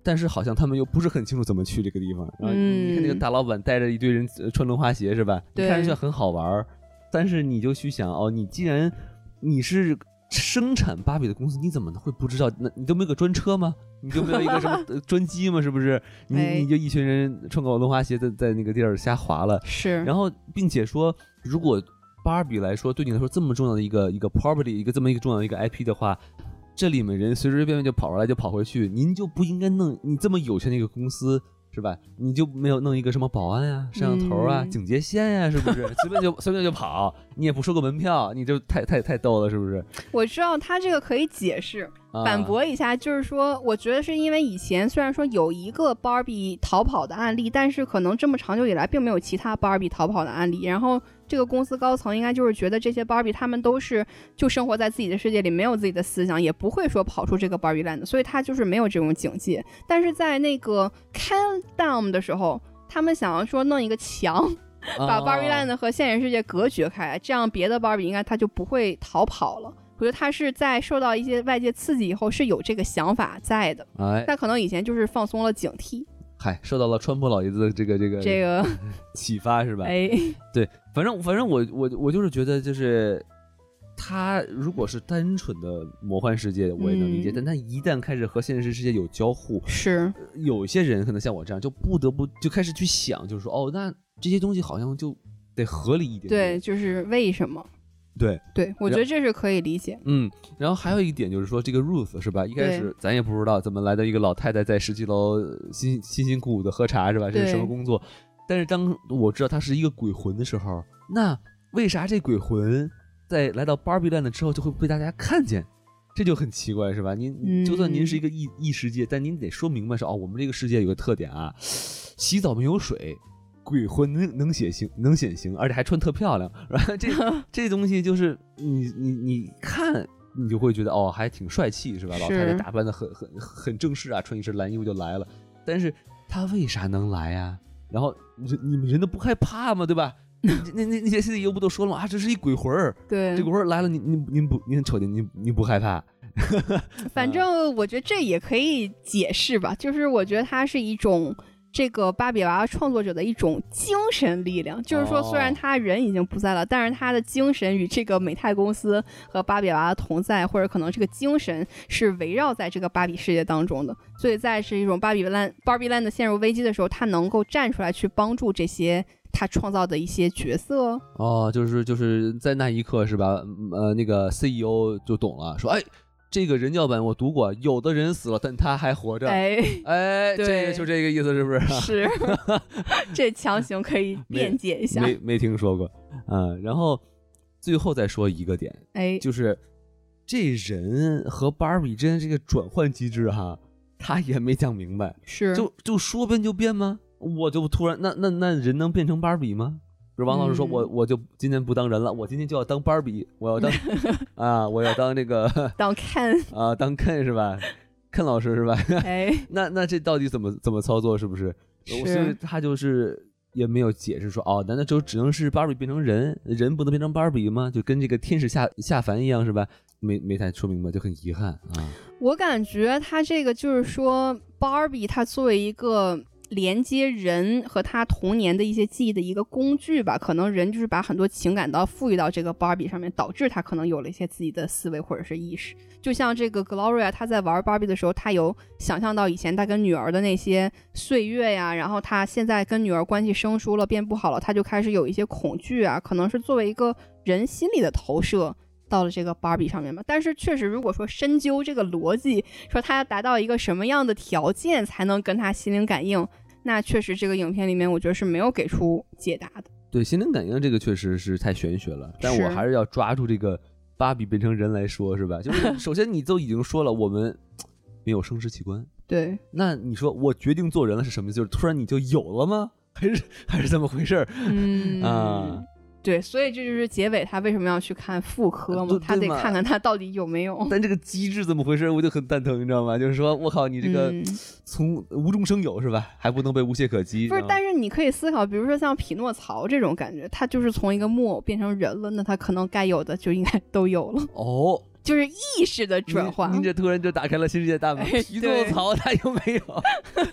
S3: 但是好像他们又不是很清楚怎么去这个地方。然后你看那个
S2: 嗯
S3: 大老板带着一堆人呃穿轮滑鞋是吧？你
S2: 对
S3: 看上去很好玩儿，但是你就去想哦，你既然你是生产芭比的公司，你怎么会不知道？那你都没有个专车吗？你就没有一个什么呃专机吗？是不是？你
S2: 哎
S3: 你就一群人穿个轮滑鞋在在那个地儿瞎滑了，
S2: 是，
S3: 然后并且说，如果芭比来说对你来说这么重要的一个一个 property，一个这么一个重要的一个 IP 的话，这里面人随随便便就跑出来就跑回去，您就不应该弄你这么有钱的一个公司。是吧？你就没有弄一个什么保安呀、摄像头啊、
S2: 嗯
S3: 警戒线呀、是不 是？随便就随便就跑，你也不收个门票，你就太太太逗了，是不是？
S2: 我知道他这个可以解释，
S3: 啊
S2: 反驳一下，就是说，我觉得是因为以前虽然说有一个 Barbie 逃跑的案例，但是可能这么长久以来并没有其他 Barbie 逃跑的案例。然后这个公司高层应该就是觉得这些 Barbie 他们都是就生活在自己的世界里，没有自己的思想，也不会说跑出这个 Barbie land，所以他就是没有这种警戒。但是在那个 Countdown 的时候，他们想要说弄一个墙，
S3: 啊哦
S2: 把 Barbie Land 和现实世界隔绝开，这样别的 Barbie 应该它就不会逃跑了。我觉得他是在受到一些外界刺激以后是有这个想法在的，
S3: 哎，
S2: 但可能以前就是放松了警惕。
S3: 嗨，受到了川普老爷子的这个这个
S2: 这个
S3: 启发是吧？
S2: 哎，
S3: 对，反正反正我我我就是觉得就是。他如果是单纯的魔幻世界，我也能理解，
S2: 嗯
S3: 但他一旦开始和现实世界有交互，
S2: 是
S3: 有一些人可能像我这样，就不得不就开始去想，就是说，哦，那这些东西好像就得合理一点
S2: 对，
S3: 点。
S2: 就是为什么？
S3: 对，
S2: 对我觉得这是可以理解。
S3: 嗯，然后还有一点就是说，这个 Ruth 是吧？一开始咱也不知道怎么来的一个老太太在十七楼呃辛辛辛苦苦的喝茶是吧？这是
S2: 对
S3: 什么工作？但是当我知道她是一个鬼魂的时候，那为啥这鬼魂在来到 Barbie Land 之后就会被大家看见？这就很奇怪是吧？您
S2: 嗯
S3: 就算您是一个异异世界，但您得说明白是哦，我们这个世界有个特点啊，洗澡没有水。鬼魂能能显形，能显形，而且还穿特漂亮，然后这这东西就是你你你看，你就会觉得哦，还挺帅气是吧？老太太
S2: 是
S3: 打扮的很很很正式啊，穿一身蓝衣服就来了。但是她为啥能来呀、然后人你们人都不害怕吗？对吧？那那那些 C D U 不都说了吗？啊，这是一鬼魂儿，
S2: 对
S3: 这，鬼魂儿来了，您您您不您瞅见您您不害怕？
S2: 反
S3: 嗯
S2: 正我觉得这也可以解释吧，就是我觉得它是一种这个芭比娃娃创作者的一种精神力量，就是说虽然
S3: 哦
S2: 他人已经不在了，但是他的精神与这个美泰公司和芭比娃娃同在，或者可能这个精神是围绕在这个芭比世界当中的，所以在是一种芭比 land 芭比 land 陷入危机的时候，他能够站出来去帮助这些他创造的一些角色，
S3: 哦，就是就是在那一刻是吧？嗯呃，那个 C E O 就懂了，说哎，这个人教本我读过，有的人死了，但他还活着。
S2: 哎，
S3: 哎，这个
S2: 对
S3: 就这个意思，是不是？
S2: 是，这强行可以
S3: 没
S2: 辩解一下，
S3: 没没听说过，嗯，然后最后再说一个点，
S2: 哎，
S3: 就是这人和芭比之间这个转换机制哈，他也没讲明白，
S2: 是
S3: 就就说变就变吗？我就突然那那那人能变成芭比吗？比如王老师说，
S2: 嗯
S3: 我我就今天不当人了，我今天就要当芭比，我 要当啊，我要当那个
S2: 当看，
S3: 啊，当 Ken 是吧？Ken 老师是吧？
S2: 哎，
S3: 那那这到底怎么怎么操作？是不是？我
S2: 是
S3: 所以他就是也没有解释说，哦，难道就只能是芭比变成人，人不能变成芭比吗？就跟这个天使下下凡一样，是吧？没没太说明白，就很遗憾啊。
S2: 我感觉他这个就是说，Barbie 它作为一个连接人和他童年的一些记忆的一个工具吧，可能人就是把很多情感都赋予到这个 Barbie 上面，导致他可能有了一些自己的思维或者是意识。就像这个 Gloria，她在玩 Barbie 的时候，她有想象到以前她跟女儿的那些岁月呀，然后她现在跟女儿关系生疏了，变不好了，她就开始有一些恐惧啊，可能是作为一个人心理的投射。到了这个 Barbie 上面嘛，但是确实，如果说深究这个逻辑，说她要达到一个什么样的条件才能跟她心灵感应，那确实这个影片里面我觉得是没有给出解答的。
S3: 对，心灵感应这个确实是太玄学了，但
S2: 是
S3: 我还是要抓住这个芭比变成人来说，是吧？就是 首先你都已经说了，我们没有生殖器官，
S2: 对，
S3: 那你说我决定做人了是什么意思？就是突然你就有了吗？ 还是还是怎么回事儿？
S2: 嗯
S3: 啊
S2: 对，所以这就是结尾他为什么要去看妇科嘛
S3: 啊对，
S2: 他
S3: 对
S2: 得
S3: 嘛
S2: 看看他到底有没有。
S3: 但这个机制怎么回事，我就很蛋疼，你知道吗？就是说我靠，你这个
S2: 嗯
S3: 从无中生有是吧？还不能被无懈可击。
S2: 不是
S3: 然，后
S2: 但是你可以思考，比如说像匹诺曹这种感觉，他就是从一个木偶变成人了，那他可能该有的就应该都有了，
S3: 哦，
S2: 就是意识的
S3: 您
S2: 转化
S3: 您。这突然就打开了新世界大门。
S2: 哎
S3: 匹诺曹他有没有？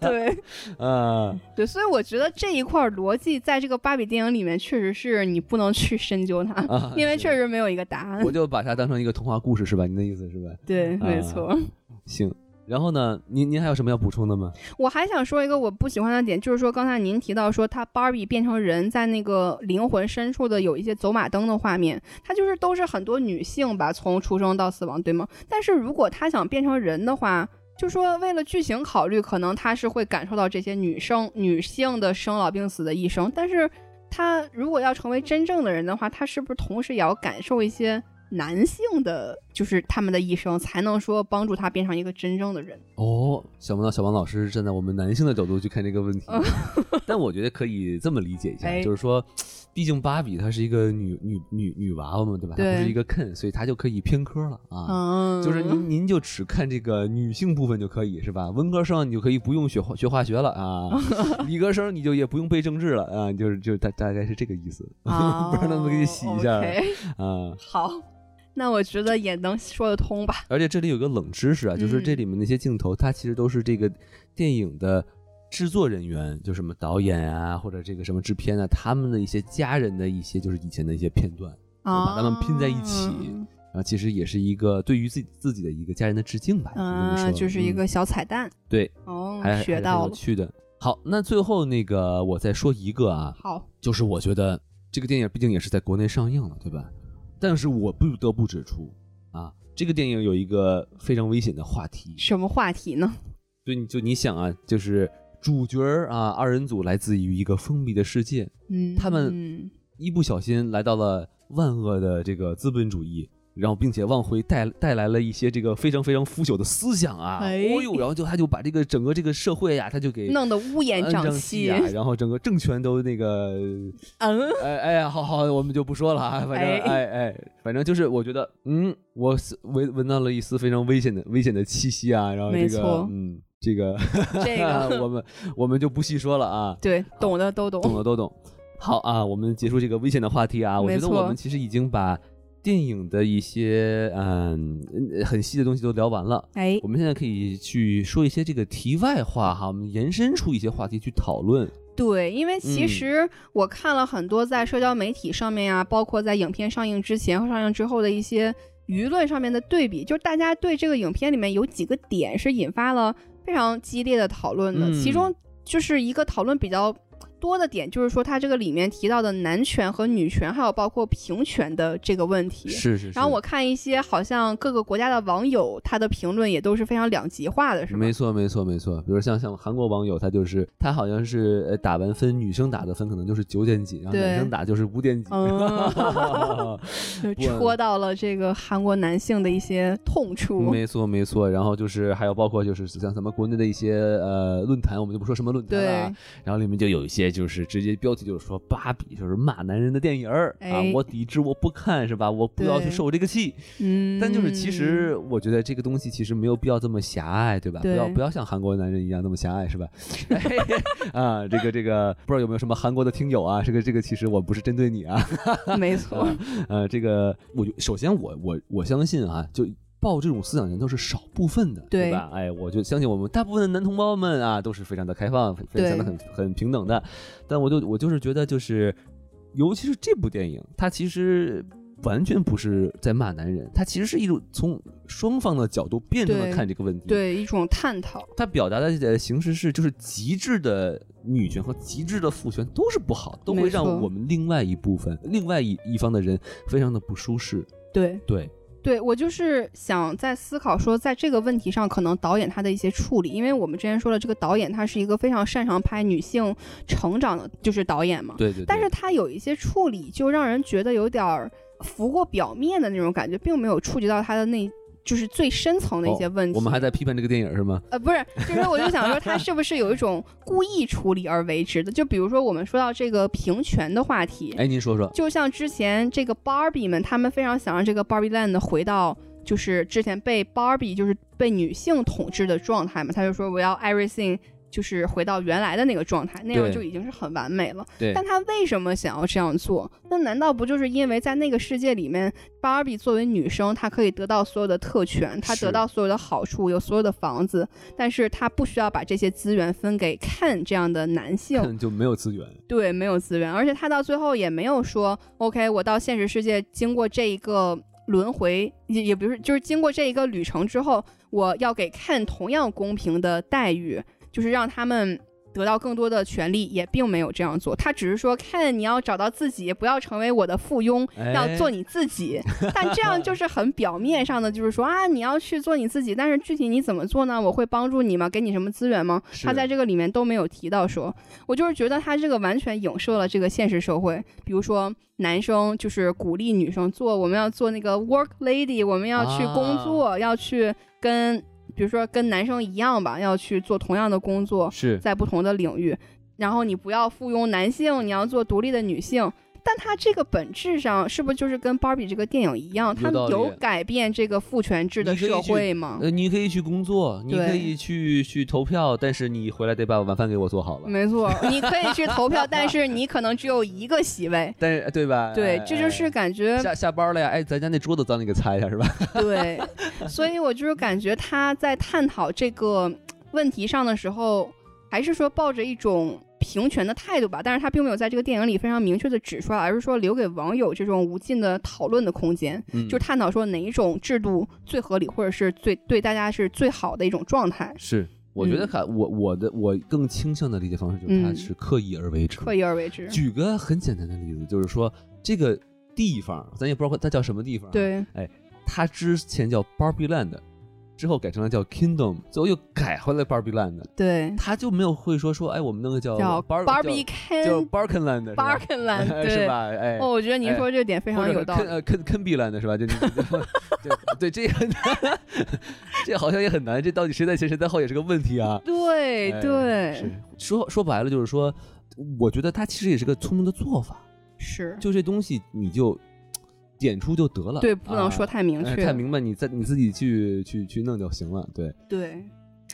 S2: 对，
S3: 啊，
S2: 对，所以我觉得这一块儿逻辑在这个芭比电影里面，确实是你不能去深究它，
S3: 啊
S2: 因为
S3: 是
S2: 确实没有一个答案
S3: 我。就把它当成一个童话故事是吧？您的意思是吧？
S2: 对，没
S3: 啊
S2: 错。
S3: 行，然后呢，您您还有什么要补充的吗？
S2: 我还想说一个我不喜欢的点，就是说刚才您提到说他 Barbie 变成人在那个灵魂深处的有一些走马灯的画面，他就是都是很多女性吧，从出生到死亡，对吗？但是如果他想变成人的话，就说为了剧情考虑，可能他是会感受到这些女生女性的生老病死的一生，但是他如果要成为真正的人的话，他是不是同时也要感受一些？男性的就是他们的一生，才能说帮助他变成一个真正的人。
S3: 哦，想不到小王老师是站在我们男性的角度去看这个问题，
S2: 嗯
S3: 但我觉得可以这么理解一下，
S2: 哎
S3: 就是说，毕竟芭比她是一个女女女女娃娃嘛，对吧？她不
S2: 对
S3: 是一个 Ken，所以她就可以偏科了啊。
S2: 嗯，
S3: 就是您您就只看这个女性部分就可以是吧？文科生你就可以不用学化学化学了 啊，理科生你就也不用背政治了啊，你就是就大大概是这个意思
S2: 啊
S3: 不然他们给你洗一下
S2: 哦 OK，
S3: 啊。
S2: 好，那我觉得也能说得通吧。
S3: 而且这里有个冷知识啊，就是
S2: 嗯
S3: 这里面那些镜头，它其实都是这个电影的制作人员，就什么导演啊，或者这个什么制片啊，他们的一些家人的一些，就是以前的一些片段，
S2: 啊，
S3: 把它们拼在一起
S2: 哦
S3: 然后其实也是一个对于自己自己的一个家人的致敬吧。你哎这么
S2: 嗯，
S3: 说
S2: 就是一个
S3: 嗯
S2: 小彩蛋
S3: 对，
S2: 哦
S3: 还，
S2: 学
S3: 还
S2: 到了
S3: 挺有。趣的。好，那最后那个我再说一个啊，
S2: 好，
S3: 就是我觉得这个电影毕竟也是在国内上映了，对吧？但是我不得不指出啊，这个电影有一个非常危险的话题，
S2: 什么话题呢？
S3: 对，你就你想啊，就是主角儿啊，二人组来自于一个封闭的世界，
S2: 嗯，
S3: 他们一不小心来到了万恶的这个资本主义，然后并且往回带带来了一些这个非常非常腐朽的思想啊，
S2: 哎
S3: 哦呦，然后就他就把这个整个这个社会啊呀、他就给
S2: 弄得乌烟
S3: 瘴
S2: 瘴
S3: 气啊，然后整个政权都那个，
S2: 嗯，
S3: 哎哎呀，好好，我们就不说了啊，反正
S2: 哎
S3: 哎哎，反正就是我觉得，嗯，我是闻闻到了一丝非常危险的危险的气息啊，然后
S2: 没
S3: 这个
S2: 错
S3: 嗯。这个
S2: 这
S3: 我
S2: 个
S3: 们我们就不细说了 啊，
S2: 对，懂的都懂
S3: 懂。的都懂。好啊，我们结束这个危险的话题啊，我觉
S2: 没
S3: 得
S2: 错
S3: 我们其实已经把电影的一些嗯呃很细的东西都聊完了。
S2: 哎
S3: 我，们现在可以去说一些这个题外话哈，我们延伸出一些话题去讨论。
S2: 对，因为其
S3: 嗯
S2: 实我看了很多在社交媒体上面呀、啊包括在影片上映之前和上映之后的一些舆论上面的对比，就是大家对这个影片里面有几个点是引发了非常激烈的讨论的，其
S3: 嗯
S2: 中就是一个讨论比较。多的点就是说，它这个里面提到的男权和女权，还有包括平权的这个问题。
S3: 是是是。
S2: 然后我看一些好像各个国家的网友，他的评论也都是非常两极化的，是吗
S3: 没？错没错没错，比如像像韩国网友，他就是他好像是呃打完分，女生打的分可能就是九点几，然后男
S2: 对
S3: 生打就是五点几。
S2: 嗯 就
S3: 不
S2: 戳到了这个韩国男性的一些痛处。
S3: 没错，没错。然后就是还有包括就是像咱们国内的一些呃论坛，我们就不说什么论坛了、
S2: 对
S3: 啊。，然后里面就有一些就是直接标题就是说芭比就是骂男人的电影儿、啊
S2: 哎，
S3: 我抵制，我不看是吧？我不要去
S2: 对
S3: 受这个气。
S2: 嗯，
S3: 但就是其实我觉得这个东西其实没有必要这么狭隘，对吧？
S2: 对
S3: 不要不要像韩国男人一样那么狭隘，是吧？ 啊，这个这个不知道有没有什么韩国的听友啊？这个这个其实我不是针对你啊。
S2: 没错，
S3: 呃，这个我就首先我我我相信啊，就抱这种思想的人都是少部分的，对
S2: 对
S3: 吧？哎，我就相信我们大部分的男同胞们啊，都是非常的开放，非非常
S2: 对
S3: 的很很平等的。但我就我就是觉得，就是尤其是这部电影，它其实。完全不是在骂男人，它其实是一种从双方的角度辩证的
S2: 对
S3: 看这个问题。，
S2: 对一种探讨。
S3: 它表达的呃形式是，就是极致的女权和极致的父权都是不好，都会
S2: 没错
S3: 让我们另外一部分、另外一一方的人非常的不舒适。
S2: 对，
S3: 对，
S2: 对我就是想在思考说，在这个问题上，可能导演他的一些处理，因为我们之前说了，这个导演他是一个非常擅长拍女性成长的，就是导演嘛。
S3: 对对对。
S2: 但是他有一些处理，就让人觉得有点儿浮过表面的那种感觉，并没有触及到他的那，就是最深层的一些问题。
S3: 哦我们还在批判这个电影是吗？
S2: 呃，不是，就是我就想说，他是不是有一种故意处理而为之的？就比如说我们说到这个平权的话 题，
S3: 哎，您说说。
S2: 就像之前这个 Barbie 们，他们非常想让这个 Barbie Land 回到就是之前被 Barbie 就是被女性统治的状态嘛，他就说我要 everything。就是回到原来的那个状态，那样
S3: 对
S2: 就已经是很完美了。
S3: 对
S2: 但他为什么想要这样做？那难道不就是因为在那个世界里面，芭比作为女生，她可以得到所有的特权，她
S3: 是
S2: 得到所有的好处，有所有的房子，但是她不需要把这些资源分给 Ken 这样的男 性，
S3: 看就没有资源，
S2: 对，没有资源，而且他到最后也没有说，OK，我到现实世界经过这一个轮回，也也不是，就是经过这一个旅程之后，我要给 Ken 同样公平的待遇，就是让他们得到更多的权利，也并没有这样做。他只是说，Ken，你要找到自己，不要成为我的附庸，
S3: 哎
S2: 要做你自己。但这样就是很表面上的，就是说啊，你要去做你自己，但是具体你怎么做呢？我会帮助你吗？给你什么资源吗？
S3: 是
S2: 他在这个里面都没有提到说，我就是觉得他这个完全影射了这个现实社会，比如说男生就是鼓励女生做，我们要做那个 work lady，我们要去工
S3: 啊
S2: 作，要去跟比如说跟男生一样吧，要去做同样的工作，
S3: 是
S2: 在不同的领域，然后你不要附庸男性，你要做独立的女性。但它这个本质上是不是就是跟《芭比》这个电影一样，
S3: 有
S2: 它
S3: 道理
S2: 有改变这个父权制的
S3: 你可以
S2: 社
S3: 去
S2: 会吗？
S3: 呃，你可以去工作，你可
S2: 对
S3: 以去去投票，但是你回来得把晚饭给我做好了，
S2: 没 错，你可以去投票，但是你可能只有一个席位。
S3: 但是对吧？
S2: 对
S3: 哎，
S2: 这就是
S3: 哎
S2: 感觉
S3: 下下班了呀，哎，咱家那桌子脏，你给擦一下是吧？
S2: 对，所以我就是感觉他在探讨这个问题上的时候，还是说抱着一种平权的态度吧，但是他并没有在这个电影里非常明确的指出来，而是说留给网友这种无尽的讨论的空间，
S3: 嗯
S2: 就探讨说哪一种制度最合理，或者是最对大家是最好的一种状态，
S3: 是，我觉
S2: 嗯
S3: 得看我我的我更倾向的理解方式就是他
S2: 嗯
S3: 是刻意而为之。
S2: 刻意而为之。
S3: 举个很简单的例子，就是说这个地方，咱也不知道它叫什么地方。，啊
S2: 对，
S3: 它之前叫 Barbie Land，之后改成了叫 Kingdom，最后又改回来 Barbie Land，
S2: 对，
S3: 他就没有会说说，哎，我们那个叫
S2: 嗯叫
S3: Bar
S2: Barbie
S3: 叫
S2: Ken
S3: Barkenland 是
S2: b a r
S3: 吧
S2: k e n l a n
S3: 是
S2: 对。
S3: 吧？哎，
S2: 哦，我觉得您说这点非
S3: 或
S2: 常
S3: 者
S2: 有道理
S3: 坑。呃坑坑 B 烂的是吧？就你 就对这也很难， 这好像也很难，这到底谁在前谁在后也是个问题啊。
S2: 对
S3: 哎
S2: 对，
S3: 是说说白了就是说，我觉得他其实也是个聪明的做法，
S2: 是，
S3: 就这东西你就点出就得了，
S2: 对，不能说
S3: 太
S2: 太明
S3: 明
S2: 确
S3: 啊哎太。明白，你在你自己去去去弄就行了，对，
S2: 对。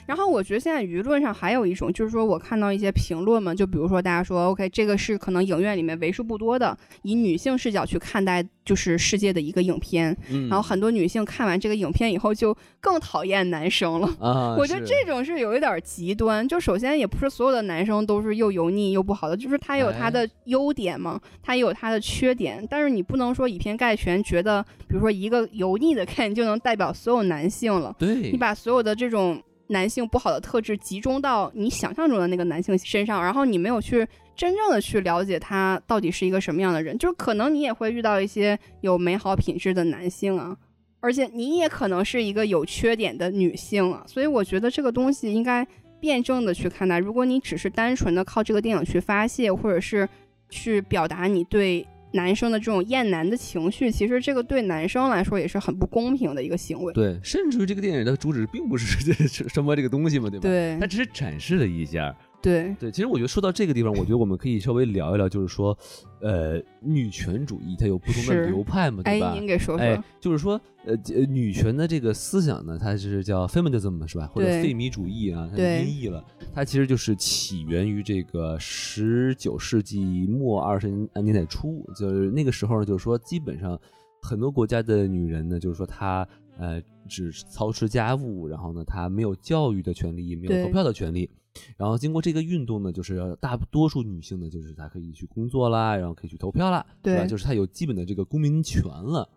S2: 然后我觉得现在舆论上还有一种，就是说我看到一些评论嘛，就比如说大家说，OK，这个是可能影院里面为数不多的以女性视角去看待就是世界的一个影片，
S3: 嗯
S2: 然后很多女性看完这个影片以后就更讨厌男生了。
S3: 啊，
S2: 我觉得
S3: 是
S2: 这种是有一点极端。就首先也不是所有的男生都是又油腻又不好的，就是他有
S3: 哎
S2: 他的优点嘛，他也有他的缺点。但是你不能说以偏概全，觉得比如说一个油腻的 Ken 就能代表所有男性了。
S3: 对，
S2: 你把所有的这种男性不好的特质集中到你想象中的那个男性身上，然后你没有去真正的去了解他到底是一个什么样的人，就是可能你也会遇到一些有美好品质的男性啊，而且你也可能是一个有缺点的女性啊，所以我觉得这个东西应该辩证的去看待。如果你只是单纯的靠这个电影去发泄，或者是去表达你对。男生的这种厌男的情绪，其实这个对男生来说也是很不公平的一个行为。
S3: 对，甚至于这个电影的主旨并不是 这是什么这个东西嘛，对吧？
S2: 对
S3: 它只是展示了一下。
S2: 对，
S3: 对，其实我觉得说到这个地方，我觉得我们可以稍微聊一聊，就是说，呃，女权主义它有不同的
S2: 是
S3: 流派嘛，对
S2: 哎
S3: 吧，？
S2: 您给说说，
S3: 哎，就是说，呃，呃女权的这个思想呢，它是叫 feminism 是吧，或者
S2: 对
S3: 费米主义啊，它
S2: 对
S3: 音译了，它其实就是起源于这个十九世纪末二十年代初，就是那个时候呢，就是说，基本上很多国家的女人呢，就是说她呃只操持家务，然后呢，她没有教育的权利，没有
S2: 对
S3: 投票的权利。然后经过这个运动呢，就是大多数女性呢，就是她可以去工作啦，然后可以去投票啦，
S2: 对
S3: 吧？就是她有基本的这个公民权了。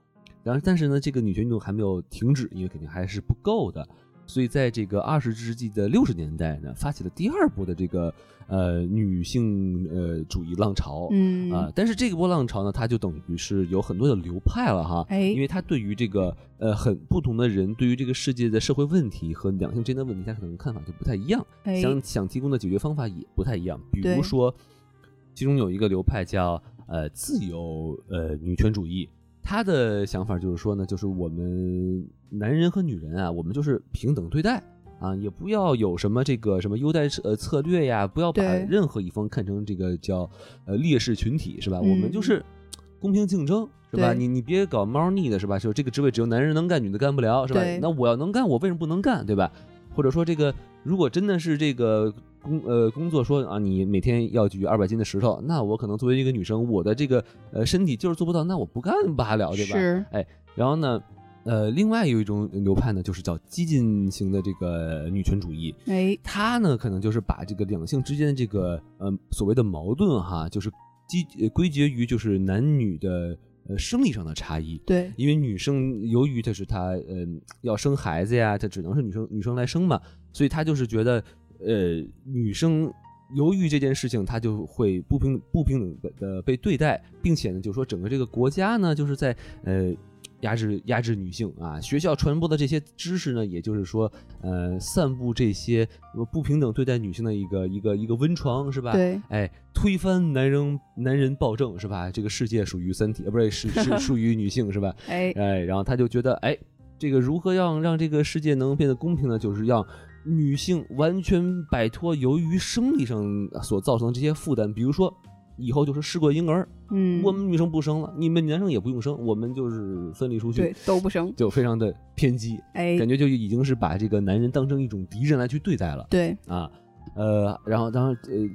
S3: 然后，但是呢，这个女权运动还没有停止，因为肯定还是不够的。所以，在这个二十世纪的六十年代呢，发起了第二波的这个呃女性呃主义浪潮。
S2: 嗯
S3: 啊，但是这个波浪潮呢，它就等于是有很多的流派了哈，
S2: 哎
S3: 因为它对于这个呃很不同的人，对于这个世界的社会问题和两性之间的问题，他可能看法就不太一样，
S2: 哎
S3: 想想提供的解决方法也不太一样。比如
S2: 对
S3: 说，其中有一个流派叫呃自由呃女权主义，他的想法就是说呢，就是我们男人和女人啊，我们就是平等对待。啊，也不要有什么这个什么优待呃策略呀，不要把
S2: 对
S3: 任何一方看成这个叫呃劣势群体是吧？我们就
S2: 嗯
S3: 是公平竞争是吧？
S2: 对
S3: 你你别搞猫腻的是吧？就这个职位只有男人能干，女的干不了是吧
S2: 对？
S3: 那我要能干，我为什么不能干对吧？或者说这个如果真的是这个工呃工作说啊，你每天要举二百斤的石头，那我可能作为一个女生，我的这个呃身体就是做不到，那我不干罢了对吧？
S2: 是
S3: 然后呢，呃，另外有一种流派呢，就是叫激进型的这个女权主义，
S2: 哎
S3: 它呢可能就是把这个两性之间的这个呃所谓的矛盾哈，就是基呃归结于就是男女的。呃生理上的差异。
S2: 对，
S3: 因为女生由于她是她嗯、要生孩子呀，她只能是女生女生来生嘛，所以她就是觉得呃女生由于这件事情，她就会不平不平等的的被对待，并且呢，就说整个这个国家呢就是在呃。压制压制女性啊！学校传播的这些知识呢，也就是说，呃，散布这些呃不平等对待女性的一个一个一个温床，是吧？
S2: 对，
S3: 哎，推翻男人男人暴政是吧？这个世界属于三体，呃，不是是是属于女性是吧？
S2: 哎，
S3: 哎，然后他就觉得，哎，这个如何让让这个世界能变得公平呢？就是让女性完全摆脱由于生理上所造成的这些负担，比如说以后就是试管婴儿，
S2: 嗯，
S3: 我们女生不生了，你们男生也不用生，我们就是分离出去
S2: 对，都不生，
S3: 就非常的偏激，
S2: 哎
S3: 感，觉就已经是把这个男人当成一种敌人来去对待了。
S2: 对，
S3: 啊，呃，然后当然呃，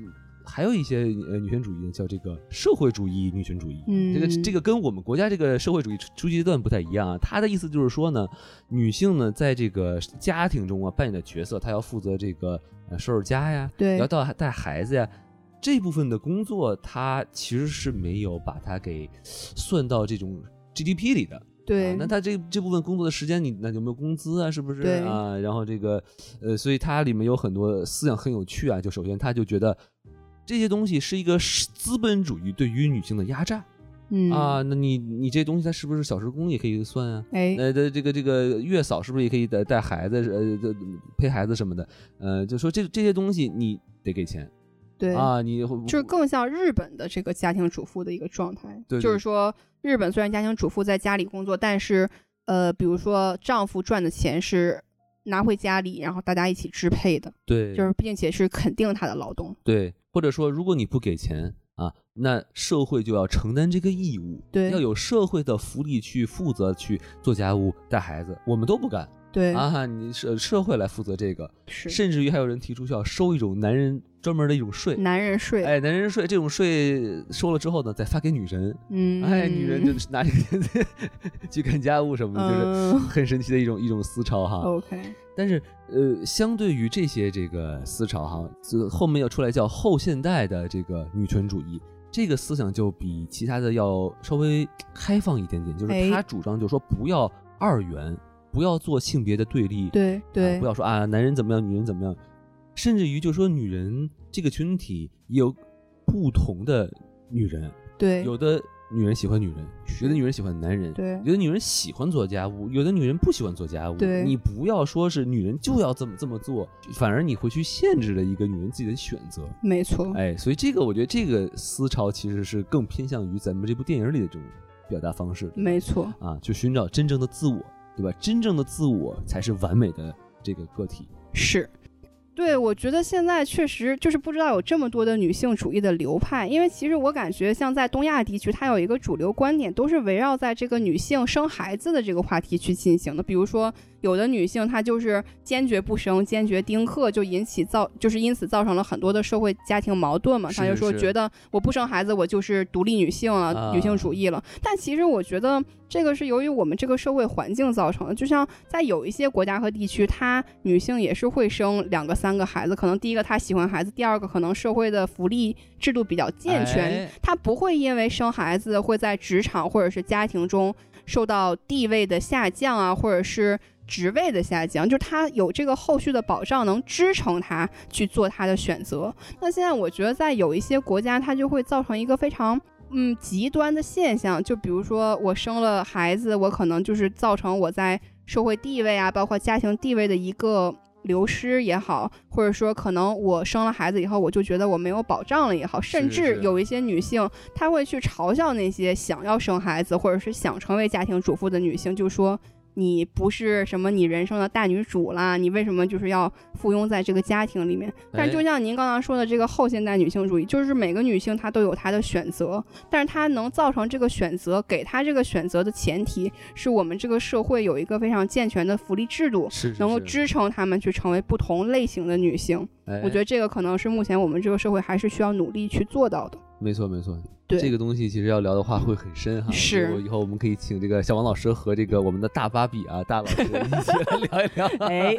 S3: 还有一些呃女权主义叫这个社会主义女权主义，
S2: 嗯
S3: 这个这个跟我们国家这个社会主义初初级阶段不太一样啊。他的意思就是说呢，女性呢在这个家庭中啊扮演的角色，她要负责这个呃收拾家呀，
S2: 对
S3: 要到带孩子呀。这部分的工作，她其实是没有把它给算到这种 GDP 里的，
S2: 对，
S3: 啊那他这这部分工作的时间，你那有没有工资啊？是不是
S2: 对
S3: 啊？然后这个，呃，所以它里面有很多思想很有趣啊。就首先他就觉得这些东西是一个是资本主义对于女性的压榨、
S2: 嗯
S3: 啊。，那你你这东西它是不是小时工也可以算啊？
S2: 哎，
S3: 呃，这这个这个月嫂是不是也可以带带孩子呃这陪孩子什么的？呃，就说这这些东西你得给钱
S2: 对，
S3: 啊，你会
S2: 就是更像日本的这个家庭主妇的一个状态。
S3: 对对
S2: 就是说，日本虽然家庭主妇在家里工作，但是呃，比如说丈夫赚的钱是拿回家里，然后大家一起支配的，
S3: 对，
S2: 就是并且是肯定他的劳动。
S3: 对，或者说如果你不给钱啊，那社会就要承担这个义务，
S2: 对
S3: 要有社会的福利去负责去做家务、带孩子，我们都不干
S2: 对，
S3: 啊，你社社会来负责这个，
S2: 是
S3: 甚至于还有人提出要收一种男人专门的一种税。
S2: 男人税。
S3: 哎，男人税这种税收了之后呢，再发给女人，
S2: 嗯，
S3: 哎，女人就是拿这个 钱去干家务什么的，就是啊
S2: 嗯哦
S3: 很神奇的一种一种思潮哈。
S2: ，OK，
S3: 但是呃，相对于这些这个思潮哈，这后面要出来叫后现代的这个女权主义，这个思想就比其他的要稍微开放一点点，就是
S2: 哎
S3: 他主张就说不要二元，不要做性别的对立，
S2: 对
S3: 啊
S2: 对
S3: 不，要说啊男人怎么样，女人怎么样，甚至于就说女人这个群体也有不同的女人，
S2: 对
S3: 有的女人喜欢女人，有的女人喜欢男人，
S2: 对
S3: 有的女人喜欢做家务，有的女人不喜欢做家务。
S2: 对
S3: 你不要说是女人就要这么这么做，反而你会去限制了一个女人自己的选择。
S2: 没错，
S3: 哎，所以这个我觉得这个思潮其实是更偏向于咱们这部电影里的这种表达方式的
S2: 没错，
S3: 啊，去寻找真正的自我，对吧？真正的自我才是完美的这个个体。
S2: 是。对，我觉得现在确实就是不知道有这么多的女性主义的流派，因为其实我感觉像在东亚地区，它有一个主流观点，都是围绕在这个女性生孩子的这个话题去进行的。比如说，有的女性她就是坚决不生，坚决丁克，就引起造就是因此造成了很多的社会家庭矛盾嘛。
S3: 是
S2: 她就说
S3: 是
S2: 觉得我不生孩子，我就是独立女性了，
S3: 啊
S2: 女性主义了。但其实我觉得这个是由于我们这个社会环境造成的。就像在有一些国家和地区，她女性也是会生两个、三个孩子，可能第一个她喜欢孩子，第二个可能社会的福利制度比较健全，
S3: 哎
S2: 她不会因为生孩子会在职场或者是家庭中受到地位的下降啊，或者是。职位的下降，就是她有这个后续的保障，能支撑她去做她的选择。那现在我觉得，在有一些国家，它就会造成一个非常嗯极端的现象，就比如说我生了孩子，我可能就是造成我在社会地位啊，包括家庭地位的一个流失也好，或者说可能我生了孩子以后，我就觉得我没有保障了也好，甚至
S3: 是
S2: 有一些女性，她会去嘲笑那些想要生孩子或者是想成为家庭主妇的女性，就说。你不是什么你人生的大女主啦，你为什么就是要附庸在这个家庭里面？但是就
S3: 哎
S2: 像您刚刚说的这个后现代女性主义，就是每个女性她都有她的选择，但是她能造成这个选择，给她这个选择的前提是我们这个社会有一个非常健全的福利制度，
S3: 是是
S2: 能够
S3: 是
S2: 支撑她们去成为不同类型的女性。
S3: 哎
S2: 我觉得这个可能是目前我们这个社会还是需要努力去做到的。
S3: 没错没错，
S2: 对
S3: 这个东西其实要聊的话会很深哈。
S2: 是
S3: 我以后我们可以请这个小王老师和这个我们的大芭比啊大老师一起来聊一聊。
S2: 哎，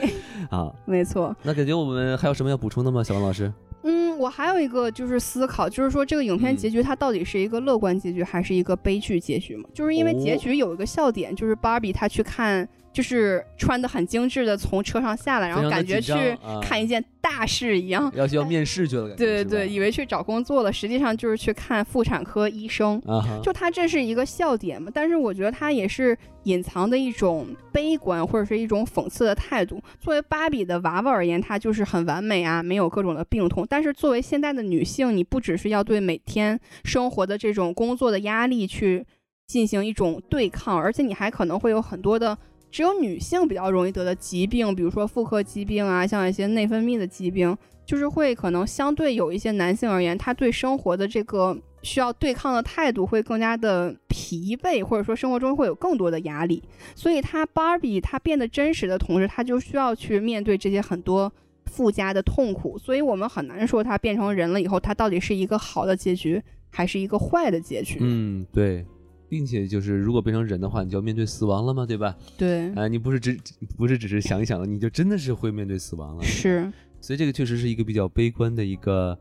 S3: 啊，
S2: 没错，
S3: 那感觉我们还有什么要补充的吗？小王老师，
S2: 嗯，我还有一个就是思考，就是说这个影片
S3: 嗯
S2: 结局它到底是一个乐观结局还是一个悲剧结局嘛？就是因为
S3: 哦
S2: 结局有一个笑点，就是芭比她去看，就是穿的很精致的从车上下来，然后
S3: 非常地
S2: 感觉
S3: 紧
S2: 去
S3: 张啊
S2: 看一件大事一样。
S3: 要要面试去了，感觉
S2: 对
S3: 是
S2: 对对，以为去找工作了，实际上就是去看妇产科医生。
S3: 吧啊哈，
S2: 就它这是一个笑点嘛，但是我觉得它也是隐藏的一种悲观或者是一种讽刺的态度。作为芭比的娃娃而言，她就是很完美啊，没有各种的病痛。但是作为现代的女性，你不只是要对每天生活的这种工作的压力去进行一种对抗，而且你还可能会有很多的。只有女性比较容易得的疾病，比如说妇科疾病啊，像一些内分泌的疾病，就是会可能相对有一些男性而言，他对生活的这个需要对抗的态度会更加的疲惫，或者说生活中会有更多的压力。所以他 Barbie 他变得真实的同时，他就需要去面对这些很多附加的痛苦。所以我们很难说他变成人了以后，他到底是一个好的结局还是一个坏的结局。
S3: 嗯对，并且就是如果变成人的话，你就要面对死亡了嘛，对吧？
S2: 对，
S3: 啊，你不是只不是只是想一想了，你就真的是会面对死亡了。
S2: 是，
S3: 所以这个确实是一个比较悲观的一个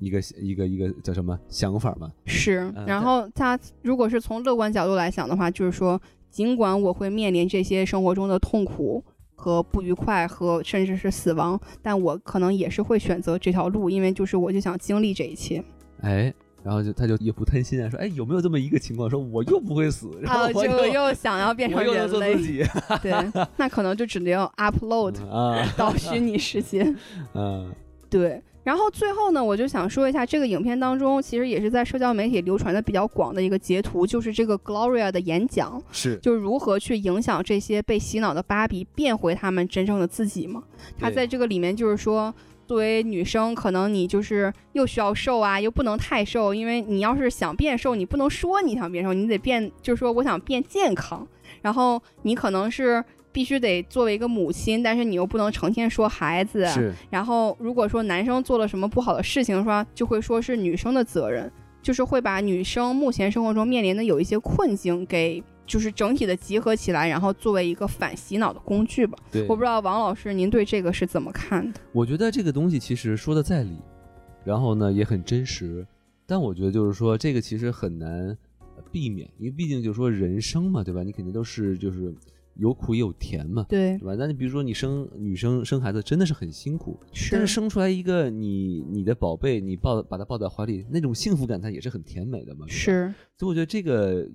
S3: 一个一个一个叫什么想法嘛。
S2: 是
S3: 嗯，
S2: 然后他如果是从乐观角度来想的话，就是说，尽管我会面临这些生活中的痛苦和不愉快和甚至是死亡，但我可能也是会选择这条路，因为就是我就想经历这一切。
S3: 哎，然后就他就也不贪心啊，说哎有没有这么一个情况，说我又不会死， 然后
S2: 啊，
S3: 我
S2: 就
S3: 又、
S2: 又想要变
S3: 我
S2: 成
S3: 又能
S2: 人
S3: 做
S2: 类
S3: 自，己
S2: 对，那可能就只能 upload
S3: 啊
S2: 到虚拟世界。
S3: 啊
S2: 对，然后最后呢，我就想说一下这个影片当中，其实也是在社交媒体流传的比较广的一个截图，就是这个 Gloria 的演讲。
S3: 是
S2: 就如何去影响这些被洗脑的芭比变回他们真正的自己嘛？她
S3: 对
S2: 在这个里面就是说，作为女生，可能你就是又需要瘦啊，又不能太瘦，因为你要是想变瘦，你不能说你想变瘦，你得变，就是说我想变健康。然后你可能是必须得作为一个母亲，但是你又不能成天说孩子。啊
S3: 是
S2: 然后如果说男生做了什么不好的事情的话，就会说是女生的责任，就是会把女生目前生活中面临的有一些困境给。就是整体的集合起来，然后作为一个反洗脑的工具吧。
S3: 对，
S2: 我不知道王老师您对这个是怎么看的？
S3: 我觉得这个东西其实说的在理，然后呢也很真实，但我觉得就是说这个其实很难呃避免，因为毕竟就是说人生嘛，对吧？你肯定都是就是有苦也有甜嘛，
S2: 对
S3: 对，吧？那你比如说你生女生生孩子真的是很辛苦，但
S2: 是
S3: 是生出来一个你你的宝贝，你抱把他抱在怀里，那种幸福感它也是很甜美的嘛。对吧，
S2: 是
S3: 所以我觉得这个。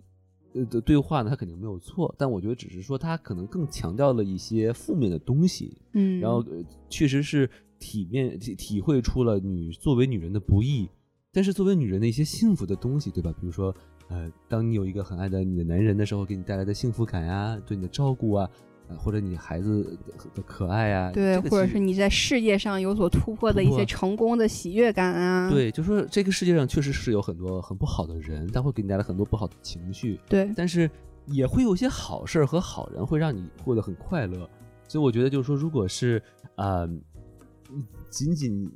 S3: 呃，的对话呢，它肯定没有错，但我觉得只是说它可能更强调了一些负面的东西，
S2: 嗯，
S3: 然后、呃确实是体面体体会出了女作为女人的不易，但是作为女人的一些幸福的东西，对吧？比如说，呃，当你有一个很爱的你的男人的时候，给你带来的幸福感啊，对你的照顾啊，呃、或者你孩子的的可爱啊，
S2: 对，
S3: 这个
S2: 或者
S3: 其
S2: 是
S3: 实
S2: 你在事业上有所突破的一
S3: 突破
S2: 些成功的喜悦感啊，
S3: 对，就说这个世界上确实是有很多很不好的人，他会给你带来很多不好的情绪，
S2: 对
S3: 但是也会有一些好事儿和好人，会让你过得很快乐。所以我觉得，就是说，如果是呃，仅仅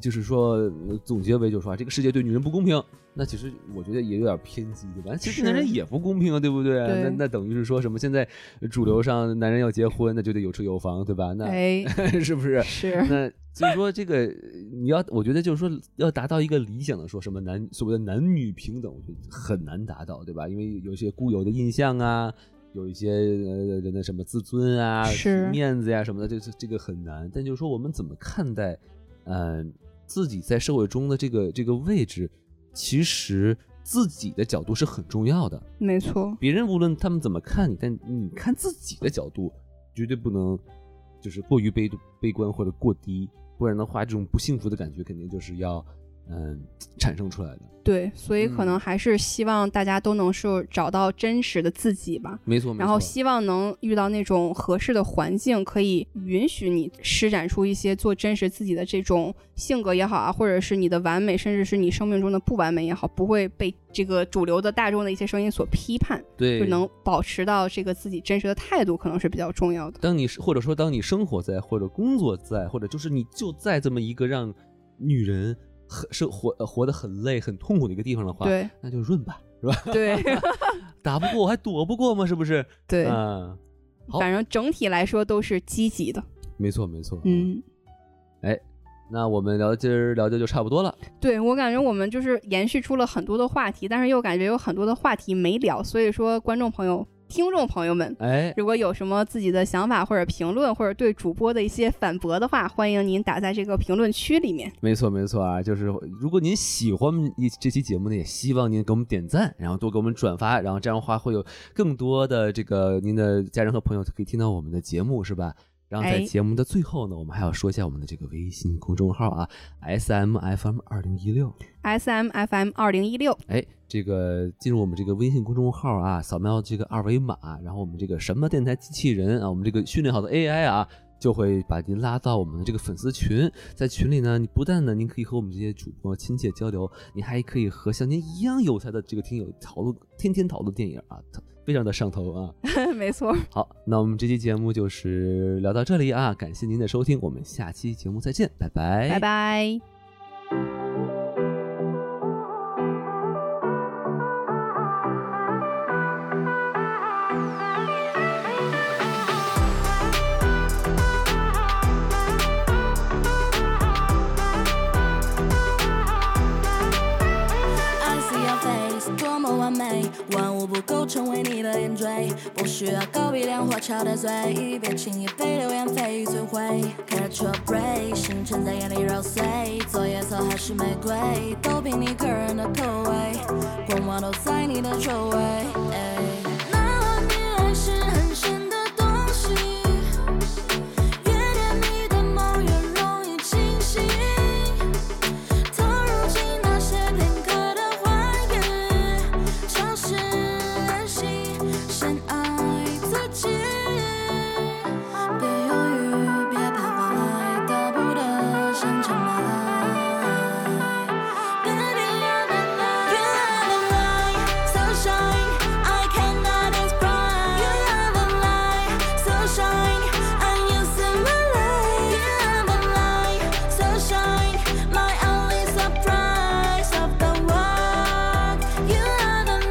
S3: 就是说呃总结为就是说啊，这个世界对女人不公平，那其实我觉得也有点偏激，对吧？其实
S2: 是
S3: 对男人也不公平啊，对不对？
S2: 对
S3: 那那等于是说什么？现在主流上男人要结婚，那就得有车有房，对吧？那、
S2: 哎
S3: 是不是？
S2: 是
S3: 那所以说，这个呃你要，我觉得就是说，要达到一个理想的说什么男所谓的男女平等，我觉得很难达到，对吧？因为有一些固有的印象啊，有一些呃人的什么自尊啊、
S2: 是
S3: 面子呀、什么的，这这这个很难。但就是说，我们怎么看待，呃，自己在社会中的这个这个位置，其实自己的角度是很重要的。
S2: 没错，
S3: 别人无论他们怎么看你，但你看自己的角度，绝对不能就是过于悲悲观或者过低，不然的话，这种不幸福的感觉肯定就是要嗯产生出来的。
S2: 对，所以可
S3: 嗯
S2: 能还是希望大家都能是找到真实的自己吧。
S3: 没错，没错。
S2: 然后希望能遇到那种合适的环境，可以允许你施展出一些做真实自己的这种性格也好啊，或者是你的完美，甚至是你生命中的不完美也好，不会被这个主流的大众的一些声音所批判，就
S3: 对，
S2: 能保持到这个自己真实的态度，可能是比较重要的。
S3: 当你或者说当你生活在或者工作在或者就是你就在这么一个让呃女人很生活呃活得很累很痛苦的一个地方的话，
S2: 对
S3: 那就润吧，是吧？
S2: 对
S3: 打不过我还躲不过吗？是不是？
S2: 对，
S3: 嗯，好
S2: 反正整体来说都是积极的。
S3: 没错，没错。，
S2: 嗯，
S3: 那我们聊今儿聊的就差不多了。
S2: 对我感觉我们就是延续出了很多的话题，但是又感觉有很多的话题没聊，所以说观众朋友、听众朋友们，
S3: 哎，
S2: 如果有什么自己的想法或者评论，或者对主播的一些反驳的话，欢迎您打在这个评论区里面。
S3: 没错没错啊，就是如果您喜欢一这期节目呢，也希望您给我们点赞，然后多给我们转发，然后这样的话会有更多的这个您的家人和朋友可以听到我们的节目，是吧？然后在
S2: 哎
S3: 节目的最后呢，我们还要说一下我们的这个微信公众号啊，S M F M 二零一六。
S2: S M F M 二零一六，
S3: 哎，这个进入我们这个微信公众号啊，扫描这个二维码，然后我们这个什么电台机器人啊，我们这个训练好的 AI 啊，就会把您拉到我们的这个粉丝群。在群里呢，你不但呢，您可以和我们这些主播亲切交流，你还可以和像您一样有才的这个听友讨论，天天讨论电影啊，非常的上头啊。
S2: 没错，
S3: 好，那我们这期节目就是聊到这里啊，感谢您的收听，我们下期节目再见，拜拜，
S2: 拜拜。
S4: I see your face，多么完美，万物不够成为你的点缀，不需要高鼻梁或翘的嘴，别轻易被流言蜚语摧毁。Catch your break，星辰在眼里揉碎，做野草还是玫瑰，都凭你个人的口味，光芒都在你的周围。哎那画面爱是很深的东西，越甜蜜的梦越容易清醒。投入进那些片刻的欢愉，尝试安心，先爱自己。别犹豫，别徘徊，得不得先尝来。Baby, you're the light, you are the light, sunshine. I cannot explain. You are the light, sunshine. I use my life. You are the light, sunshine. My only surprise of the world. You are the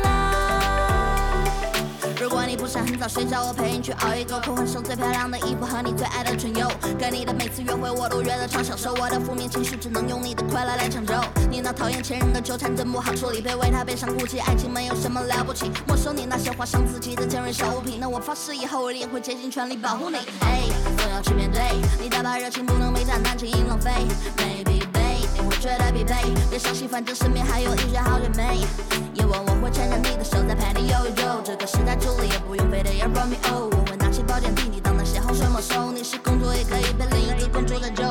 S4: light. 如果你不想很早睡觉，我陪你去熬一个空换上最漂亮的衣服和你最爱的唇釉。跟你的每次约会，我都约得超享受。我的负面情绪只能用你的快乐来抢救。你那讨厌前任的纠缠真不好处理，别为他悲伤哭泣，爱情没有什么了不起。没收你那些划伤自己的尖锐小物品，那我发誓以后我一定会竭尽全力保护你。哎，总要去面对，你大把热情不能为他难情因浪费。Maybe babe，你会觉得疲惫，别伤心，反正身边还有一些好姐妹。夜晚我会牵着你的手在陪你悠一悠，这个时代助理也不用非得要 Romeo。我会拿起宝剑替你挡那些洪水猛兽，你是公主也可以被另一个公主拯救。